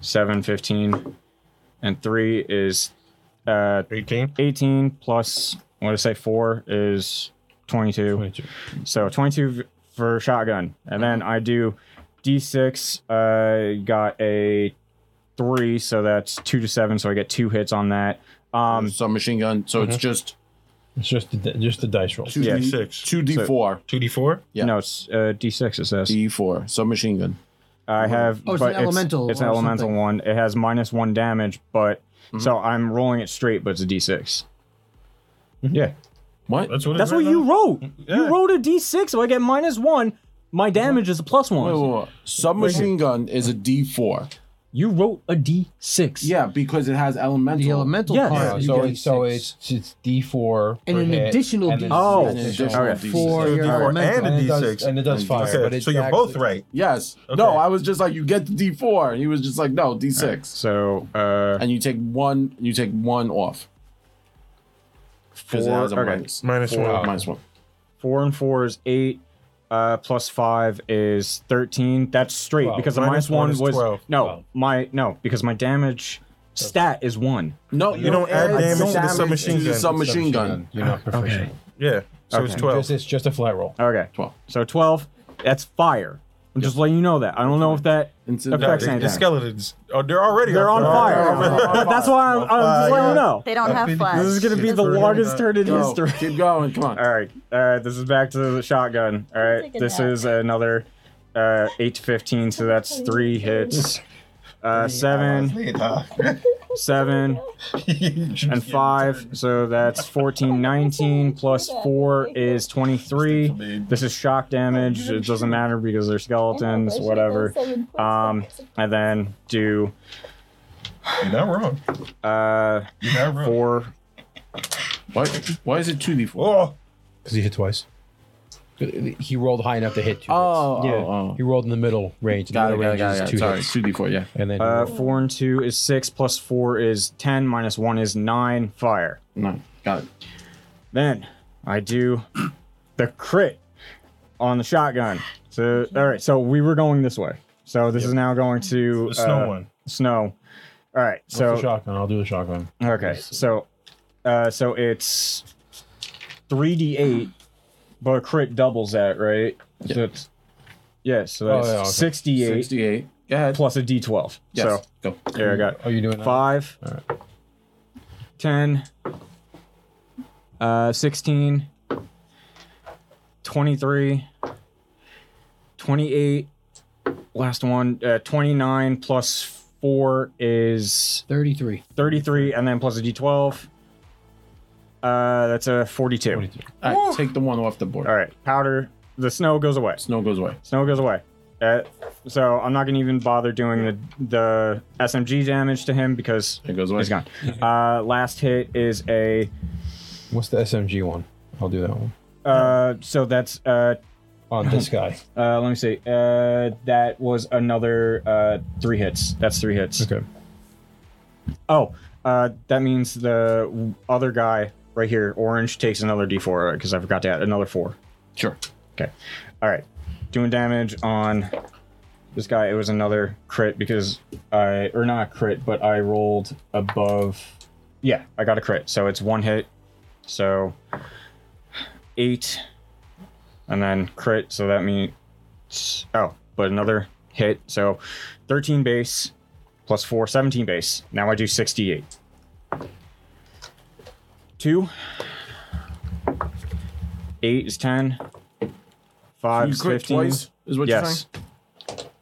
[SPEAKER 10] seven, fifteen and three is uh
[SPEAKER 4] 18.
[SPEAKER 10] 18 plus what did I say four is 22.
[SPEAKER 1] 22.
[SPEAKER 10] So 22 v- for shotgun, and then I do d6. I got a three, so that's two to seven. So I get two hits on that. Um,
[SPEAKER 3] submachine gun. So it's just
[SPEAKER 1] It's just the, just the dice roll.
[SPEAKER 3] two
[SPEAKER 10] Yeah.
[SPEAKER 3] D
[SPEAKER 4] Six.
[SPEAKER 3] two D four,
[SPEAKER 4] 2d4.
[SPEAKER 3] Yeah.
[SPEAKER 10] no, it's uh, d6. It says
[SPEAKER 3] D four submachine gun.
[SPEAKER 10] I have.
[SPEAKER 5] Oh, it's
[SPEAKER 10] but
[SPEAKER 5] an elemental
[SPEAKER 10] It's an
[SPEAKER 5] or
[SPEAKER 10] elemental
[SPEAKER 5] something.
[SPEAKER 10] one. It has minus one damage, but so I'm rolling it straight, but it's a d6. Yeah.
[SPEAKER 3] What?
[SPEAKER 4] That's what.
[SPEAKER 10] That's
[SPEAKER 4] it
[SPEAKER 10] what
[SPEAKER 4] is right
[SPEAKER 10] you
[SPEAKER 4] now.
[SPEAKER 10] wrote.
[SPEAKER 4] Yeah.
[SPEAKER 10] You wrote a d6, so I get minus one. My damage is a plus
[SPEAKER 3] Wait,
[SPEAKER 10] one.
[SPEAKER 3] wait, wait. Submachine gun is a D four.
[SPEAKER 10] You wrote a d6.
[SPEAKER 3] Yeah, because it has elemental.
[SPEAKER 5] The elemental
[SPEAKER 10] Yes.
[SPEAKER 5] part.
[SPEAKER 1] Yeah,
[SPEAKER 5] you
[SPEAKER 1] so
[SPEAKER 5] get
[SPEAKER 1] it's, so
[SPEAKER 5] six.
[SPEAKER 1] it's it's D four
[SPEAKER 5] And an additional D6.
[SPEAKER 10] Oh,
[SPEAKER 3] an additional
[SPEAKER 10] okay.
[SPEAKER 3] D6.
[SPEAKER 5] for
[SPEAKER 4] So
[SPEAKER 5] your
[SPEAKER 4] D4
[SPEAKER 5] elemental.
[SPEAKER 4] and
[SPEAKER 1] and
[SPEAKER 4] a
[SPEAKER 1] it does-
[SPEAKER 4] D6.
[SPEAKER 1] and it does fire.
[SPEAKER 4] Okay,
[SPEAKER 1] But it's
[SPEAKER 4] so you're both
[SPEAKER 1] actually-
[SPEAKER 4] right.
[SPEAKER 3] Yes.
[SPEAKER 4] Okay.
[SPEAKER 3] No, I was just like, you get the D four. He was just like, no, D six,
[SPEAKER 10] So, uh,
[SPEAKER 3] and you take one. You take one off. Because it
[SPEAKER 10] Four-
[SPEAKER 3] has a
[SPEAKER 10] okay.
[SPEAKER 3] minus.
[SPEAKER 4] Minus
[SPEAKER 3] Four,
[SPEAKER 4] one.
[SPEAKER 3] minus one.
[SPEAKER 10] four and four is eight. uh, plus five is thirteen. That's straight
[SPEAKER 3] Twelve.
[SPEAKER 10] because the
[SPEAKER 3] Minus
[SPEAKER 10] minus one,
[SPEAKER 3] one
[SPEAKER 10] one
[SPEAKER 3] is
[SPEAKER 10] was
[SPEAKER 3] twelve.
[SPEAKER 10] no
[SPEAKER 3] Twelve.
[SPEAKER 10] my no because my damage stat is one.
[SPEAKER 3] No, you don't add damage to the submachine gun. Submachine gun.
[SPEAKER 10] You're not proficient.
[SPEAKER 3] Yeah.
[SPEAKER 1] So it's 12. Just- it's just a flat roll.
[SPEAKER 10] Okay. 12. So 12, that's fire. I'm just letting you know that. I don't know if that affects
[SPEAKER 8] the,
[SPEAKER 10] anything.
[SPEAKER 8] skeletons. Oh, they're already
[SPEAKER 10] They're on fire. That's why I'm, I'm just letting you know.
[SPEAKER 2] They don't have flash.
[SPEAKER 10] This is going to be the longest turn in history.
[SPEAKER 3] Keep going. Come on.
[SPEAKER 10] All right. All right. This is back to the shotgun. All right.
[SPEAKER 2] Take a
[SPEAKER 10] This
[SPEAKER 2] nap.
[SPEAKER 10] is another uh, 8 to 15. So that's three hits. Uh, seven, seven, and five. So that's 14, 19 plus four is 23. This is shock
[SPEAKER 2] Oh,
[SPEAKER 10] damage. It doesn't matter because they're skeletons, whatever. Um, and then do.
[SPEAKER 8] You're not wrong.
[SPEAKER 10] Uh, four.
[SPEAKER 3] Why, why is it 2d4?
[SPEAKER 8] Oh.
[SPEAKER 1] Because he hit twice. He rolled high enough to hit two.
[SPEAKER 3] Oh,
[SPEAKER 1] hits.
[SPEAKER 3] oh, oh.
[SPEAKER 1] He rolled in the middle range.
[SPEAKER 3] Got
[SPEAKER 1] the
[SPEAKER 3] it,
[SPEAKER 1] middle
[SPEAKER 3] got it, got it,
[SPEAKER 1] range
[SPEAKER 3] got it.
[SPEAKER 1] is two
[SPEAKER 3] Sorry,
[SPEAKER 1] hits.
[SPEAKER 3] 2d4, yeah.
[SPEAKER 1] And then
[SPEAKER 10] Uh, four and two is six, plus four is ten, minus one is nine. Fire.
[SPEAKER 3] Nine. Got it.
[SPEAKER 10] Then I do the crit on the shotgun. So all right, so we were going this way. So this is now going to uh,
[SPEAKER 1] The snow one.
[SPEAKER 10] Snow. All right.
[SPEAKER 1] What's
[SPEAKER 10] Uh, so
[SPEAKER 1] the shotgun. I'll do the shotgun.
[SPEAKER 10] Okay, so, uh, so it's three d eight, but a crit doubles that, right? Yeah. So it's, yeah, so
[SPEAKER 3] Oh,
[SPEAKER 10] that's
[SPEAKER 3] yeah, okay.
[SPEAKER 10] sixty eight.
[SPEAKER 3] 68.
[SPEAKER 10] Plus a d twelve.
[SPEAKER 3] Yes,
[SPEAKER 10] So
[SPEAKER 3] go.
[SPEAKER 10] There I got.
[SPEAKER 1] Oh, you doing that?
[SPEAKER 10] five, ten, uh, sixteen, twenty three, twenty eight. Last one, uh, twenty nine plus four is
[SPEAKER 5] 33.
[SPEAKER 10] 33 and then plus a d12 uh that's a 42
[SPEAKER 3] All right, take the one off the board.
[SPEAKER 10] all right powder the snow goes away
[SPEAKER 3] Snow goes away.
[SPEAKER 10] snow goes away uh, so i'm not gonna even bother doing the the smg damage to him because
[SPEAKER 3] it goes away
[SPEAKER 10] he's gone uh last hit is a
[SPEAKER 1] What's the SMG one? I'll do that one.
[SPEAKER 10] uh so that's uh
[SPEAKER 1] On this guy.
[SPEAKER 10] uh let me see uh that was another uh three hits that's three hits
[SPEAKER 1] okay
[SPEAKER 10] oh uh that means the other guy right here orange takes another d4 because i forgot to add another four
[SPEAKER 3] Sure.
[SPEAKER 10] Okay. All right. Doing damage on this guy. It was another crit because I, or not crit, but I rolled above. Yeah, I got a crit. So it's one hit. So eight. And then crit. So that means, oh, but another hit. So 13 base plus four, 17 base. Now I do 68. Two. Eight is 10. Five
[SPEAKER 3] You
[SPEAKER 10] is
[SPEAKER 3] crit
[SPEAKER 10] 15.
[SPEAKER 3] twice, is what you're
[SPEAKER 10] yes.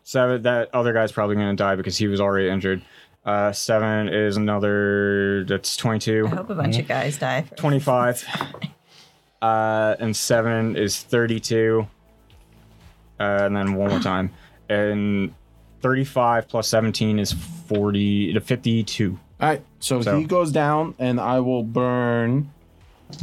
[SPEAKER 10] Seven, that other guy's probably going to die because he was already injured. Uh, seven is another, that's 22.
[SPEAKER 2] I hope a bunch of guys die. first.
[SPEAKER 10] 25. Uh, and 7 is 32. Uh, and then one more time. And 35 plus 17 is uh, 40 to 52.
[SPEAKER 3] All right, so,
[SPEAKER 10] So-
[SPEAKER 3] he goes down, and I will burn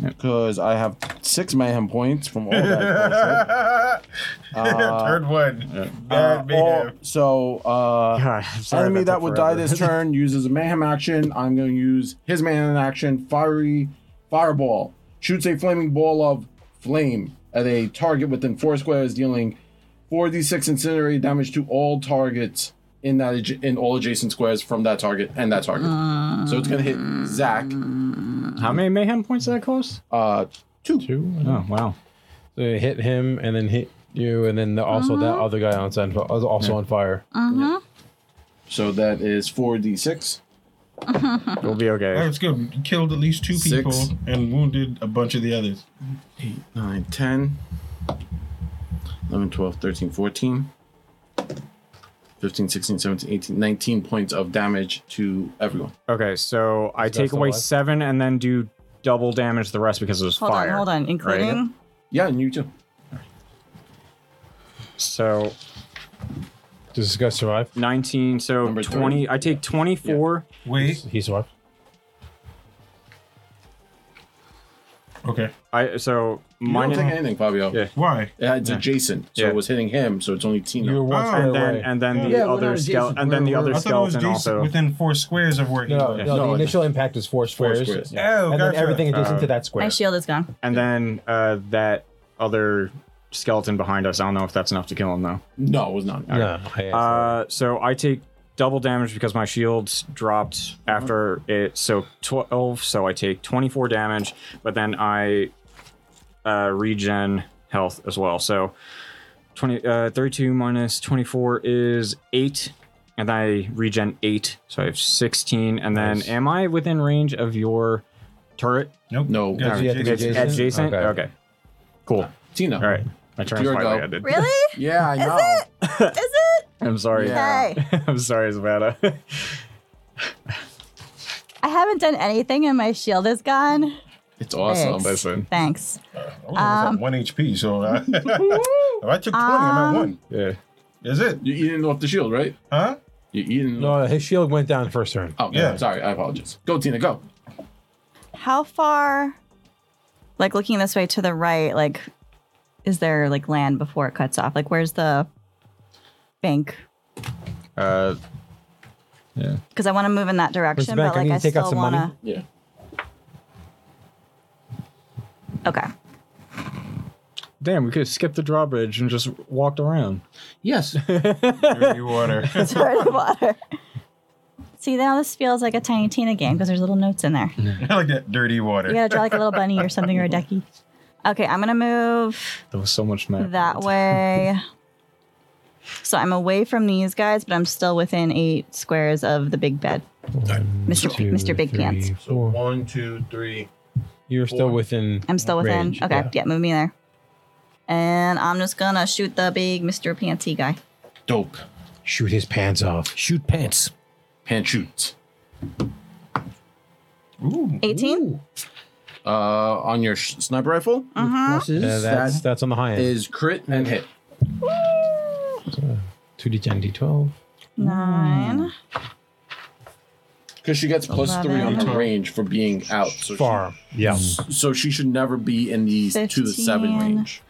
[SPEAKER 3] because I have six mayhem points from all that. bullshit. Uh,
[SPEAKER 8] Third one.
[SPEAKER 3] uh,
[SPEAKER 8] Bad mayhem.
[SPEAKER 3] all- so uh,
[SPEAKER 10] I'm sorry
[SPEAKER 3] enemy
[SPEAKER 10] about
[SPEAKER 3] that
[SPEAKER 10] that
[SPEAKER 3] would die
[SPEAKER 10] forever.
[SPEAKER 3] this turn uses a mayhem action. I'm going to use his mayhem action. Fiery fireball shoots a flaming ball of flame at a target within four squares, dealing 4d6 incendiary damage to all targets in that adj- in all adjacent squares from that target and that target. So it's going to hit Zach.
[SPEAKER 10] How many mayhem points did that cost?
[SPEAKER 3] Uh, two.
[SPEAKER 1] Two.
[SPEAKER 10] Oh, wow.
[SPEAKER 1] So it hit him and then hit you and then the, also that other guy on side, was also on fire.
[SPEAKER 3] So that is 4d6.
[SPEAKER 10] We'll be okay.
[SPEAKER 8] That's good. You Killed at least two
[SPEAKER 3] Six.
[SPEAKER 8] people and wounded a bunch of the others.
[SPEAKER 3] 8, 9, 10, 11, 12, 13, 14, 15, 16, 17, 18, 19 points of damage to everyone.
[SPEAKER 10] Okay, so I
[SPEAKER 3] guy
[SPEAKER 10] take
[SPEAKER 3] still
[SPEAKER 10] away
[SPEAKER 3] alive?
[SPEAKER 10] 7 and then do double damage the rest because it was
[SPEAKER 2] Hold
[SPEAKER 10] fire.
[SPEAKER 2] on, hold on. Including.
[SPEAKER 10] right?
[SPEAKER 3] Yeah, and you too.
[SPEAKER 10] So
[SPEAKER 1] Does this guy survive?
[SPEAKER 10] 19, so 20. I take 24.
[SPEAKER 8] Wait.
[SPEAKER 1] He survived.
[SPEAKER 8] Okay.
[SPEAKER 10] I so
[SPEAKER 3] You
[SPEAKER 10] minus
[SPEAKER 3] don't take anything, Fabio.
[SPEAKER 10] Yeah.
[SPEAKER 8] Why?
[SPEAKER 3] Yeah, it's adjacent, so
[SPEAKER 10] Yeah.
[SPEAKER 3] it was hitting him, so it's only Tina.
[SPEAKER 1] You were one
[SPEAKER 8] Oh.
[SPEAKER 1] fire
[SPEAKER 10] and then
[SPEAKER 1] away.
[SPEAKER 10] and then the
[SPEAKER 8] Yeah,
[SPEAKER 1] we're
[SPEAKER 10] other
[SPEAKER 1] not
[SPEAKER 10] skeleton
[SPEAKER 1] adjacent.
[SPEAKER 10] and then the
[SPEAKER 1] We're-
[SPEAKER 10] other
[SPEAKER 8] I thought it was
[SPEAKER 10] skeleton
[SPEAKER 8] Jason
[SPEAKER 10] also.
[SPEAKER 8] within four squares of where he
[SPEAKER 1] No,
[SPEAKER 8] was.
[SPEAKER 1] no,
[SPEAKER 3] No,
[SPEAKER 1] the
[SPEAKER 3] it's-
[SPEAKER 1] initial impact is four squares.
[SPEAKER 3] squares,
[SPEAKER 1] Yeah.
[SPEAKER 8] Oh,
[SPEAKER 1] and then
[SPEAKER 8] gotcha.
[SPEAKER 1] everything adjacent
[SPEAKER 10] Uh,
[SPEAKER 1] to that
[SPEAKER 2] My
[SPEAKER 1] square.
[SPEAKER 2] shield is gone.
[SPEAKER 10] and then uh, that other
[SPEAKER 7] skeleton behind us. I don't know if that's enough to kill him though.
[SPEAKER 3] No, it was not.
[SPEAKER 10] No, uh, so I take double damage because my shields dropped after it. So twelve. So I take twenty-four damage, but then I uh, regen health as well. So 20, uh, 32 minus twenty-four is eight, and I regen eight. So I have sixteen. And then,
[SPEAKER 3] Nice.
[SPEAKER 10] am I within range of your turret?
[SPEAKER 4] Nope.
[SPEAKER 3] No.
[SPEAKER 10] All right, adjacent. Okay.
[SPEAKER 3] Okay.
[SPEAKER 10] Cool.
[SPEAKER 3] Tina.
[SPEAKER 10] All right. My turn's
[SPEAKER 3] Your
[SPEAKER 10] finally
[SPEAKER 3] go.
[SPEAKER 10] ended.
[SPEAKER 2] Really?
[SPEAKER 3] Yeah, I know.
[SPEAKER 7] I'm sorry.
[SPEAKER 2] Yeah.
[SPEAKER 7] I'm sorry, Zabata.
[SPEAKER 2] I haven't done anything and my shield is gone.
[SPEAKER 3] It's
[SPEAKER 2] awesome. Thanks.
[SPEAKER 7] Listen.
[SPEAKER 2] Thanks.
[SPEAKER 8] I was at
[SPEAKER 2] Um,
[SPEAKER 8] one HP, so I, if I took 20, I'm
[SPEAKER 2] Um,
[SPEAKER 8] at one.
[SPEAKER 7] Yeah.
[SPEAKER 8] Is it?
[SPEAKER 3] You eating off the shield, right?
[SPEAKER 8] Huh?
[SPEAKER 3] You eating?
[SPEAKER 1] No, his shield went down first turn.
[SPEAKER 3] Oh, yeah.
[SPEAKER 8] Yeah.
[SPEAKER 3] Sorry, I apologize. Go, Tina. Go.
[SPEAKER 2] How far, like looking this way to the right, like is there like land before it cuts off? Like where's the bank?
[SPEAKER 7] Uh, yeah.
[SPEAKER 2] Because I want to move in that
[SPEAKER 1] Where's the
[SPEAKER 2] direction,
[SPEAKER 1] bank?
[SPEAKER 2] but
[SPEAKER 1] I
[SPEAKER 2] like
[SPEAKER 1] need
[SPEAKER 2] I,
[SPEAKER 1] to take out
[SPEAKER 2] still
[SPEAKER 1] some money.
[SPEAKER 2] want
[SPEAKER 3] Yeah.
[SPEAKER 2] to. Okay.
[SPEAKER 7] Damn, we could have skipped the drawbridge and just walked around.
[SPEAKER 3] Yes.
[SPEAKER 8] Dirty water.
[SPEAKER 2] Sorry to water. See now this feels like a Tiny Tina game because there's little notes in there.
[SPEAKER 8] I like that dirty water.
[SPEAKER 2] You gotta draw like a little bunny or something or a ducky. Okay, I'm gonna move
[SPEAKER 7] There was so much map.
[SPEAKER 2] that way. So I'm away from these guys, but I'm still within eight squares of the big bed. Mr.
[SPEAKER 1] Two,
[SPEAKER 2] Mr. Big
[SPEAKER 1] three,
[SPEAKER 2] Pants.
[SPEAKER 1] four.
[SPEAKER 3] One, two, three.
[SPEAKER 1] You're still within.
[SPEAKER 2] I'm still within.
[SPEAKER 1] range,
[SPEAKER 2] okay, yeah.
[SPEAKER 1] yeah.
[SPEAKER 2] move me there. And I'm just gonna shoot the big Mr. Panty guy.
[SPEAKER 3] Dope.
[SPEAKER 1] Shoot his pants off.
[SPEAKER 5] Shoot pants.
[SPEAKER 3] Hand shoots.
[SPEAKER 8] Ooh.
[SPEAKER 2] 18?
[SPEAKER 3] Uh, on your sh- sniper rifle
[SPEAKER 2] Uh-huh.
[SPEAKER 1] Yeah, that's that's on the high end.
[SPEAKER 3] is crit and hit.
[SPEAKER 1] Two D ten D twelve.
[SPEAKER 2] Nine.
[SPEAKER 3] Because she gets plus three on her range for being out. So
[SPEAKER 1] Far. Yeah.
[SPEAKER 3] She, so she should never be in the two to seven
[SPEAKER 2] 15.
[SPEAKER 3] range.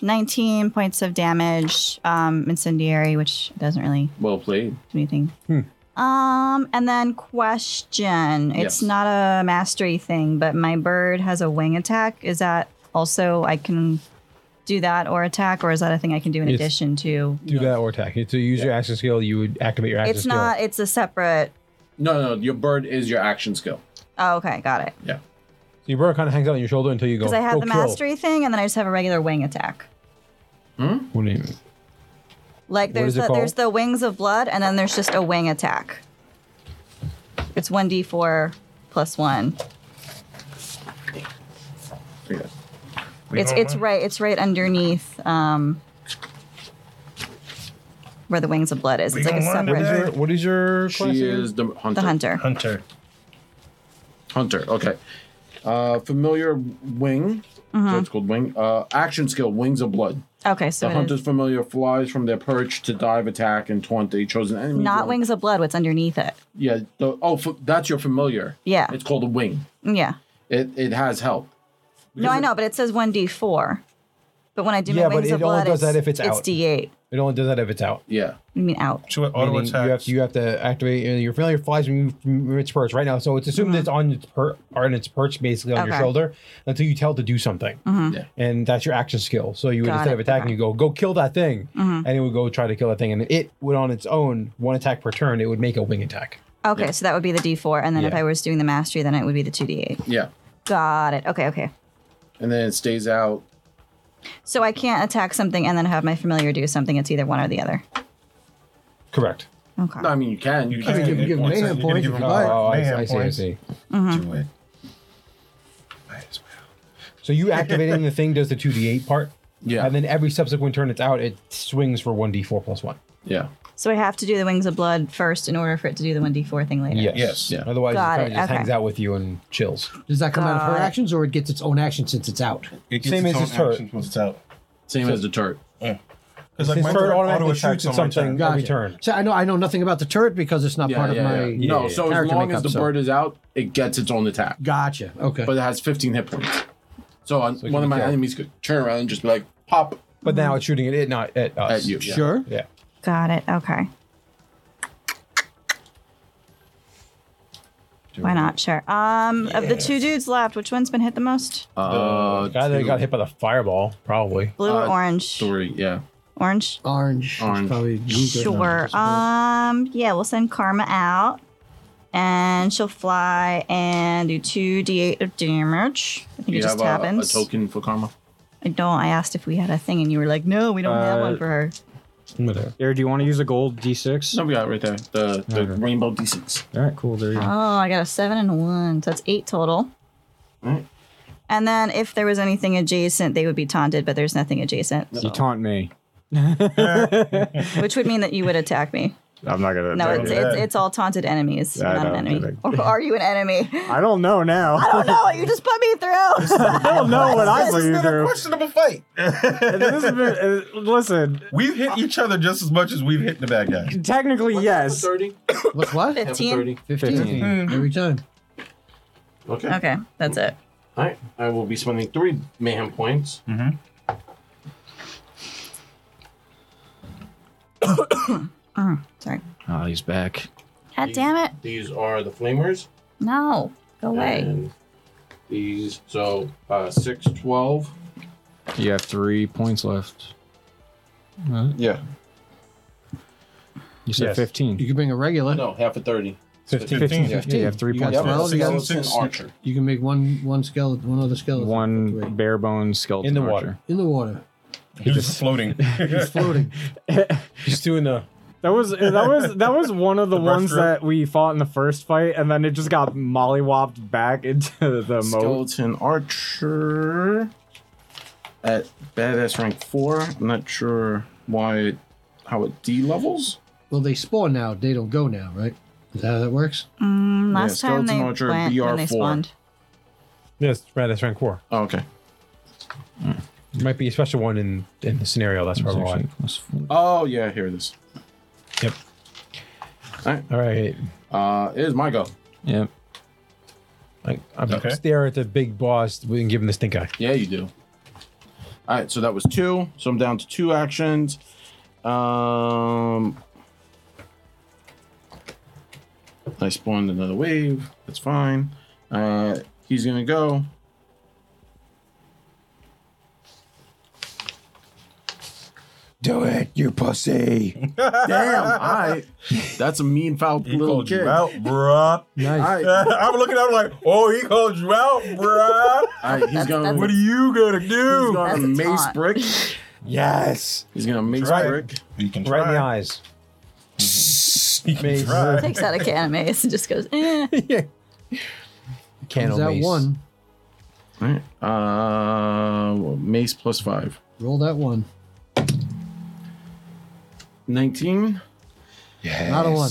[SPEAKER 2] 19 points of damage. Um, incendiary, which doesn't really
[SPEAKER 3] Well played.
[SPEAKER 2] do anything.
[SPEAKER 1] Hmm.
[SPEAKER 2] Um, and then question. It's
[SPEAKER 3] Yes.
[SPEAKER 2] not a mastery thing, but my bird has a wing attack. Is that also I can do that or attack, or is that a thing I can do in
[SPEAKER 1] It's-
[SPEAKER 2] addition to?
[SPEAKER 1] Do that or attack. To use your action skill, you would activate your action
[SPEAKER 2] It's
[SPEAKER 1] skill.
[SPEAKER 2] not. It's a separate.
[SPEAKER 3] No, no, your bird is your action skill.
[SPEAKER 2] Oh, okay, got it.
[SPEAKER 3] Yeah.
[SPEAKER 1] So your bird kind of hangs out on your shoulder until you go.
[SPEAKER 2] Because I have
[SPEAKER 1] "Go
[SPEAKER 2] the
[SPEAKER 1] kill."
[SPEAKER 2] mastery thing, and then I just have a regular wing attack.
[SPEAKER 1] What do you mean?
[SPEAKER 2] Like there's
[SPEAKER 1] is it
[SPEAKER 2] the, there's
[SPEAKER 1] called?
[SPEAKER 2] the wings of blood, and then there's just a wing attack. It's one d four plus one.
[SPEAKER 3] Yeah.
[SPEAKER 2] It's it's right it's right underneath um, where the wings of blood is.
[SPEAKER 8] We
[SPEAKER 2] It's like a
[SPEAKER 8] gonna learn today.
[SPEAKER 2] separate
[SPEAKER 1] Your- What is your class?
[SPEAKER 3] She is the hunter.
[SPEAKER 2] the hunter.
[SPEAKER 8] Hunter.
[SPEAKER 3] Hunter. Okay. Uh, familiar wing.
[SPEAKER 2] Mm-hmm.
[SPEAKER 3] So it's called wing. Uh, action skill: Wings of Blood.
[SPEAKER 2] Okay, so
[SPEAKER 3] the
[SPEAKER 2] it
[SPEAKER 3] hunter's
[SPEAKER 2] is
[SPEAKER 3] familiar flies from their perch to dive, attack, and taunt a chosen enemy.
[SPEAKER 2] not
[SPEAKER 3] Well,
[SPEAKER 2] wings of blood. What's underneath it?
[SPEAKER 3] Yeah. The, oh, f- that's your familiar.
[SPEAKER 2] Yeah.
[SPEAKER 3] It's called a wing.
[SPEAKER 2] Yeah.
[SPEAKER 3] It it has help.
[SPEAKER 2] No, I know, but it says one d four. But when I do
[SPEAKER 1] Yeah,
[SPEAKER 2] my
[SPEAKER 1] but
[SPEAKER 2] wings
[SPEAKER 1] it
[SPEAKER 2] of
[SPEAKER 1] only
[SPEAKER 2] blood,
[SPEAKER 1] does
[SPEAKER 2] it's,
[SPEAKER 1] that if it's out.
[SPEAKER 2] d eight.
[SPEAKER 1] It only does that if it's out.
[SPEAKER 3] Yeah.
[SPEAKER 2] I mean out.
[SPEAKER 8] So it auto
[SPEAKER 1] Meaning You have
[SPEAKER 8] attacks.
[SPEAKER 1] to, you have to activate and your familiar flies from, from its perch right now. So it's assumed that it's on its per, on its perch basically on your
[SPEAKER 2] Mm-hmm. Okay. Mm-hmm.
[SPEAKER 1] shoulder until you tell it to do something,
[SPEAKER 3] Yeah.
[SPEAKER 1] and that's your action skill. So you would
[SPEAKER 2] Got
[SPEAKER 1] instead
[SPEAKER 2] it,
[SPEAKER 1] of attacking,
[SPEAKER 2] okay. Mm-hmm.
[SPEAKER 1] you go go kill that thing, and it would go try to kill that thing, and it would on its own one attack per turn. It would make a wing attack.
[SPEAKER 2] Okay, so that would be the d four, and then if
[SPEAKER 1] Yeah.
[SPEAKER 2] I was doing the mastery, then it would be the two d eight.
[SPEAKER 3] Yeah.
[SPEAKER 2] Got it. Okay, okay.
[SPEAKER 3] And then it stays out.
[SPEAKER 2] So I can't attack something and then have my familiar do something. It's either one or the other.
[SPEAKER 1] Correct.
[SPEAKER 2] Okay.
[SPEAKER 3] No, I mean you can. You
[SPEAKER 8] You
[SPEAKER 3] can.
[SPEAKER 8] can
[SPEAKER 3] give-
[SPEAKER 8] give
[SPEAKER 5] give
[SPEAKER 8] points.
[SPEAKER 5] mayhem
[SPEAKER 8] You can
[SPEAKER 5] points
[SPEAKER 8] give
[SPEAKER 5] if
[SPEAKER 8] him
[SPEAKER 5] you like.
[SPEAKER 1] Oh, I,
[SPEAKER 8] mayhem
[SPEAKER 1] I see. I
[SPEAKER 8] points.
[SPEAKER 1] see.
[SPEAKER 8] Do it. Might as well.
[SPEAKER 1] So you activating the thing does the two d eight part.
[SPEAKER 3] Yeah.
[SPEAKER 1] And then every subsequent turn it's out, it swings for one d four plus one.
[SPEAKER 3] Yeah.
[SPEAKER 2] So I have to do the wings of blood first in order for it to do the 1d4 thing later.
[SPEAKER 8] Yes.
[SPEAKER 3] Yeah.
[SPEAKER 1] Otherwise,
[SPEAKER 2] Got
[SPEAKER 1] it kind
[SPEAKER 2] it,
[SPEAKER 1] of just
[SPEAKER 2] okay.
[SPEAKER 1] hangs out with you and chills.
[SPEAKER 5] Does that come out of her
[SPEAKER 2] Got it.
[SPEAKER 5] actions or it gets its own action since it's out?
[SPEAKER 8] It gets
[SPEAKER 1] Same as
[SPEAKER 8] its own
[SPEAKER 1] his turret.
[SPEAKER 8] actions once it's out.
[SPEAKER 3] Same as the turret.
[SPEAKER 8] Because
[SPEAKER 1] His turret automatically
[SPEAKER 8] auto-attacks
[SPEAKER 1] shoots at
[SPEAKER 8] on my
[SPEAKER 1] something.
[SPEAKER 8] turn.
[SPEAKER 1] Every turn.
[SPEAKER 5] So I know I know nothing about the turret because it's not
[SPEAKER 3] Yeah.
[SPEAKER 5] part
[SPEAKER 3] yeah,
[SPEAKER 5] of my
[SPEAKER 3] yeah. no. so as
[SPEAKER 5] character
[SPEAKER 3] long
[SPEAKER 5] makeup,
[SPEAKER 3] as the
[SPEAKER 5] so-
[SPEAKER 3] bird is out, it gets its own attack.
[SPEAKER 5] Gotcha. Okay.
[SPEAKER 3] but it has 15 hit points. So on, one of my
[SPEAKER 1] killed.
[SPEAKER 3] enemies could turn around and just be like, pop
[SPEAKER 1] But now it's shooting at it, not at us.
[SPEAKER 3] at you. Yeah.
[SPEAKER 5] sure.
[SPEAKER 1] Yeah.
[SPEAKER 2] Got it. Okay. Why not? Sure. Um, of the two dudes left, which one's been hit the most?
[SPEAKER 1] Uh, the guy that got hit by the fireball, probably.
[SPEAKER 2] Blue or orange?
[SPEAKER 3] uh, Three, yeah.
[SPEAKER 2] Orange.
[SPEAKER 5] Orange.
[SPEAKER 3] Orange.
[SPEAKER 5] Probably
[SPEAKER 2] Sure. Um, yeah, we'll send Karma out, and she'll fly and do two d8 of damage. I think it just
[SPEAKER 3] a-
[SPEAKER 2] happens.
[SPEAKER 3] a token for karma?
[SPEAKER 2] I don't. I asked if we had a thing, and you were like, "No, we don't have
[SPEAKER 10] Uh,
[SPEAKER 2] one for her."
[SPEAKER 10] Eric, do you want to use a gold d6?
[SPEAKER 3] No, we got it right there. The the rainbow d6.
[SPEAKER 10] All right, cool. There you go.
[SPEAKER 2] Oh, I got a seven and a one, so that's eight total.
[SPEAKER 3] Alright.
[SPEAKER 2] And then if there was anything adjacent, they would be taunted, but there's nothing adjacent,
[SPEAKER 10] You taunt me.
[SPEAKER 2] which would mean that you would attack me.
[SPEAKER 10] I'm not gonna.
[SPEAKER 2] No,
[SPEAKER 10] attack
[SPEAKER 2] it's,
[SPEAKER 10] you.
[SPEAKER 2] it's, it's all taunted enemies.
[SPEAKER 10] I
[SPEAKER 2] You're not
[SPEAKER 10] know,
[SPEAKER 2] an
[SPEAKER 10] I'm
[SPEAKER 2] enemy.
[SPEAKER 10] kidding.
[SPEAKER 2] Or are you an enemy?
[SPEAKER 10] I don't know now.
[SPEAKER 2] I don't know what you just put me through.
[SPEAKER 10] I don't know what I
[SPEAKER 8] This
[SPEAKER 10] believe
[SPEAKER 8] has been a
[SPEAKER 10] through.
[SPEAKER 8] questionable fight.
[SPEAKER 10] This has been- uh, listen,
[SPEAKER 8] We've hit each other just as much as we've hit the bad guy.
[SPEAKER 10] technically yes.
[SPEAKER 5] What's what?
[SPEAKER 2] Fifteen. Mm-hmm.
[SPEAKER 5] 15. Every time.
[SPEAKER 3] Okay.
[SPEAKER 2] Okay, that's it.
[SPEAKER 3] All right. I will be spending three mayhem points.
[SPEAKER 8] Mm-hmm.
[SPEAKER 2] Mm, sorry.
[SPEAKER 7] Oh, he's back.
[SPEAKER 2] God damn it!
[SPEAKER 3] These are the flamers.
[SPEAKER 2] No, go away.
[SPEAKER 3] And these, so uh, 6, 12.
[SPEAKER 7] You have three points left.
[SPEAKER 3] Yeah.
[SPEAKER 7] You said
[SPEAKER 1] Yes.
[SPEAKER 7] 15.
[SPEAKER 5] You can bring a regular.
[SPEAKER 3] No, half a 30.
[SPEAKER 1] 15.
[SPEAKER 8] 15.
[SPEAKER 7] Yeah, you have three
[SPEAKER 5] You got
[SPEAKER 7] points left.
[SPEAKER 5] twelve, you got
[SPEAKER 3] Skeleton archer.
[SPEAKER 5] You can make one one skeleton, one other skeleton. Three.
[SPEAKER 7] One bare bones skeleton
[SPEAKER 1] In the
[SPEAKER 7] archer.
[SPEAKER 5] in the water.
[SPEAKER 8] He was floating.
[SPEAKER 5] He's floating.
[SPEAKER 1] He's doing the.
[SPEAKER 10] That was uh, that was that was one of the, ones
[SPEAKER 8] breaststroke?
[SPEAKER 10] that we fought in the first fight, and then it just got mollywopped back into the moat.
[SPEAKER 3] Skeleton archer at badass rank 4. I'm not sure why, it, how it D levels.
[SPEAKER 5] Well, they spawn now. They don't go now, right? Is that how that works?
[SPEAKER 2] Mm,
[SPEAKER 3] Yeah,
[SPEAKER 2] last time they
[SPEAKER 3] Skeleton Archer,
[SPEAKER 2] went when they
[SPEAKER 3] BR4.
[SPEAKER 2] spawned.
[SPEAKER 1] Yes, right. That's rank four.
[SPEAKER 3] Oh, okay.
[SPEAKER 1] It might be a special one in in the scenario. That's probably why.
[SPEAKER 3] Oh, yeah, here it is.
[SPEAKER 1] Yep.
[SPEAKER 3] All right.
[SPEAKER 1] All right.
[SPEAKER 3] Uh, it is my go.
[SPEAKER 7] Yep.
[SPEAKER 1] Like I'm
[SPEAKER 8] Okay.
[SPEAKER 1] stare at the big boss and give him the stink eye.
[SPEAKER 3] Yeah, you do. All right, so that was two. So I'm down to two actions. Um, I spawned another wave. That's fine. Uh, he's gonna go.
[SPEAKER 7] Do it, you pussy.
[SPEAKER 3] Damn! All right, that's a mean foul
[SPEAKER 8] He
[SPEAKER 3] little
[SPEAKER 8] called
[SPEAKER 3] kid.
[SPEAKER 8] you out, bruh.
[SPEAKER 3] All
[SPEAKER 5] Nice.
[SPEAKER 3] right,
[SPEAKER 8] I'm looking at him like, oh, he called you out, bruh.
[SPEAKER 3] all right, he's gonna.
[SPEAKER 8] what are you gonna
[SPEAKER 3] He's
[SPEAKER 8] do?
[SPEAKER 3] gonna
[SPEAKER 2] That's a
[SPEAKER 3] mace
[SPEAKER 2] taunt.
[SPEAKER 3] brick.
[SPEAKER 1] Yes.
[SPEAKER 3] He's gonna mace
[SPEAKER 8] Right.
[SPEAKER 3] brick.
[SPEAKER 8] You can
[SPEAKER 1] Right in the
[SPEAKER 8] try.
[SPEAKER 1] eyes.
[SPEAKER 8] You can
[SPEAKER 1] Maze.
[SPEAKER 8] try.
[SPEAKER 2] Takes out a can of mace and just goes, eh.
[SPEAKER 1] yeah. Candle
[SPEAKER 5] Is that
[SPEAKER 1] mace.
[SPEAKER 5] one?
[SPEAKER 3] All right, uh, mace plus five.
[SPEAKER 5] Roll that one.
[SPEAKER 3] 19.
[SPEAKER 5] Not a one.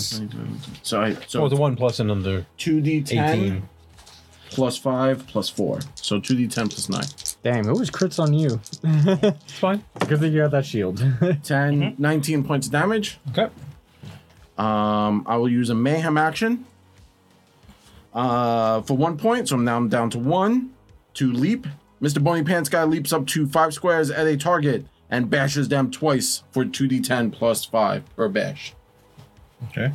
[SPEAKER 3] So I
[SPEAKER 1] So
[SPEAKER 3] so
[SPEAKER 1] it's a Oh, one plus another
[SPEAKER 3] two D ten
[SPEAKER 1] eighteen.
[SPEAKER 3] plus five plus four. So two D ten plus nine.
[SPEAKER 10] Damn, it was crits on you.
[SPEAKER 1] It's fine.
[SPEAKER 10] Good thing you got that shield.
[SPEAKER 3] 10,
[SPEAKER 1] Mm-hmm.
[SPEAKER 3] 19 points of damage.
[SPEAKER 1] Okay.
[SPEAKER 3] Um, I will use a mayhem action. Uh, for one point, so I'm now down to one. To leap, Mr. Bony Pants guy leaps up to five squares at a target and bashes them twice for two D ten plus five per bash.
[SPEAKER 8] Okay.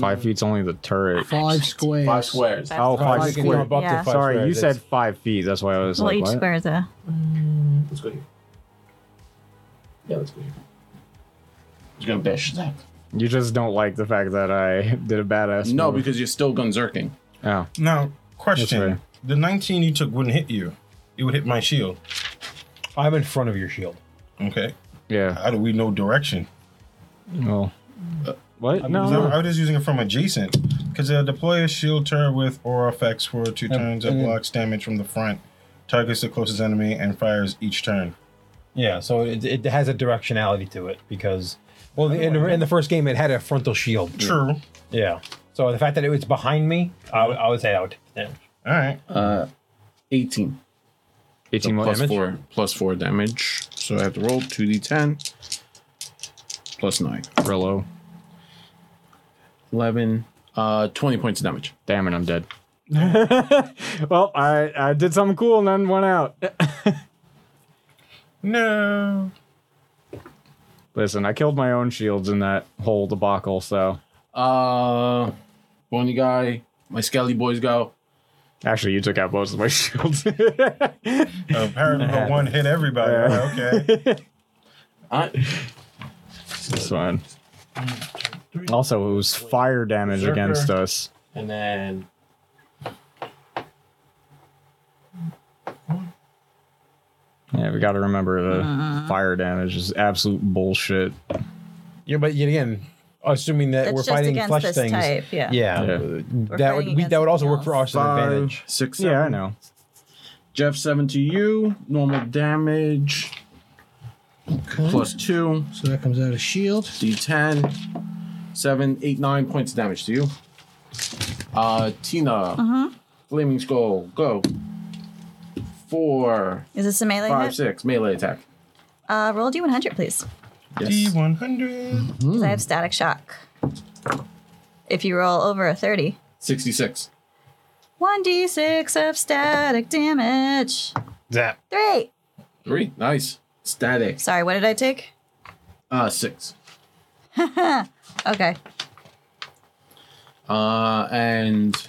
[SPEAKER 7] Five feet's only the turret.
[SPEAKER 5] Five squares.
[SPEAKER 3] Five squares.
[SPEAKER 10] oh, five
[SPEAKER 5] Five
[SPEAKER 1] Come
[SPEAKER 10] square.
[SPEAKER 1] up to
[SPEAKER 2] Yeah.
[SPEAKER 1] five
[SPEAKER 10] Sorry, you
[SPEAKER 1] squares.
[SPEAKER 10] said five feet. That's why I was
[SPEAKER 2] Well,
[SPEAKER 10] like,
[SPEAKER 2] each
[SPEAKER 10] what?
[SPEAKER 2] square is a.
[SPEAKER 3] Let's go here. Yeah, let's go here. He's gonna bash that.
[SPEAKER 10] You just don't like the fact that I did a badass.
[SPEAKER 3] No,
[SPEAKER 10] move.
[SPEAKER 3] because you're still gunzerking.
[SPEAKER 7] Oh,
[SPEAKER 8] Now, question:
[SPEAKER 7] That's right.
[SPEAKER 8] The 19 you took wouldn't hit you; it would hit my shield.
[SPEAKER 1] I'm in front of your shield.
[SPEAKER 8] Okay.
[SPEAKER 7] yeah.
[SPEAKER 1] Uh,
[SPEAKER 8] How do we know direction?
[SPEAKER 7] Well, what?
[SPEAKER 8] Because I,
[SPEAKER 7] no.
[SPEAKER 8] I was just using it from adjacent. Because uh, deploy a shield turn with aura effects for two turns that blocks damage from the front, targets the closest enemy, and fires each turn.
[SPEAKER 1] Yeah, so it, it has a directionality to it because, well, in, in the first game it had a frontal shield.
[SPEAKER 8] True.
[SPEAKER 1] Yeah. So the fact that it was behind me, I, would- I would say that would. Yeah.
[SPEAKER 8] All right.
[SPEAKER 3] Uh, 18.
[SPEAKER 7] 18
[SPEAKER 3] So
[SPEAKER 7] more
[SPEAKER 3] plus
[SPEAKER 7] damage.
[SPEAKER 3] four, plus four damage. So I have to roll two d10, plus nine.
[SPEAKER 7] Rello.
[SPEAKER 3] 11, uh, 20 points of damage.
[SPEAKER 7] Damn it, I'm dead.
[SPEAKER 10] well, I, I did something cool and then went out.
[SPEAKER 8] No.
[SPEAKER 10] Listen, I killed my own shields in that whole debacle, so
[SPEAKER 3] Uh, Bony guy, my skelly boys go.
[SPEAKER 10] Actually, you took out both of my shields.
[SPEAKER 8] Apparently, but Uh, one hit everybody.
[SPEAKER 10] Yeah.
[SPEAKER 8] Okay.
[SPEAKER 10] It's fine. Also, it was fire damage
[SPEAKER 11] Berserker.
[SPEAKER 10] against us.
[SPEAKER 11] And then.
[SPEAKER 10] Yeah, we got to remember the fire damage is absolute bullshit.
[SPEAKER 1] Yeah, but yet again, assuming that
[SPEAKER 2] It's
[SPEAKER 1] we're
[SPEAKER 2] just
[SPEAKER 1] fighting
[SPEAKER 2] against
[SPEAKER 1] flesh
[SPEAKER 2] this
[SPEAKER 1] things.
[SPEAKER 2] type, yeah.
[SPEAKER 1] Yeah.
[SPEAKER 10] Yeah.
[SPEAKER 1] uh, That
[SPEAKER 2] We're fighting
[SPEAKER 1] would we,
[SPEAKER 2] against
[SPEAKER 1] that would also
[SPEAKER 2] something
[SPEAKER 1] work for us as an
[SPEAKER 3] Five,
[SPEAKER 1] advantage.
[SPEAKER 3] six,
[SPEAKER 10] Yeah, I
[SPEAKER 3] seven.
[SPEAKER 10] know.
[SPEAKER 3] Jeff, seven to you. Normal damage. Plus two.
[SPEAKER 5] So that comes out of shield.
[SPEAKER 3] D10. Seven, eight, nine points of damage to you. Uh, Tina. Flaming skull. Go. Four,
[SPEAKER 2] Is this a melee
[SPEAKER 3] five,
[SPEAKER 2] hit?
[SPEAKER 3] six. Melee attack.
[SPEAKER 2] Uh, roll D100, please.
[SPEAKER 3] Yes.
[SPEAKER 8] D100.
[SPEAKER 2] 'cause I have static shock. If you roll over a 30,
[SPEAKER 3] 66.
[SPEAKER 2] 1d6 of static damage.
[SPEAKER 1] Zap.
[SPEAKER 2] Three.
[SPEAKER 3] Three. Nice. Static.
[SPEAKER 2] Sorry, what did I take?
[SPEAKER 3] Uh, six.
[SPEAKER 2] okay.
[SPEAKER 3] Uh, and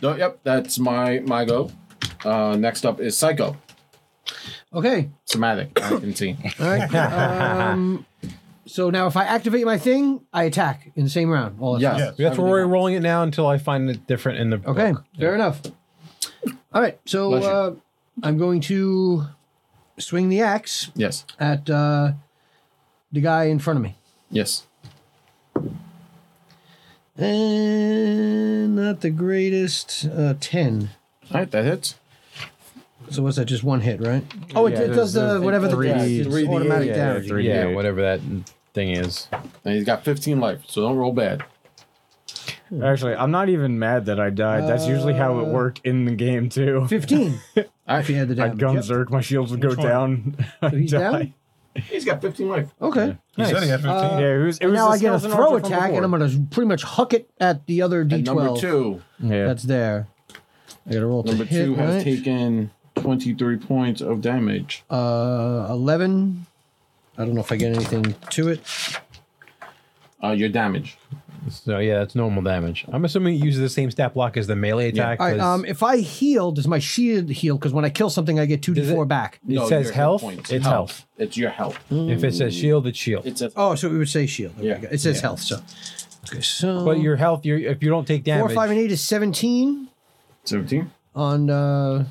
[SPEAKER 3] no, yep, that's my my go. Uh, next up is Psycho.
[SPEAKER 5] Okay.
[SPEAKER 3] Somatic. I can see.
[SPEAKER 5] All right. um, so now if I activate my thing, I attack in the same round. All at
[SPEAKER 3] Yes.
[SPEAKER 5] once.
[SPEAKER 1] That's where we're rolling it now until I find it different in the
[SPEAKER 5] Okay.
[SPEAKER 1] book.
[SPEAKER 5] Fair enough. All right. So
[SPEAKER 3] Bless you.
[SPEAKER 5] uh, I'm going to swing the axe
[SPEAKER 3] Yes.
[SPEAKER 5] at uh, the guy in front of me.
[SPEAKER 3] Yes.
[SPEAKER 5] And Eh, not the greatest uh, 10.
[SPEAKER 3] All right, that hits.
[SPEAKER 5] So what's that? Just one hit, right? Oh, it, it does the whatever the damage. It's
[SPEAKER 3] three D8,
[SPEAKER 5] automatic
[SPEAKER 3] yeah,
[SPEAKER 5] damage.
[SPEAKER 3] three
[SPEAKER 1] Yeah,
[SPEAKER 3] D8.
[SPEAKER 1] whatever that thing is.
[SPEAKER 3] And he's got 15 life, so don't roll bad.
[SPEAKER 10] Actually, I'm not even mad that I died. That's usually how it worked in the game too.
[SPEAKER 5] 15. if you had the damage.
[SPEAKER 10] I'd go
[SPEAKER 5] Yep.
[SPEAKER 10] berserk, my shields would go
[SPEAKER 8] Which one?
[SPEAKER 10] down.
[SPEAKER 5] So he's
[SPEAKER 10] I'd
[SPEAKER 5] down?
[SPEAKER 10] die.
[SPEAKER 3] He's got 15 life.
[SPEAKER 5] Okay.
[SPEAKER 8] He said he had 15.
[SPEAKER 5] Uh,
[SPEAKER 10] Yeah, it was. It was
[SPEAKER 5] now
[SPEAKER 10] the
[SPEAKER 5] I get a
[SPEAKER 10] skeleton
[SPEAKER 5] throw
[SPEAKER 10] archer from
[SPEAKER 5] attack, and I'm
[SPEAKER 10] before.
[SPEAKER 5] going to pretty much huck it at the other D12.
[SPEAKER 3] And number two,
[SPEAKER 10] Yeah.
[SPEAKER 5] That's there. I got to roll to
[SPEAKER 3] number
[SPEAKER 5] hit,
[SPEAKER 3] two has
[SPEAKER 5] right?
[SPEAKER 3] taken 23 points of damage.
[SPEAKER 5] Uh, 11. I don't know if I get anything to it.
[SPEAKER 3] Uh, your damage.
[SPEAKER 1] So yeah, that's normal damage. I'm assuming it uses the same stat block as the melee attack.
[SPEAKER 5] All right.
[SPEAKER 1] 'cause
[SPEAKER 5] Um, if I heal, does my shield heal? Because when I kill something, I get two d
[SPEAKER 1] Does it-
[SPEAKER 5] four back.
[SPEAKER 1] it
[SPEAKER 3] No,
[SPEAKER 1] says
[SPEAKER 3] your hit
[SPEAKER 1] health.
[SPEAKER 3] points.
[SPEAKER 1] It's health.
[SPEAKER 3] It's your health.
[SPEAKER 1] If it says shield, it's shield.
[SPEAKER 3] It says
[SPEAKER 5] Hmm. Oh, so we would say shield. Okay,
[SPEAKER 3] Yeah.
[SPEAKER 5] got- It says health. So, okay. So,
[SPEAKER 1] but your health, your if you don't take
[SPEAKER 5] four,
[SPEAKER 1] damage,
[SPEAKER 5] five, and eight is seventeen
[SPEAKER 3] 17.
[SPEAKER 5] on uh,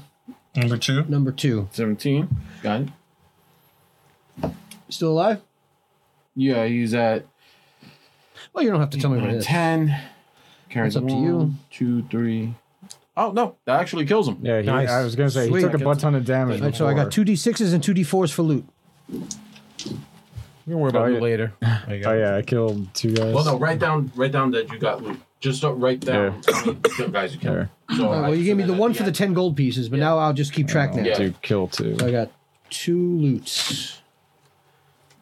[SPEAKER 8] Number two.
[SPEAKER 5] number two.
[SPEAKER 3] 17. Got it.
[SPEAKER 5] Still alive?
[SPEAKER 3] Yeah, he's at
[SPEAKER 5] Well, you don't have to tell me what it is.
[SPEAKER 3] 10. Carries
[SPEAKER 5] That's up to
[SPEAKER 3] one,
[SPEAKER 5] you.
[SPEAKER 3] two, three. Oh, no. That actually kills him.
[SPEAKER 10] Yeah, he,
[SPEAKER 1] Nice.
[SPEAKER 10] I was gonna say
[SPEAKER 5] Sweet.
[SPEAKER 10] he took a butt ton of damage.
[SPEAKER 5] All right, so I got
[SPEAKER 10] before.
[SPEAKER 5] two d sixes and two d fours for loot.
[SPEAKER 1] we can worry about
[SPEAKER 10] Oh,
[SPEAKER 1] it
[SPEAKER 10] yeah.
[SPEAKER 1] later. There you go.
[SPEAKER 10] Oh yeah, I killed two guys.
[SPEAKER 3] Well, no, write down write down that you got loot. Just uh, write down how many kill- guys you killed.
[SPEAKER 10] Yeah.
[SPEAKER 3] So
[SPEAKER 5] All right,
[SPEAKER 3] I-
[SPEAKER 5] well, you gave me
[SPEAKER 3] so
[SPEAKER 5] the
[SPEAKER 3] then
[SPEAKER 5] one
[SPEAKER 3] at
[SPEAKER 5] for the
[SPEAKER 3] end-
[SPEAKER 5] ten gold pieces, but now I'll just keep track now.
[SPEAKER 3] Yeah.
[SPEAKER 10] To kill two.
[SPEAKER 5] So I got two loots.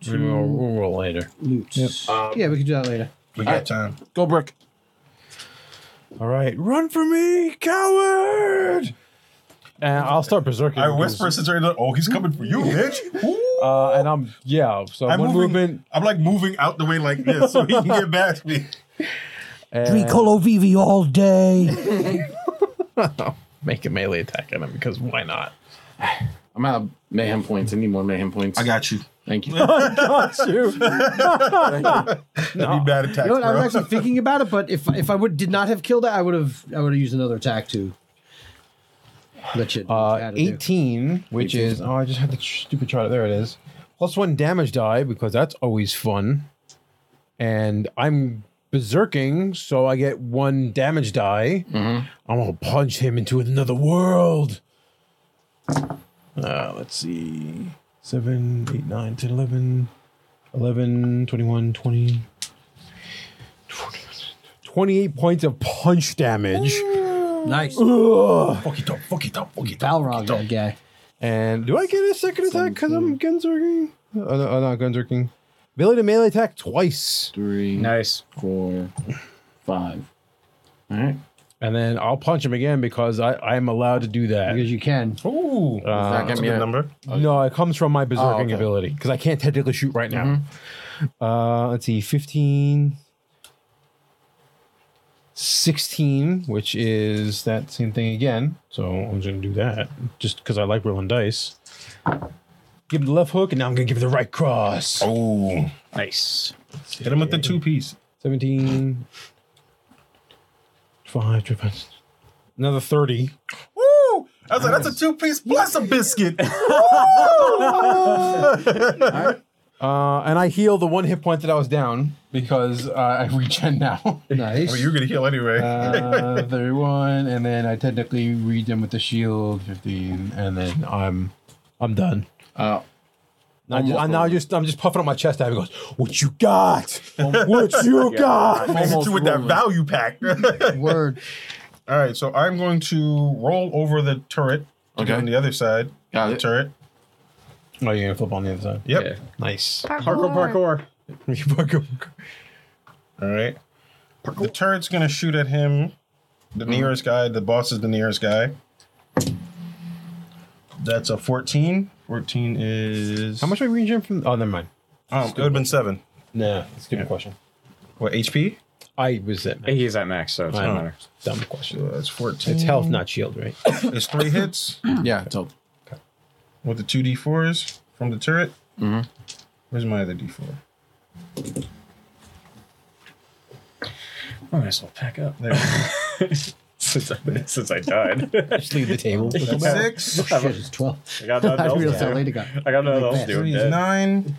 [SPEAKER 1] We'll, we'll roll later.
[SPEAKER 5] Loots.
[SPEAKER 3] Um,
[SPEAKER 5] yeah, we can do that later.
[SPEAKER 8] We got time.
[SPEAKER 3] Go, Brick.
[SPEAKER 1] All right, run for me, coward! And Uh, I'll start berserking.
[SPEAKER 8] I whisper to Terry, "Oh, he's coming for you, bitch!" Ooh.
[SPEAKER 1] Uh, and I'm yeah. So
[SPEAKER 8] I'm
[SPEAKER 1] one
[SPEAKER 8] moving-
[SPEAKER 1] movement.
[SPEAKER 8] I'm like moving out the way like this so he can get past me.
[SPEAKER 1] And
[SPEAKER 5] Vivi all day.
[SPEAKER 1] make a melee attack at him because why not?
[SPEAKER 3] I'm out of mayhem points. I need more mayhem points.
[SPEAKER 8] I got you.
[SPEAKER 3] Thank you.
[SPEAKER 8] That'd be bad attacks,
[SPEAKER 5] You know what? I
[SPEAKER 8] bro.
[SPEAKER 5] was actually thinking about it, but if if I would did not have killed it, I would have I would have used another attack too. That shit.
[SPEAKER 1] Uh,
[SPEAKER 5] added there.
[SPEAKER 1] 18, which is oh, I just had the stupid chart. There it is. Plus one damage die because that's always fun. And I'm berserking, so I get one damage die. I'm gonna punch him into another world. Uh, let's see. 7, 8, 9, 10, 11, 11, 21, 20. 28 points of punch damage.
[SPEAKER 5] Nice.
[SPEAKER 1] Ugh.
[SPEAKER 8] Fuck it up, fuck it up, fuck it up.
[SPEAKER 5] Balrog, that guy.
[SPEAKER 1] And do I get a second attack because I'm gunzerking? Oh, no, oh, not gunzerking. Ability to melee attack twice.
[SPEAKER 3] Three,
[SPEAKER 7] Nice.
[SPEAKER 3] four, five. All right.
[SPEAKER 1] And then I'll punch him again because I, I'm allowed to do that.
[SPEAKER 5] Because you can.
[SPEAKER 8] Ooh,
[SPEAKER 3] Does that
[SPEAKER 8] that's
[SPEAKER 3] get
[SPEAKER 8] a
[SPEAKER 3] me
[SPEAKER 8] good
[SPEAKER 3] a-
[SPEAKER 8] number.
[SPEAKER 1] No, it comes from my berserking
[SPEAKER 3] Oh, okay.
[SPEAKER 1] ability because I can't technically shoot right now. Uh, let's see, 15, 16, which is that same thing again. So I'm just going to do that just because I like rolling dice. Give him the left hook, and now I'm going to give him the right cross.
[SPEAKER 4] Oh,
[SPEAKER 1] nice.
[SPEAKER 4] Hit him with the two piece.
[SPEAKER 1] 17. 5, two, five, another 30.
[SPEAKER 4] Woo! I was like, that's a two piece plus a biscuit.
[SPEAKER 1] Uh, and I heal the one hit point that I was down because uh, I regen now.
[SPEAKER 5] Nice.
[SPEAKER 4] well, you're gonna heal anyway.
[SPEAKER 1] Uh, 31, and then I technically read them with the shield, 15, and then I'm I'm done.
[SPEAKER 10] Uh,
[SPEAKER 1] I just, I'm now just I'm just puffing on my chest out and goes, What you got? What you got?
[SPEAKER 4] I hit you with that value pack.
[SPEAKER 5] Word.
[SPEAKER 4] All right, so I'm going to roll over the turret. to
[SPEAKER 3] Okay.
[SPEAKER 4] Get on the other side.
[SPEAKER 3] Got
[SPEAKER 4] of the
[SPEAKER 3] it.
[SPEAKER 4] turret.
[SPEAKER 1] Oh, you're gonna flip on the other side.
[SPEAKER 4] Yep.
[SPEAKER 10] Yeah.
[SPEAKER 1] Nice.
[SPEAKER 8] Parkour, parkour.
[SPEAKER 4] All right. The turret's gonna shoot at him. The nearest guy. The boss is the nearest guy. That's a 14. 14 is
[SPEAKER 1] How much are we regen from? Oh, never mind.
[SPEAKER 4] Um, it would have been seven.
[SPEAKER 1] Nah, let's give a question.
[SPEAKER 4] What HP?
[SPEAKER 1] I was at max.
[SPEAKER 10] He's at max, so it doesn't
[SPEAKER 1] Oh.
[SPEAKER 10] matter.
[SPEAKER 1] dumb question.
[SPEAKER 4] So that's 14.
[SPEAKER 1] It's health, not shield, right?
[SPEAKER 4] It's three hits
[SPEAKER 3] Yeah, so
[SPEAKER 4] with the two d4s from the turret.
[SPEAKER 3] Mhm.
[SPEAKER 4] Where's my other d4?
[SPEAKER 10] I might as well pack up
[SPEAKER 4] There. we go.
[SPEAKER 10] since I, since I died.
[SPEAKER 1] Just leave the table.
[SPEAKER 4] Six.
[SPEAKER 5] Oh, shit, it's 12.
[SPEAKER 10] I got
[SPEAKER 5] I
[SPEAKER 10] nothing else
[SPEAKER 5] realized
[SPEAKER 10] to
[SPEAKER 5] that
[SPEAKER 10] do.
[SPEAKER 5] later got.
[SPEAKER 10] I got nothing else to do. I'm
[SPEAKER 4] Three is
[SPEAKER 10] dead.
[SPEAKER 4] nine.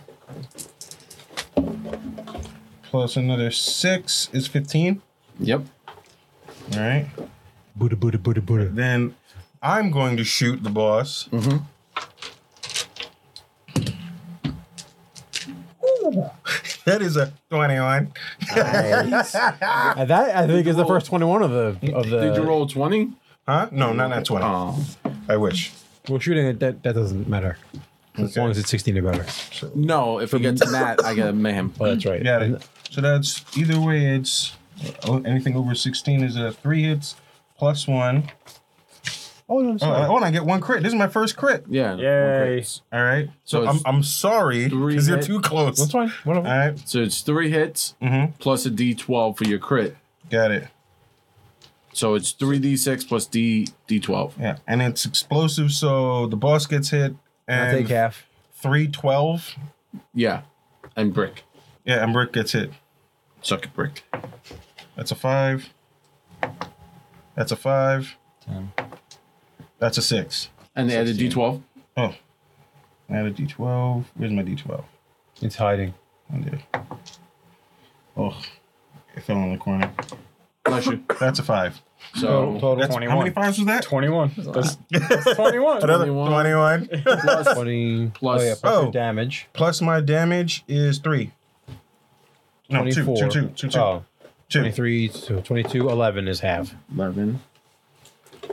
[SPEAKER 4] Plus another six is 15.
[SPEAKER 3] yep.
[SPEAKER 4] All right.
[SPEAKER 1] Buddha, Buddha, Buddha, Buddha.
[SPEAKER 4] Then I'm going to shoot the boss.
[SPEAKER 3] Mhm.
[SPEAKER 4] Ooh, that is a 21.
[SPEAKER 1] And that I think is the first twenty-one of the of the.
[SPEAKER 3] Did
[SPEAKER 8] Uh,
[SPEAKER 3] you roll twenty?
[SPEAKER 4] Huh? No, not that 20.
[SPEAKER 3] Oh
[SPEAKER 4] I wish.
[SPEAKER 1] Well, shooting it that that doesn't matter as
[SPEAKER 4] Okay.
[SPEAKER 1] long as it's sixteen or better.
[SPEAKER 3] no! If we get to that, I get a mayhem.
[SPEAKER 1] Oh, that's right.
[SPEAKER 4] Got it. So that's either way, it's oh, anything over 16 is a three hits plus one.
[SPEAKER 1] Oh, no, I'm
[SPEAKER 4] Oh,
[SPEAKER 1] sorry.
[SPEAKER 4] oh, and I get one crit. This is my first crit.
[SPEAKER 3] Yeah.
[SPEAKER 8] Yay.
[SPEAKER 3] okay.
[SPEAKER 4] All right.
[SPEAKER 3] So
[SPEAKER 4] So,
[SPEAKER 3] it's
[SPEAKER 4] I'm, I'm sorry
[SPEAKER 3] three
[SPEAKER 4] because you're
[SPEAKER 3] hit-
[SPEAKER 4] too close.
[SPEAKER 1] That's fine.
[SPEAKER 4] All
[SPEAKER 1] Whatever.
[SPEAKER 4] right.
[SPEAKER 3] So it's three hits
[SPEAKER 4] Mm-hmm.
[SPEAKER 3] plus a D12 for your crit.
[SPEAKER 4] Got it.
[SPEAKER 3] So it's three D6 plus D D12.
[SPEAKER 4] Yeah. And it's explosive. So the boss gets hit.
[SPEAKER 1] I
[SPEAKER 4] And
[SPEAKER 1] take half.
[SPEAKER 4] 312.
[SPEAKER 3] Yeah, and brick.
[SPEAKER 4] Yeah. And Brick gets hit.
[SPEAKER 3] Suck it, brick.
[SPEAKER 4] That's a five. That's a five.
[SPEAKER 10] Ten.
[SPEAKER 4] That's a six.
[SPEAKER 3] And they added
[SPEAKER 10] 16.
[SPEAKER 3] D12.
[SPEAKER 4] Add a d12. Where's my d12?
[SPEAKER 1] It's hiding.
[SPEAKER 4] Oh, dear. Oh, it fell in the corner.
[SPEAKER 3] Bless you.
[SPEAKER 4] That's a five.
[SPEAKER 3] So
[SPEAKER 1] Total
[SPEAKER 4] That's, How many fives was that?
[SPEAKER 10] 21. That's, that's 21.
[SPEAKER 4] Another
[SPEAKER 3] 21.
[SPEAKER 4] 21.
[SPEAKER 3] plus
[SPEAKER 1] twenty
[SPEAKER 3] Plus-
[SPEAKER 1] Oh, yeah, plus your
[SPEAKER 4] oh.
[SPEAKER 1] damage.
[SPEAKER 4] Plus my damage is three. No, two, two,
[SPEAKER 1] 24.
[SPEAKER 4] two, two, two, two.
[SPEAKER 1] Oh, 23, so 22, 11 is half.
[SPEAKER 3] 11.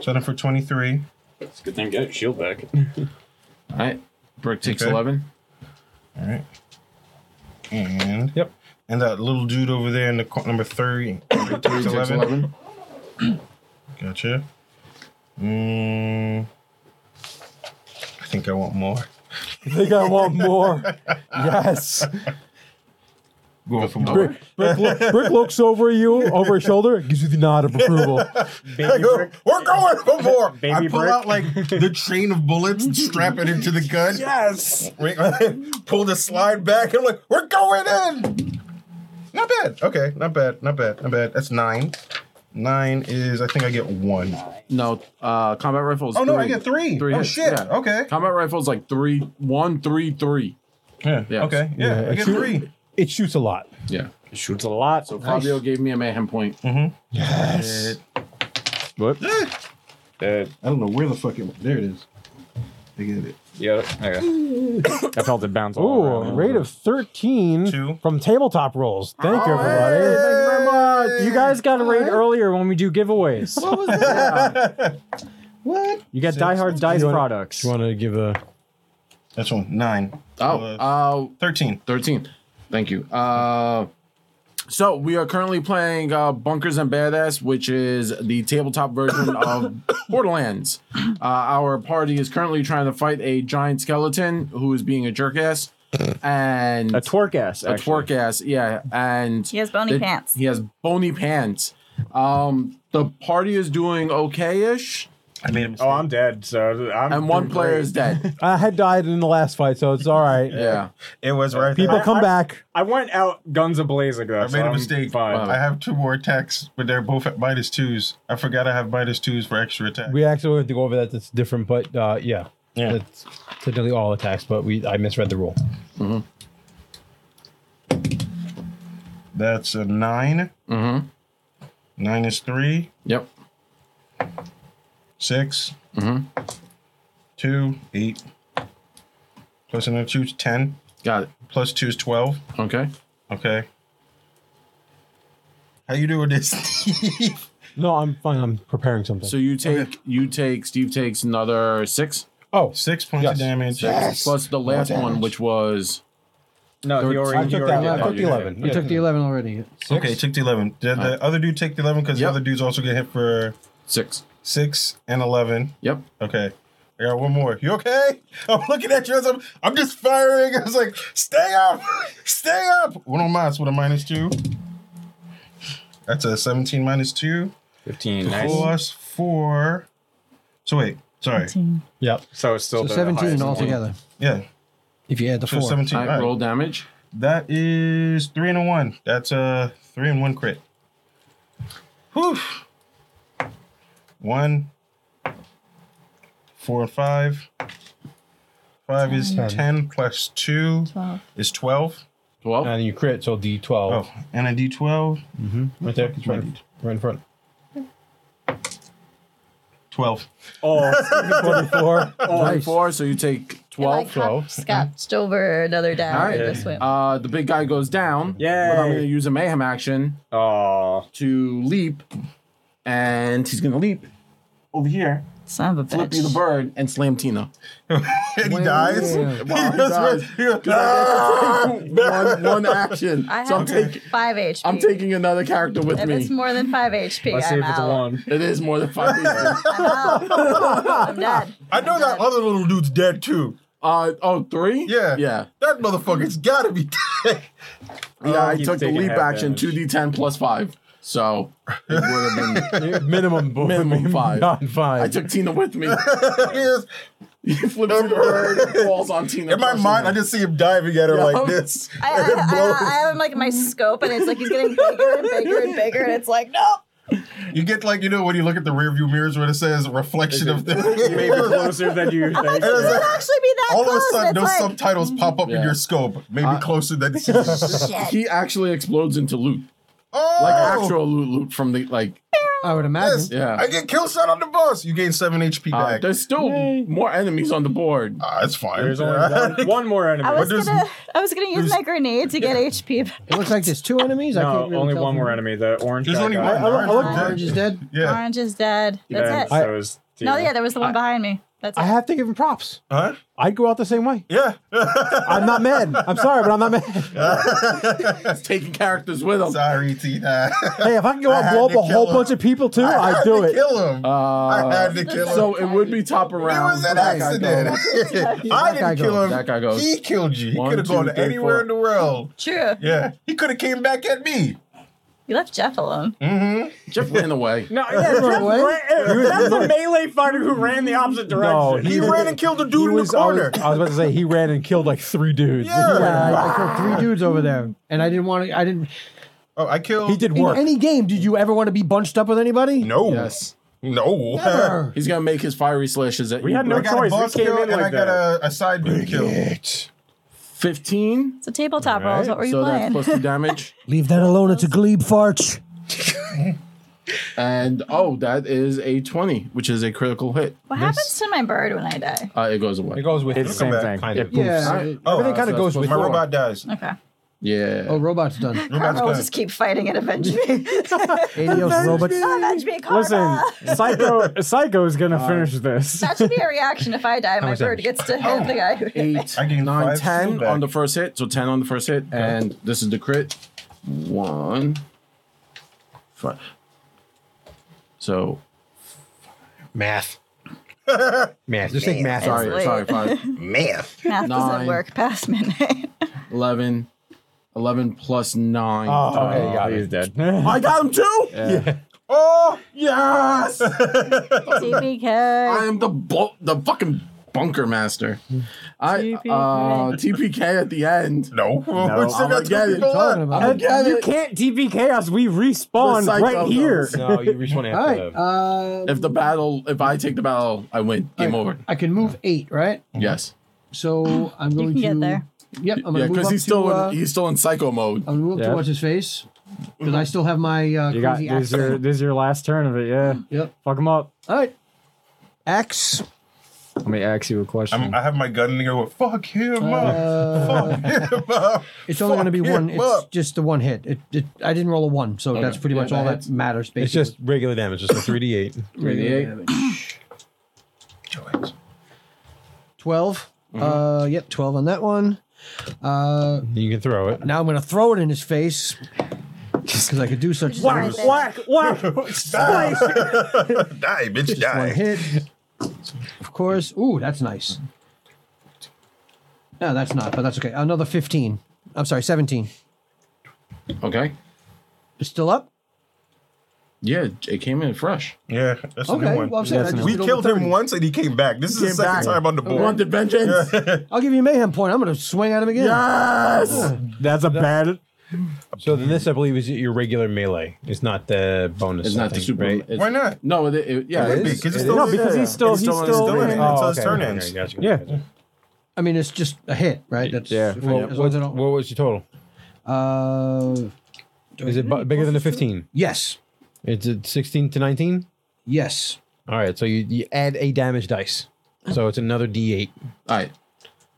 [SPEAKER 4] So then for 23,
[SPEAKER 15] It's a good thing I got shield back.
[SPEAKER 3] All right. Brick takes
[SPEAKER 4] Okay.
[SPEAKER 3] 11.
[SPEAKER 4] All right. And
[SPEAKER 1] Yep.
[SPEAKER 4] And that little dude over there in the cor- number three, number three
[SPEAKER 3] Three
[SPEAKER 4] is
[SPEAKER 3] takes 11.
[SPEAKER 4] 11. Gotcha. Mm, I think I want more.
[SPEAKER 1] I think I want more. yes.
[SPEAKER 4] Going for more.
[SPEAKER 1] Brick, Brick, lo- Brick looks over you, over his shoulder, gives you the nod of approval.
[SPEAKER 4] I go, We're going for more. I
[SPEAKER 8] Baby
[SPEAKER 4] pull
[SPEAKER 8] brick.
[SPEAKER 4] out like the chain of bullets and strap it into the gun.
[SPEAKER 8] Yes.
[SPEAKER 4] Wait, pull the slide back. I'm like, we're going in. Not bad. Okay, not bad. Not bad. Not bad. That's nine. Nine is, I think I get one.
[SPEAKER 3] No, uh, combat rifles.
[SPEAKER 4] Oh no, I get three.
[SPEAKER 3] Three
[SPEAKER 4] oh
[SPEAKER 3] hits,
[SPEAKER 4] shit.
[SPEAKER 3] yeah.
[SPEAKER 4] Okay.
[SPEAKER 3] Combat rifles like three, one, three, three.
[SPEAKER 4] Yeah.
[SPEAKER 3] Yes.
[SPEAKER 4] Okay. Yeah,
[SPEAKER 1] Yeah,
[SPEAKER 4] I get
[SPEAKER 1] two-
[SPEAKER 4] three.
[SPEAKER 1] It shoots a lot.
[SPEAKER 3] Yeah.
[SPEAKER 8] Shoots a lot.
[SPEAKER 3] So Fabio gave me a mayhem point.
[SPEAKER 1] Yes.
[SPEAKER 10] What? Uh,
[SPEAKER 4] I don't know where the fuck it went. There it is. I get it.
[SPEAKER 10] yeah, okay.
[SPEAKER 8] I felt it bounce all
[SPEAKER 1] Ooh,
[SPEAKER 8] around.
[SPEAKER 1] rate of 13
[SPEAKER 4] Two.
[SPEAKER 1] from tabletop rolls. Thank
[SPEAKER 8] Oh,
[SPEAKER 1] you, everybody.
[SPEAKER 8] You guys got a raid earlier when we do giveaways. What was that? what? You got Die Hard Dice
[SPEAKER 1] You wanna-
[SPEAKER 8] products.
[SPEAKER 1] Do you want to give a.
[SPEAKER 4] That's one. Nine.
[SPEAKER 3] Oh,
[SPEAKER 4] Uh,
[SPEAKER 3] uh,
[SPEAKER 4] Thirteen.
[SPEAKER 3] 13. Thank you. Uh, so we are currently playing uh, Bunkers and Badass, which is the tabletop version of Borderlands. Uh, our party is currently trying to fight a giant skeleton who is being a jerkass and
[SPEAKER 8] A twerk ass.
[SPEAKER 3] a twerk ass. Yeah, and
[SPEAKER 2] He has bony
[SPEAKER 3] the-
[SPEAKER 2] pants.
[SPEAKER 3] He has bony pants. Um, the party is doing okay-ish.
[SPEAKER 4] I made him.
[SPEAKER 10] Oh, I'm dead. So I'm
[SPEAKER 3] and one
[SPEAKER 10] doing
[SPEAKER 3] player
[SPEAKER 10] great.
[SPEAKER 3] is dead.
[SPEAKER 8] I had died in the last fight, so it's all right.
[SPEAKER 3] Yeah,
[SPEAKER 4] It was right
[SPEAKER 8] People
[SPEAKER 4] there.
[SPEAKER 8] come back.
[SPEAKER 10] I went out guns ablazing. though,
[SPEAKER 4] I
[SPEAKER 10] so
[SPEAKER 4] made a
[SPEAKER 10] I'm
[SPEAKER 4] mistake.
[SPEAKER 10] Fine.
[SPEAKER 3] Uh-huh.
[SPEAKER 4] I have two more attacks, but they're both at minus twos. I forgot I have minus twos for extra attack.
[SPEAKER 8] We actually have to go over that. That's different, but uh, yeah,
[SPEAKER 4] Yeah.
[SPEAKER 8] It's technically all attacks, but we I misread the rule.
[SPEAKER 4] That's a nine.
[SPEAKER 3] Mm-hmm.
[SPEAKER 4] Nine is three.
[SPEAKER 3] Yep.
[SPEAKER 4] 6
[SPEAKER 3] Mm-hmm.
[SPEAKER 4] Two, eight. Plus another two is ten.
[SPEAKER 3] Got it.
[SPEAKER 4] Plus two is twelve.
[SPEAKER 3] Okay.
[SPEAKER 4] Okay. How you doing this?
[SPEAKER 8] No, I'm fine. I'm preparing something.
[SPEAKER 3] So you take you take Steve takes another six.
[SPEAKER 8] oh,
[SPEAKER 4] Six points of damage.
[SPEAKER 3] Plus the last
[SPEAKER 4] More
[SPEAKER 3] one,
[SPEAKER 4] damage.
[SPEAKER 3] which was
[SPEAKER 10] No, he already.
[SPEAKER 8] I
[SPEAKER 10] he
[SPEAKER 8] took
[SPEAKER 10] already
[SPEAKER 8] that.
[SPEAKER 10] did
[SPEAKER 8] I
[SPEAKER 10] that.
[SPEAKER 8] took the eleven.
[SPEAKER 5] You took the 11 already.
[SPEAKER 8] Six.
[SPEAKER 4] Okay, took the eleven. Did the other dude take the eleven? Because
[SPEAKER 3] Yep.
[SPEAKER 4] the other dudes also get hit for
[SPEAKER 3] six.
[SPEAKER 4] six and eleven.
[SPEAKER 3] Yep.
[SPEAKER 4] Okay. I got one more. You okay? I'm looking at you. As I'm, I'm just firing. I was like, stay up, stay up. One on minus with a minus two. That's a 17 minus two.
[SPEAKER 16] 15. Nice.
[SPEAKER 4] Plus four. So wait, sorry.
[SPEAKER 8] Yep.
[SPEAKER 10] So it's still
[SPEAKER 5] So
[SPEAKER 10] the
[SPEAKER 5] 17
[SPEAKER 10] highest
[SPEAKER 5] altogether.
[SPEAKER 4] Yeah.
[SPEAKER 5] If you add the
[SPEAKER 4] So
[SPEAKER 5] 4.
[SPEAKER 4] 17.
[SPEAKER 3] I
[SPEAKER 4] all right.
[SPEAKER 3] roll damage.
[SPEAKER 4] That is three and a one. That's a three and one crit. Whew. One, four and five. Five is
[SPEAKER 8] Ten.
[SPEAKER 4] ten plus two
[SPEAKER 2] 12.
[SPEAKER 4] is twelve.
[SPEAKER 3] Twelve.
[SPEAKER 8] And you crit, so D twelve.
[SPEAKER 4] Oh, and a D twelve.
[SPEAKER 8] Right there. It's right, right in front.
[SPEAKER 4] Twelve.
[SPEAKER 10] Oh,
[SPEAKER 8] Twenty-four.
[SPEAKER 5] Nice.
[SPEAKER 3] Four. So you take twelve.
[SPEAKER 17] like Scotched over another down.
[SPEAKER 3] All right.
[SPEAKER 17] and just went,
[SPEAKER 3] Uh, the big guy goes down. But I'm going to
[SPEAKER 10] yay!
[SPEAKER 3] use a mayhem action
[SPEAKER 10] Oh,
[SPEAKER 3] to leap, and he's going to leap over here,
[SPEAKER 2] Son of a
[SPEAKER 3] flip you the
[SPEAKER 2] bitch.
[SPEAKER 3] bird, and slam Tina.
[SPEAKER 4] And he dies.
[SPEAKER 3] Wow, he dies. one, one action.
[SPEAKER 17] I
[SPEAKER 3] so
[SPEAKER 17] have
[SPEAKER 3] I'm, taking
[SPEAKER 17] five HP.
[SPEAKER 3] I'm taking another character with
[SPEAKER 17] If
[SPEAKER 3] me.
[SPEAKER 17] it's more than five HP,
[SPEAKER 10] let's see
[SPEAKER 17] I'm
[SPEAKER 10] if it's a
[SPEAKER 17] out.
[SPEAKER 10] one.
[SPEAKER 3] it is more than five. people.
[SPEAKER 17] I'm out. I'm dead.
[SPEAKER 4] I know that other little dude's dead too.
[SPEAKER 3] uh, oh, three?
[SPEAKER 4] Yeah.
[SPEAKER 3] Yeah.
[SPEAKER 4] That motherfucker's gotta be dead.
[SPEAKER 3] Yeah,
[SPEAKER 10] Oh,
[SPEAKER 3] I
[SPEAKER 10] he's
[SPEAKER 3] took the
[SPEAKER 10] taking
[SPEAKER 3] leap
[SPEAKER 10] half
[SPEAKER 3] action,
[SPEAKER 10] damage.
[SPEAKER 3] 2d10 plus 5. So it would have been.
[SPEAKER 8] Minimum.
[SPEAKER 3] Minimum five.
[SPEAKER 8] Not five.
[SPEAKER 3] I took Tina with me.
[SPEAKER 4] Yes.
[SPEAKER 3] He flips through the bird, falls on Tina.
[SPEAKER 4] In my
[SPEAKER 3] crushing
[SPEAKER 4] mind,
[SPEAKER 3] her.
[SPEAKER 4] I just see him diving at her
[SPEAKER 3] Yeah.
[SPEAKER 4] like this.
[SPEAKER 17] I, I, I, I have him like in my scope, and it's like he's getting bigger and bigger and bigger, and it's like, no.
[SPEAKER 4] You get like, you know, when you look at the rearview mirrors when it says reflection of the
[SPEAKER 10] Maybe closer than you think.
[SPEAKER 4] And it's
[SPEAKER 17] It
[SPEAKER 4] like,
[SPEAKER 17] would actually be that
[SPEAKER 4] all of
[SPEAKER 17] close.
[SPEAKER 4] a sudden,
[SPEAKER 17] it's
[SPEAKER 4] those
[SPEAKER 17] like,
[SPEAKER 4] subtitles pop up in
[SPEAKER 3] Yeah.
[SPEAKER 4] your scope. Maybe closer than
[SPEAKER 3] he actually explodes into loot,
[SPEAKER 4] oh,
[SPEAKER 3] like actual loot, loot from the like.
[SPEAKER 5] I would imagine.
[SPEAKER 4] Yes,
[SPEAKER 3] Yeah.
[SPEAKER 4] I get kill shot on the bus. You gain seven HP
[SPEAKER 3] Uh,
[SPEAKER 4] back.
[SPEAKER 3] there's still more enemies on the board.
[SPEAKER 4] Ah, that's fine.
[SPEAKER 10] There's only one, one more enemy.
[SPEAKER 2] I was
[SPEAKER 4] there's-
[SPEAKER 2] gonna, I was gonna use my grenade to get HP. back.
[SPEAKER 5] It looks like there's two enemies. I
[SPEAKER 10] no,
[SPEAKER 5] can't really
[SPEAKER 10] only
[SPEAKER 5] tell
[SPEAKER 10] one
[SPEAKER 5] from-
[SPEAKER 10] more enemy. The orange.
[SPEAKER 4] There's
[SPEAKER 10] guy
[SPEAKER 4] only one.
[SPEAKER 10] guy.
[SPEAKER 8] I- I look-
[SPEAKER 4] Orange.
[SPEAKER 5] Orange is dead.
[SPEAKER 4] Yeah.
[SPEAKER 2] Orange is dead.
[SPEAKER 10] Yeah,
[SPEAKER 2] That's it.
[SPEAKER 10] so is
[SPEAKER 2] no,
[SPEAKER 10] Tina.
[SPEAKER 2] yeah, there was the one behind me. That's
[SPEAKER 8] I
[SPEAKER 2] it.
[SPEAKER 8] have to give him props.
[SPEAKER 4] Huh?
[SPEAKER 8] I'd go out the same way.
[SPEAKER 4] Yeah.
[SPEAKER 8] I'm not mad. I'm sorry, but I'm not mad.
[SPEAKER 3] Taking characters with them.
[SPEAKER 4] Sorry, Tina.
[SPEAKER 8] Hey, if I can go
[SPEAKER 4] I
[SPEAKER 8] out
[SPEAKER 4] had
[SPEAKER 8] and blow up
[SPEAKER 4] to
[SPEAKER 8] a whole
[SPEAKER 4] kill him.
[SPEAKER 8] bunch of people too,
[SPEAKER 4] I
[SPEAKER 8] I
[SPEAKER 4] had
[SPEAKER 8] do
[SPEAKER 4] to
[SPEAKER 8] it.
[SPEAKER 4] kill him. I had to kill him.
[SPEAKER 3] Uh, so it would be top around.
[SPEAKER 4] it was an
[SPEAKER 3] That guy
[SPEAKER 4] accident.
[SPEAKER 3] goes.
[SPEAKER 4] I
[SPEAKER 5] That guy
[SPEAKER 4] didn't kill
[SPEAKER 5] goes.
[SPEAKER 4] him.
[SPEAKER 3] That guy goes.
[SPEAKER 4] He killed you. He
[SPEAKER 3] One,
[SPEAKER 4] could have
[SPEAKER 3] two,
[SPEAKER 4] gone
[SPEAKER 3] three,
[SPEAKER 4] anywhere
[SPEAKER 3] four.
[SPEAKER 4] in the world.
[SPEAKER 17] True.
[SPEAKER 4] Yeah, he could have came back at me.
[SPEAKER 2] You left Jeff alone.
[SPEAKER 3] Jeff ran away.
[SPEAKER 10] No, yeah, Jeff
[SPEAKER 5] Run away?
[SPEAKER 10] ran, that's the melee fighter who ran the opposite direction.
[SPEAKER 8] No,
[SPEAKER 4] He ran and killed a dude in the
[SPEAKER 8] I was-
[SPEAKER 4] corner.
[SPEAKER 8] I was about to say he ran and killed like three dudes.
[SPEAKER 4] Yeah.
[SPEAKER 5] Yeah, I, I killed three dudes over there, and I didn't want to. I didn't.
[SPEAKER 4] Oh, I killed.
[SPEAKER 8] He did
[SPEAKER 5] In
[SPEAKER 8] work.
[SPEAKER 5] any game, did you ever want to be bunched up with anybody?
[SPEAKER 4] No.
[SPEAKER 3] Yes.
[SPEAKER 4] No.
[SPEAKER 5] Never.
[SPEAKER 3] He's gonna make his fiery slashes at
[SPEAKER 10] We
[SPEAKER 3] you.
[SPEAKER 10] had no
[SPEAKER 4] I got a
[SPEAKER 10] choice. We
[SPEAKER 4] boss
[SPEAKER 10] came
[SPEAKER 4] kill
[SPEAKER 10] in
[SPEAKER 4] and
[SPEAKER 10] like
[SPEAKER 4] I got
[SPEAKER 10] that.
[SPEAKER 4] a, a side dude kill.
[SPEAKER 3] fifteen.
[SPEAKER 2] It's a tabletop rolls. What were you
[SPEAKER 3] So that's
[SPEAKER 2] playing?
[SPEAKER 3] plus two damage.
[SPEAKER 5] Leave that alone. It's a glebe farch.
[SPEAKER 3] and oh, that is a twenty, which is a critical hit.
[SPEAKER 2] What happens to my bird when I die?
[SPEAKER 3] Uh, it goes away.
[SPEAKER 8] It goes with
[SPEAKER 10] It's the
[SPEAKER 8] him,
[SPEAKER 10] same
[SPEAKER 4] back,
[SPEAKER 10] thing.
[SPEAKER 8] kind
[SPEAKER 10] It-
[SPEAKER 8] of.
[SPEAKER 5] Yeah.
[SPEAKER 4] Oh,
[SPEAKER 8] Everything kind
[SPEAKER 3] so
[SPEAKER 8] of goes
[SPEAKER 3] that's
[SPEAKER 8] with
[SPEAKER 4] my
[SPEAKER 3] four.
[SPEAKER 4] robot dies.
[SPEAKER 2] Okay.
[SPEAKER 3] Yeah.
[SPEAKER 5] Oh, robot's done.
[SPEAKER 4] Robot's
[SPEAKER 2] Karma will
[SPEAKER 4] done.
[SPEAKER 2] just keep fighting it eventually.
[SPEAKER 5] Adios, robot.
[SPEAKER 2] Avenge me, Karma.
[SPEAKER 10] Listen, Psycho, Psycho is gonna finish this.
[SPEAKER 2] That should be a reaction if I die. My
[SPEAKER 8] much
[SPEAKER 2] bird
[SPEAKER 8] damage?
[SPEAKER 2] gets to hit the guy who hit me.
[SPEAKER 3] Eight,
[SPEAKER 4] I gained
[SPEAKER 3] nine,
[SPEAKER 4] five
[SPEAKER 3] ten
[SPEAKER 4] steel back.
[SPEAKER 3] on the first hit. So ten on the first hit, and this is the crit. One, five. So
[SPEAKER 1] Math.
[SPEAKER 8] Math. Just take math.
[SPEAKER 3] sorry,
[SPEAKER 2] Wait.
[SPEAKER 3] sorry, five,
[SPEAKER 1] Math.
[SPEAKER 2] Math
[SPEAKER 3] Nine.
[SPEAKER 2] doesn't work past midnight.
[SPEAKER 3] 11, 11 plus nine.
[SPEAKER 8] Oh, okay,
[SPEAKER 16] Oh,
[SPEAKER 8] got
[SPEAKER 16] he's
[SPEAKER 8] it.
[SPEAKER 16] dead.
[SPEAKER 3] I got him too.
[SPEAKER 16] Yeah.
[SPEAKER 3] Oh yes!
[SPEAKER 2] TPK.
[SPEAKER 3] I am the bu- the fucking bunker master. I uh, TPK at the end. No,
[SPEAKER 10] No, I'm
[SPEAKER 3] gonna get it.
[SPEAKER 10] And you can't DPK us. We respawn
[SPEAKER 3] Recycle
[SPEAKER 10] right here.
[SPEAKER 3] those. No, you respawn
[SPEAKER 5] All right. Uh,
[SPEAKER 3] If the battle, if I take the battle, I win. Game over.
[SPEAKER 5] I can move eight, right?
[SPEAKER 3] Yes.
[SPEAKER 5] So I'm going
[SPEAKER 2] can get
[SPEAKER 5] to.
[SPEAKER 2] there.
[SPEAKER 5] Yep, I'm going
[SPEAKER 3] yeah,
[SPEAKER 5] to move
[SPEAKER 3] because
[SPEAKER 5] up
[SPEAKER 3] he's still
[SPEAKER 5] to.
[SPEAKER 3] in,
[SPEAKER 5] uh,
[SPEAKER 3] he's still in psycho mode.
[SPEAKER 5] I'm going to move up to what's his face because I still have my uh,
[SPEAKER 10] You got
[SPEAKER 5] crazy
[SPEAKER 10] this. Is your,
[SPEAKER 5] accent.
[SPEAKER 10] this is your last turn of it. Yeah.
[SPEAKER 5] Yep.
[SPEAKER 10] Fuck him up.
[SPEAKER 5] All right. Axe.
[SPEAKER 10] Let me ask you a question.
[SPEAKER 8] I'm, I have my gun in the air with fuck him
[SPEAKER 5] Uh,
[SPEAKER 8] up. Fuck him up.
[SPEAKER 5] It's only going to be
[SPEAKER 8] Fuck
[SPEAKER 5] one.
[SPEAKER 8] him
[SPEAKER 5] It's
[SPEAKER 8] up.
[SPEAKER 5] just the one hit. It, it, I didn't roll a one, so that's pretty
[SPEAKER 1] Yeah,
[SPEAKER 5] much all
[SPEAKER 1] that
[SPEAKER 5] that
[SPEAKER 1] hits.
[SPEAKER 5] matters. Basically,
[SPEAKER 1] It's just regular damage, just a 3d8.
[SPEAKER 5] Twelve. Uh, yep, twelve on that one. Uh,
[SPEAKER 1] you can throw it.
[SPEAKER 5] Now I'm going to throw it in his face because I could do such
[SPEAKER 10] Whack,
[SPEAKER 5] things.
[SPEAKER 10] whack, whack.
[SPEAKER 8] Die, die bitch,
[SPEAKER 5] Just one
[SPEAKER 8] die.
[SPEAKER 5] hit. Of course. Ooh, that's nice. No, that's not, but that's okay. Another 15. I'm sorry, 17.
[SPEAKER 8] uh,
[SPEAKER 3] Okay.
[SPEAKER 5] It's still up?
[SPEAKER 3] Yeah, it came in fresh.
[SPEAKER 8] Yeah, that's a
[SPEAKER 5] Okay,
[SPEAKER 8] new one.
[SPEAKER 5] well, I'm saying I just
[SPEAKER 8] we
[SPEAKER 5] did over
[SPEAKER 8] killed him
[SPEAKER 5] 30.
[SPEAKER 8] once and he came back. This is
[SPEAKER 3] Came
[SPEAKER 8] the second
[SPEAKER 3] back.
[SPEAKER 8] time on the
[SPEAKER 3] Okay.
[SPEAKER 8] board.
[SPEAKER 3] Wanted vengeance.
[SPEAKER 5] I'll give you a mayhem point. I'm going to swing at him again.
[SPEAKER 3] Yes!
[SPEAKER 10] That's a bad.
[SPEAKER 1] So then this, I believe, is your regular melee. It's not the bonus.
[SPEAKER 3] It's not the
[SPEAKER 1] thing,
[SPEAKER 3] super.
[SPEAKER 1] Right?
[SPEAKER 3] it's-
[SPEAKER 8] Why not?
[SPEAKER 3] No, it, it, yeah,
[SPEAKER 1] It
[SPEAKER 3] it
[SPEAKER 1] is.
[SPEAKER 3] is.
[SPEAKER 1] Because
[SPEAKER 3] It
[SPEAKER 1] it's
[SPEAKER 3] is.
[SPEAKER 1] still- No, because
[SPEAKER 10] he's still- he's still
[SPEAKER 8] in it
[SPEAKER 10] in.
[SPEAKER 8] until
[SPEAKER 10] Oh,
[SPEAKER 8] his
[SPEAKER 10] okay,
[SPEAKER 8] turn
[SPEAKER 1] okay,
[SPEAKER 8] ends.
[SPEAKER 1] okay, gotcha,
[SPEAKER 10] Yeah.
[SPEAKER 1] gotcha.
[SPEAKER 5] I mean, it's just a hit, right? That's
[SPEAKER 10] Yeah.
[SPEAKER 5] if I-
[SPEAKER 1] Well,
[SPEAKER 5] as long
[SPEAKER 1] what,
[SPEAKER 5] as I don't.
[SPEAKER 1] what was your total?
[SPEAKER 5] Uh, do I
[SPEAKER 1] Is it
[SPEAKER 5] get
[SPEAKER 1] bu-
[SPEAKER 5] any
[SPEAKER 1] bigger than a
[SPEAKER 5] pluses to it?
[SPEAKER 1] 15?
[SPEAKER 5] Yes.
[SPEAKER 1] It's a 16 to 19?
[SPEAKER 5] Yes.
[SPEAKER 1] All right, so you, you add a damage dice. So it's another d8.
[SPEAKER 3] All right.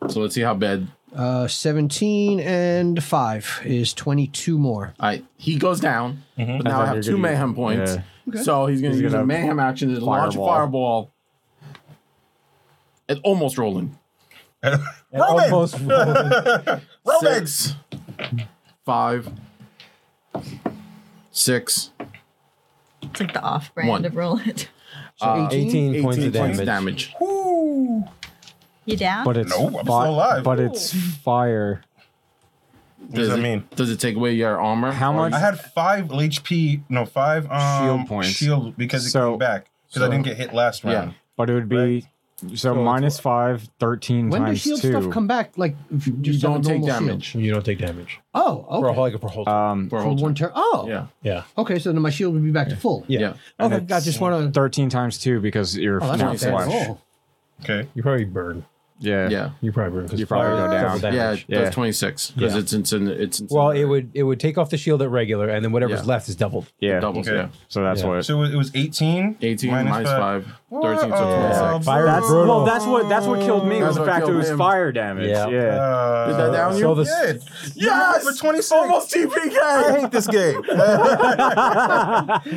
[SPEAKER 3] So let's see how bad.
[SPEAKER 5] Uh, 17 and 5 is 22 more.
[SPEAKER 3] All right. He goes down, but now I
[SPEAKER 10] thought
[SPEAKER 3] have
[SPEAKER 10] you were
[SPEAKER 3] two
[SPEAKER 10] gonna
[SPEAKER 3] mayhem
[SPEAKER 10] use-
[SPEAKER 3] points.
[SPEAKER 10] yeah.
[SPEAKER 5] Okay.
[SPEAKER 3] So he's going to
[SPEAKER 10] He's
[SPEAKER 3] use
[SPEAKER 10] gonna
[SPEAKER 3] a mayhem action to launch a
[SPEAKER 10] fireball.
[SPEAKER 3] fireball. It almost rolling.
[SPEAKER 1] Almost
[SPEAKER 3] Six, five, six,
[SPEAKER 18] It's like the off brand
[SPEAKER 3] One.
[SPEAKER 18] of roll it.
[SPEAKER 3] uh,
[SPEAKER 1] 18, points of damage.
[SPEAKER 18] You down?
[SPEAKER 10] But it's
[SPEAKER 8] No, I'm still
[SPEAKER 10] fi-
[SPEAKER 8] alive.
[SPEAKER 10] But it's fire.
[SPEAKER 8] What does that
[SPEAKER 3] it,
[SPEAKER 8] mean?
[SPEAKER 3] Does it take away your armor?
[SPEAKER 10] How much?
[SPEAKER 8] I had five HP, no, five um,
[SPEAKER 7] Shield points.
[SPEAKER 8] Shield because it
[SPEAKER 10] So-
[SPEAKER 8] came back. Because I
[SPEAKER 10] so-
[SPEAKER 8] did't get hit last round.
[SPEAKER 10] But it would be so minus five, 13
[SPEAKER 5] When does
[SPEAKER 10] times
[SPEAKER 5] shield
[SPEAKER 10] two.
[SPEAKER 5] stuff come back? Like, if you
[SPEAKER 3] You
[SPEAKER 5] just have a
[SPEAKER 3] don't take
[SPEAKER 5] normal shield?
[SPEAKER 3] damage.
[SPEAKER 1] You don't take damage.
[SPEAKER 5] Oh,
[SPEAKER 1] For a
[SPEAKER 5] okay.
[SPEAKER 1] whole, like a- for a whole time.
[SPEAKER 10] Um,
[SPEAKER 3] For a
[SPEAKER 5] For
[SPEAKER 3] whole
[SPEAKER 5] one
[SPEAKER 3] turn.
[SPEAKER 5] turn. Oh,
[SPEAKER 3] Yeah.
[SPEAKER 1] yeah.
[SPEAKER 5] okay. So then my shield would be back to full.
[SPEAKER 1] Yeah.
[SPEAKER 3] Yeah.
[SPEAKER 5] Okay,
[SPEAKER 10] And
[SPEAKER 5] God, just want to.
[SPEAKER 10] Thirteen times two because you're
[SPEAKER 5] Oh, that's
[SPEAKER 10] now
[SPEAKER 5] not bad at
[SPEAKER 10] flesh.
[SPEAKER 5] all.
[SPEAKER 8] Okay.
[SPEAKER 1] You probably burn.
[SPEAKER 10] Yeah.
[SPEAKER 3] Yeah. Uh,
[SPEAKER 1] You probably burn. 'cause
[SPEAKER 10] You probably
[SPEAKER 1] fire
[SPEAKER 10] go
[SPEAKER 1] is
[SPEAKER 10] down.
[SPEAKER 1] double
[SPEAKER 3] Yeah,
[SPEAKER 1] damage.
[SPEAKER 3] it does
[SPEAKER 10] Yeah.
[SPEAKER 3] 26 because
[SPEAKER 1] Yeah.
[SPEAKER 3] it's in, it's in
[SPEAKER 1] Well, it would it would take off the shield at regular, and then whatever's
[SPEAKER 3] Yeah.
[SPEAKER 1] left is doubled.
[SPEAKER 10] Yeah.
[SPEAKER 3] doubles,
[SPEAKER 8] Okay.
[SPEAKER 3] yeah.
[SPEAKER 10] So that's
[SPEAKER 1] Yeah.
[SPEAKER 10] what.
[SPEAKER 8] So it was 18?
[SPEAKER 3] 18
[SPEAKER 8] Minus
[SPEAKER 3] minus 5,
[SPEAKER 8] five.
[SPEAKER 3] 13, so
[SPEAKER 8] Whoa,
[SPEAKER 3] 26.
[SPEAKER 8] bro.
[SPEAKER 1] Fire
[SPEAKER 10] That's
[SPEAKER 1] brutal.
[SPEAKER 10] well. That's what. That's what killed me was
[SPEAKER 3] That's
[SPEAKER 10] the
[SPEAKER 3] what
[SPEAKER 10] fact it
[SPEAKER 3] killed
[SPEAKER 10] was
[SPEAKER 3] him.
[SPEAKER 10] fire damage.
[SPEAKER 1] Yeah.
[SPEAKER 10] Yeah.
[SPEAKER 8] Uh,
[SPEAKER 3] Did that down
[SPEAKER 1] So the
[SPEAKER 3] you?
[SPEAKER 8] Good.
[SPEAKER 3] Yes!
[SPEAKER 8] For 26.
[SPEAKER 3] Almost TPK!
[SPEAKER 8] I hate this game.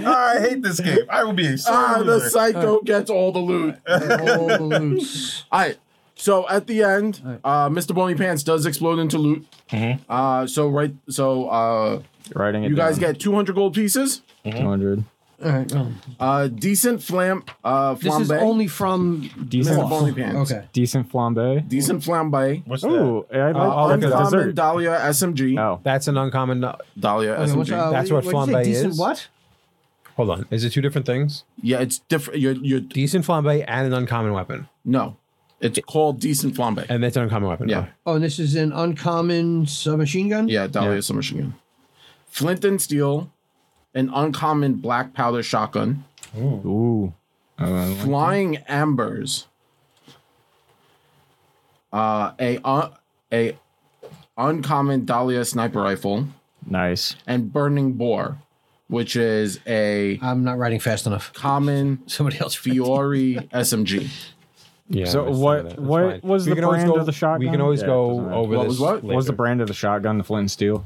[SPEAKER 8] I hate this game. I will be a
[SPEAKER 3] Ah,
[SPEAKER 8] sore
[SPEAKER 3] the
[SPEAKER 8] loser.
[SPEAKER 3] psycho gets all the loot.
[SPEAKER 5] All the loots.
[SPEAKER 3] All right. So at the end, uh, Mr. Bony Pants does explode into loot.
[SPEAKER 8] Mm-hmm.
[SPEAKER 3] Uh, so right, so uh,
[SPEAKER 10] Writing it.
[SPEAKER 3] you guys get 200 gold pieces.
[SPEAKER 10] two hundred.
[SPEAKER 5] All right. well,
[SPEAKER 3] Uh, decent flam, uh,
[SPEAKER 5] this
[SPEAKER 3] flambe.
[SPEAKER 5] is only from
[SPEAKER 10] Decent
[SPEAKER 5] Fluff.
[SPEAKER 3] Bony Pants.
[SPEAKER 5] Okay.
[SPEAKER 10] Decent flambe.
[SPEAKER 3] decent flambe.
[SPEAKER 8] What's that?
[SPEAKER 10] Ooh, I
[SPEAKER 3] Uh,
[SPEAKER 10] like like a
[SPEAKER 3] uncommon
[SPEAKER 10] dessert.
[SPEAKER 3] Dahlia SMG.
[SPEAKER 10] Oh,
[SPEAKER 1] That's an uncommon.
[SPEAKER 3] Dahlia
[SPEAKER 5] Okay, what's,
[SPEAKER 3] SMG.
[SPEAKER 5] uh,
[SPEAKER 1] That's what
[SPEAKER 5] what'd you say,
[SPEAKER 1] flambe
[SPEAKER 5] decent
[SPEAKER 1] is.
[SPEAKER 5] What?
[SPEAKER 1] Hold on, is it two different things?
[SPEAKER 3] yeah, it's different. You're, you're
[SPEAKER 1] Decent flambe and an uncommon weapon,
[SPEAKER 3] no, it's called decent flambe.
[SPEAKER 1] and that's an uncommon weapon.
[SPEAKER 3] Yeah.
[SPEAKER 5] Oh, and this is an uncommon submachine gun.
[SPEAKER 3] Yeah, Dahlia submachine gun. Flint and steel, an uncommon black powder shotgun,
[SPEAKER 10] ooh.
[SPEAKER 3] flying embers, uh, a un- a uncommon Dahlia sniper rifle,
[SPEAKER 7] Nice.
[SPEAKER 3] and burning boar, which is a
[SPEAKER 5] I'm not writing fast enough.
[SPEAKER 3] common
[SPEAKER 5] Somebody else. write.
[SPEAKER 3] Fiore SMG.
[SPEAKER 1] yeah.
[SPEAKER 10] So
[SPEAKER 1] I see
[SPEAKER 10] what-
[SPEAKER 1] That's
[SPEAKER 10] what
[SPEAKER 1] fine.
[SPEAKER 10] was
[SPEAKER 1] We
[SPEAKER 10] the
[SPEAKER 1] can always
[SPEAKER 10] brand
[SPEAKER 1] go-
[SPEAKER 10] of the shotgun?
[SPEAKER 1] We can always
[SPEAKER 10] Yeah, it doesn't
[SPEAKER 1] go
[SPEAKER 10] matter.
[SPEAKER 1] over
[SPEAKER 3] What
[SPEAKER 1] this.
[SPEAKER 3] was what? What
[SPEAKER 10] What was the
[SPEAKER 1] later.
[SPEAKER 10] brand of the shotgun? The flint and steel.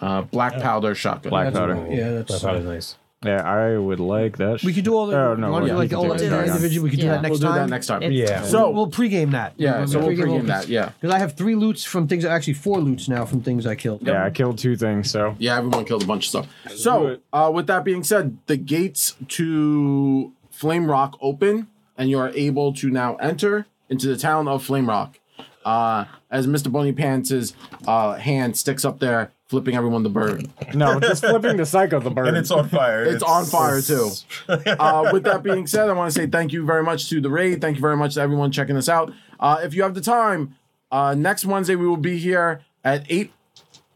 [SPEAKER 3] Uh, black powder shotgun.
[SPEAKER 10] Black
[SPEAKER 5] That's
[SPEAKER 10] powder.
[SPEAKER 5] all right. Yeah,
[SPEAKER 1] That's
[SPEAKER 5] that's.
[SPEAKER 1] probably nice.
[SPEAKER 10] Yeah, I would like that.
[SPEAKER 5] We could do all the.
[SPEAKER 10] Oh no,
[SPEAKER 5] you wanna
[SPEAKER 10] wait,
[SPEAKER 5] do
[SPEAKER 10] we
[SPEAKER 5] like
[SPEAKER 10] can
[SPEAKER 5] all
[SPEAKER 10] do
[SPEAKER 5] the
[SPEAKER 10] it
[SPEAKER 18] the
[SPEAKER 10] shotgun.
[SPEAKER 5] individual. We could do
[SPEAKER 2] Yeah.
[SPEAKER 5] that next
[SPEAKER 3] we'll do
[SPEAKER 5] time.
[SPEAKER 3] that next time.
[SPEAKER 18] It's-
[SPEAKER 1] Yeah.
[SPEAKER 3] So
[SPEAKER 5] We'll pregame that.
[SPEAKER 3] yeah, so we'll pregame that. Yeah,
[SPEAKER 5] Because I have three loots from things. Actually, four loots now from things I killed.
[SPEAKER 10] Yeah, I killed two things. So
[SPEAKER 3] yeah. Everyone killed a bunch of stuff.
[SPEAKER 10] do
[SPEAKER 3] So
[SPEAKER 10] it.
[SPEAKER 3] uh, with that being said, the gates to Flame Rock open, and you are able to now enter into the town of Flame Rock. Uh, as Mr. Bunny Pants' uh, hand sticks up there flipping everyone the bird.
[SPEAKER 10] No, just flipping the psycho the bird.
[SPEAKER 3] And it's on fire. It's, on fire too.
[SPEAKER 10] it's-
[SPEAKER 3] uh, with that being said, I want to say thank you very much to the raid. Thank you very much to everyone checking us out. Uh, if you have the time, uh, next Wednesday we will be here at eight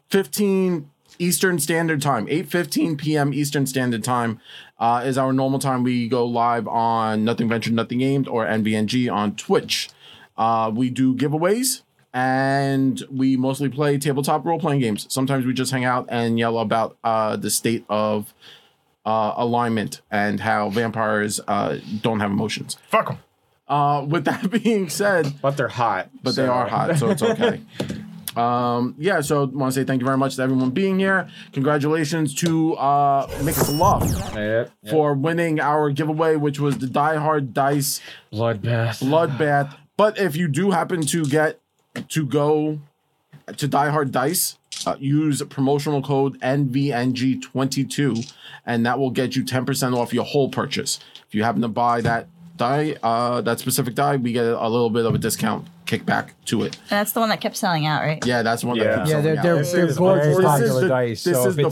[SPEAKER 3] fifteen Eastern Standard Time. Eight fifteen p.m. Eastern Standard Time uh, is our normal time. We go live on Nothing Ventured, Nothing Gamed or NVNG on Twitch. Uh, we do giveaways and we mostly play tabletop role playing games. Sometimes we just hang out and yell about uh, the state of uh, alignment and how vampires uh, don't have emotions. Fuck them. Uh, with that being said,
[SPEAKER 10] but they're hot.
[SPEAKER 3] But they
[SPEAKER 10] so-
[SPEAKER 3] are hot, so it's okay. um, yeah, so want to say thank you very much to everyone being here. Congratulations to uh, Mix Love for winning our giveaway, which was the Die Hard Dice
[SPEAKER 10] Bloodbath.
[SPEAKER 3] Bloodbath. But if you do happen to get to go to Die Hard Dice, uh, use promotional code NVNG22, and that will get you 10% off your whole purchase. If you happen to buy that die, uh, that specific die, we get a little bit of a discount kickback to it.
[SPEAKER 2] And that's the one that kept selling out, right?
[SPEAKER 3] Yeah, that's one.
[SPEAKER 1] Yeah.
[SPEAKER 3] that keeps
[SPEAKER 1] Yeah, they're-
[SPEAKER 3] selling out.
[SPEAKER 1] they're-
[SPEAKER 3] This
[SPEAKER 1] they're
[SPEAKER 3] is-
[SPEAKER 1] gorgeous
[SPEAKER 3] this is
[SPEAKER 1] popular
[SPEAKER 3] the-
[SPEAKER 1] dice,
[SPEAKER 3] This
[SPEAKER 1] so
[SPEAKER 3] is
[SPEAKER 1] if
[SPEAKER 3] the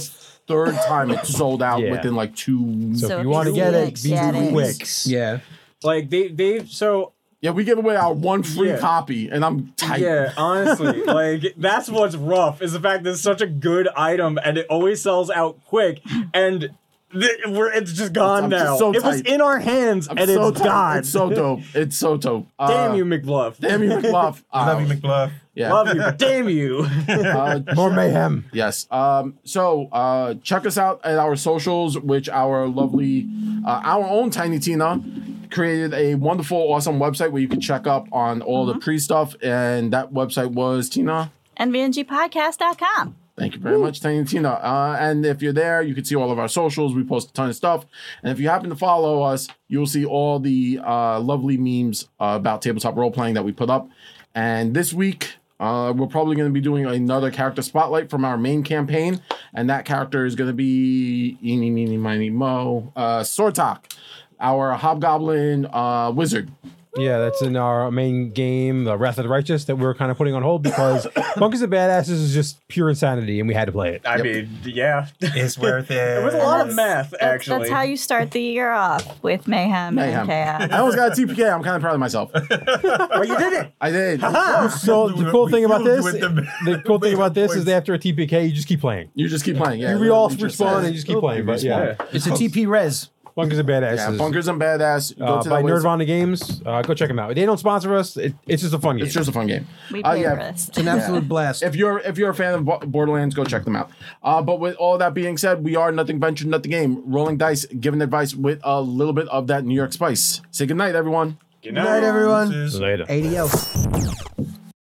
[SPEAKER 3] third time it sold out
[SPEAKER 10] Yeah.
[SPEAKER 3] within like two.
[SPEAKER 1] So if So you if wanna you get it, like, be get it. quick.
[SPEAKER 5] Yeah.
[SPEAKER 10] Like they they so
[SPEAKER 3] yeah we give away our one free
[SPEAKER 10] Yeah.
[SPEAKER 3] copy and I'm tight.
[SPEAKER 10] Yeah, honestly, like that's what's rough is the fact that it's such a good item and it always sells out quick and th- we're, it's just gone
[SPEAKER 3] I'm just
[SPEAKER 10] now.
[SPEAKER 3] so
[SPEAKER 10] it was
[SPEAKER 3] tight.
[SPEAKER 10] in our hands
[SPEAKER 3] I'm
[SPEAKER 10] and
[SPEAKER 3] so
[SPEAKER 10] it's
[SPEAKER 3] tight.
[SPEAKER 10] gone.
[SPEAKER 3] It's so dope. It's so dope.
[SPEAKER 10] damn
[SPEAKER 3] Uh,
[SPEAKER 10] you, McBluff.
[SPEAKER 3] Damn you, McBluff.
[SPEAKER 10] Love
[SPEAKER 3] you,
[SPEAKER 8] McBluff.
[SPEAKER 3] Yeah.
[SPEAKER 10] Love you, but damn you.
[SPEAKER 1] More mayhem.
[SPEAKER 3] Yes. Um, so uh, check us out at our socials, which our lovely, uh, our own Tiny Tina created a wonderful, awesome website where you can check up on all
[SPEAKER 10] Mm-hmm.
[SPEAKER 3] the pre stuff. And that website was Tina.
[SPEAKER 2] NVNGpodcast.com.
[SPEAKER 3] Thank you very much, Tiny Tina. Uh, and if you're there, you can see all of our socials. We post a ton of stuff. And if you happen to follow us, you'll see all the uh, lovely memes uh, about tabletop role playing that we put up. And this week, uh, we're probably going to be doing another character spotlight from our main campaign. And that character is going to be Eeny, Meeny, Miny, Mo, uh, Sortok, our hobgoblin uh, wizard.
[SPEAKER 1] Yeah, that's in our main game, the Wrath of the Righteous, that we were kind of putting on hold because Monkeys and Badasses is just pure insanity, and we had to play it.
[SPEAKER 10] I mean, yeah,
[SPEAKER 8] it's worth it.
[SPEAKER 10] It was a lot of math, actually.
[SPEAKER 2] That's how you start the year off with mayhem,
[SPEAKER 3] Mayhem. Oh,
[SPEAKER 2] and
[SPEAKER 3] I
[SPEAKER 2] chaos.
[SPEAKER 3] almost got a TPK. I'm kind of proud of myself.
[SPEAKER 10] but you did it.
[SPEAKER 3] I did.
[SPEAKER 1] so the cool thing about this, the cool thing about this is that after a TPK, you just keep playing.
[SPEAKER 3] You just keep playing. Yeah,
[SPEAKER 1] you we all
[SPEAKER 3] literally just
[SPEAKER 1] respawn
[SPEAKER 3] said-
[SPEAKER 1] and you just keep playing. But yeah,
[SPEAKER 19] It's a TP res.
[SPEAKER 1] Bunkers and badasses.
[SPEAKER 3] Yeah, Bunkers and Badass. Go
[SPEAKER 1] Uh,
[SPEAKER 3] to
[SPEAKER 1] by
[SPEAKER 3] that
[SPEAKER 1] Nerd
[SPEAKER 3] website.
[SPEAKER 1] Vonda Games. Uh, go check them out. They don't sponsor us. It, it's just a fun game.
[SPEAKER 3] It's just a fun game.
[SPEAKER 2] We
[SPEAKER 3] Uh,
[SPEAKER 2] play
[SPEAKER 3] yeah.
[SPEAKER 2] this.
[SPEAKER 5] It's an absolute blast.
[SPEAKER 3] If you're if you're a fan of Bo- Borderlands, go check them out. Uh, but with all that being said, we are nothing ventured, nothing game, rolling dice, giving advice with a little bit of that New York spice. Say goodnight, everyone.
[SPEAKER 5] Good night, everyone.
[SPEAKER 1] Later.
[SPEAKER 5] ADL.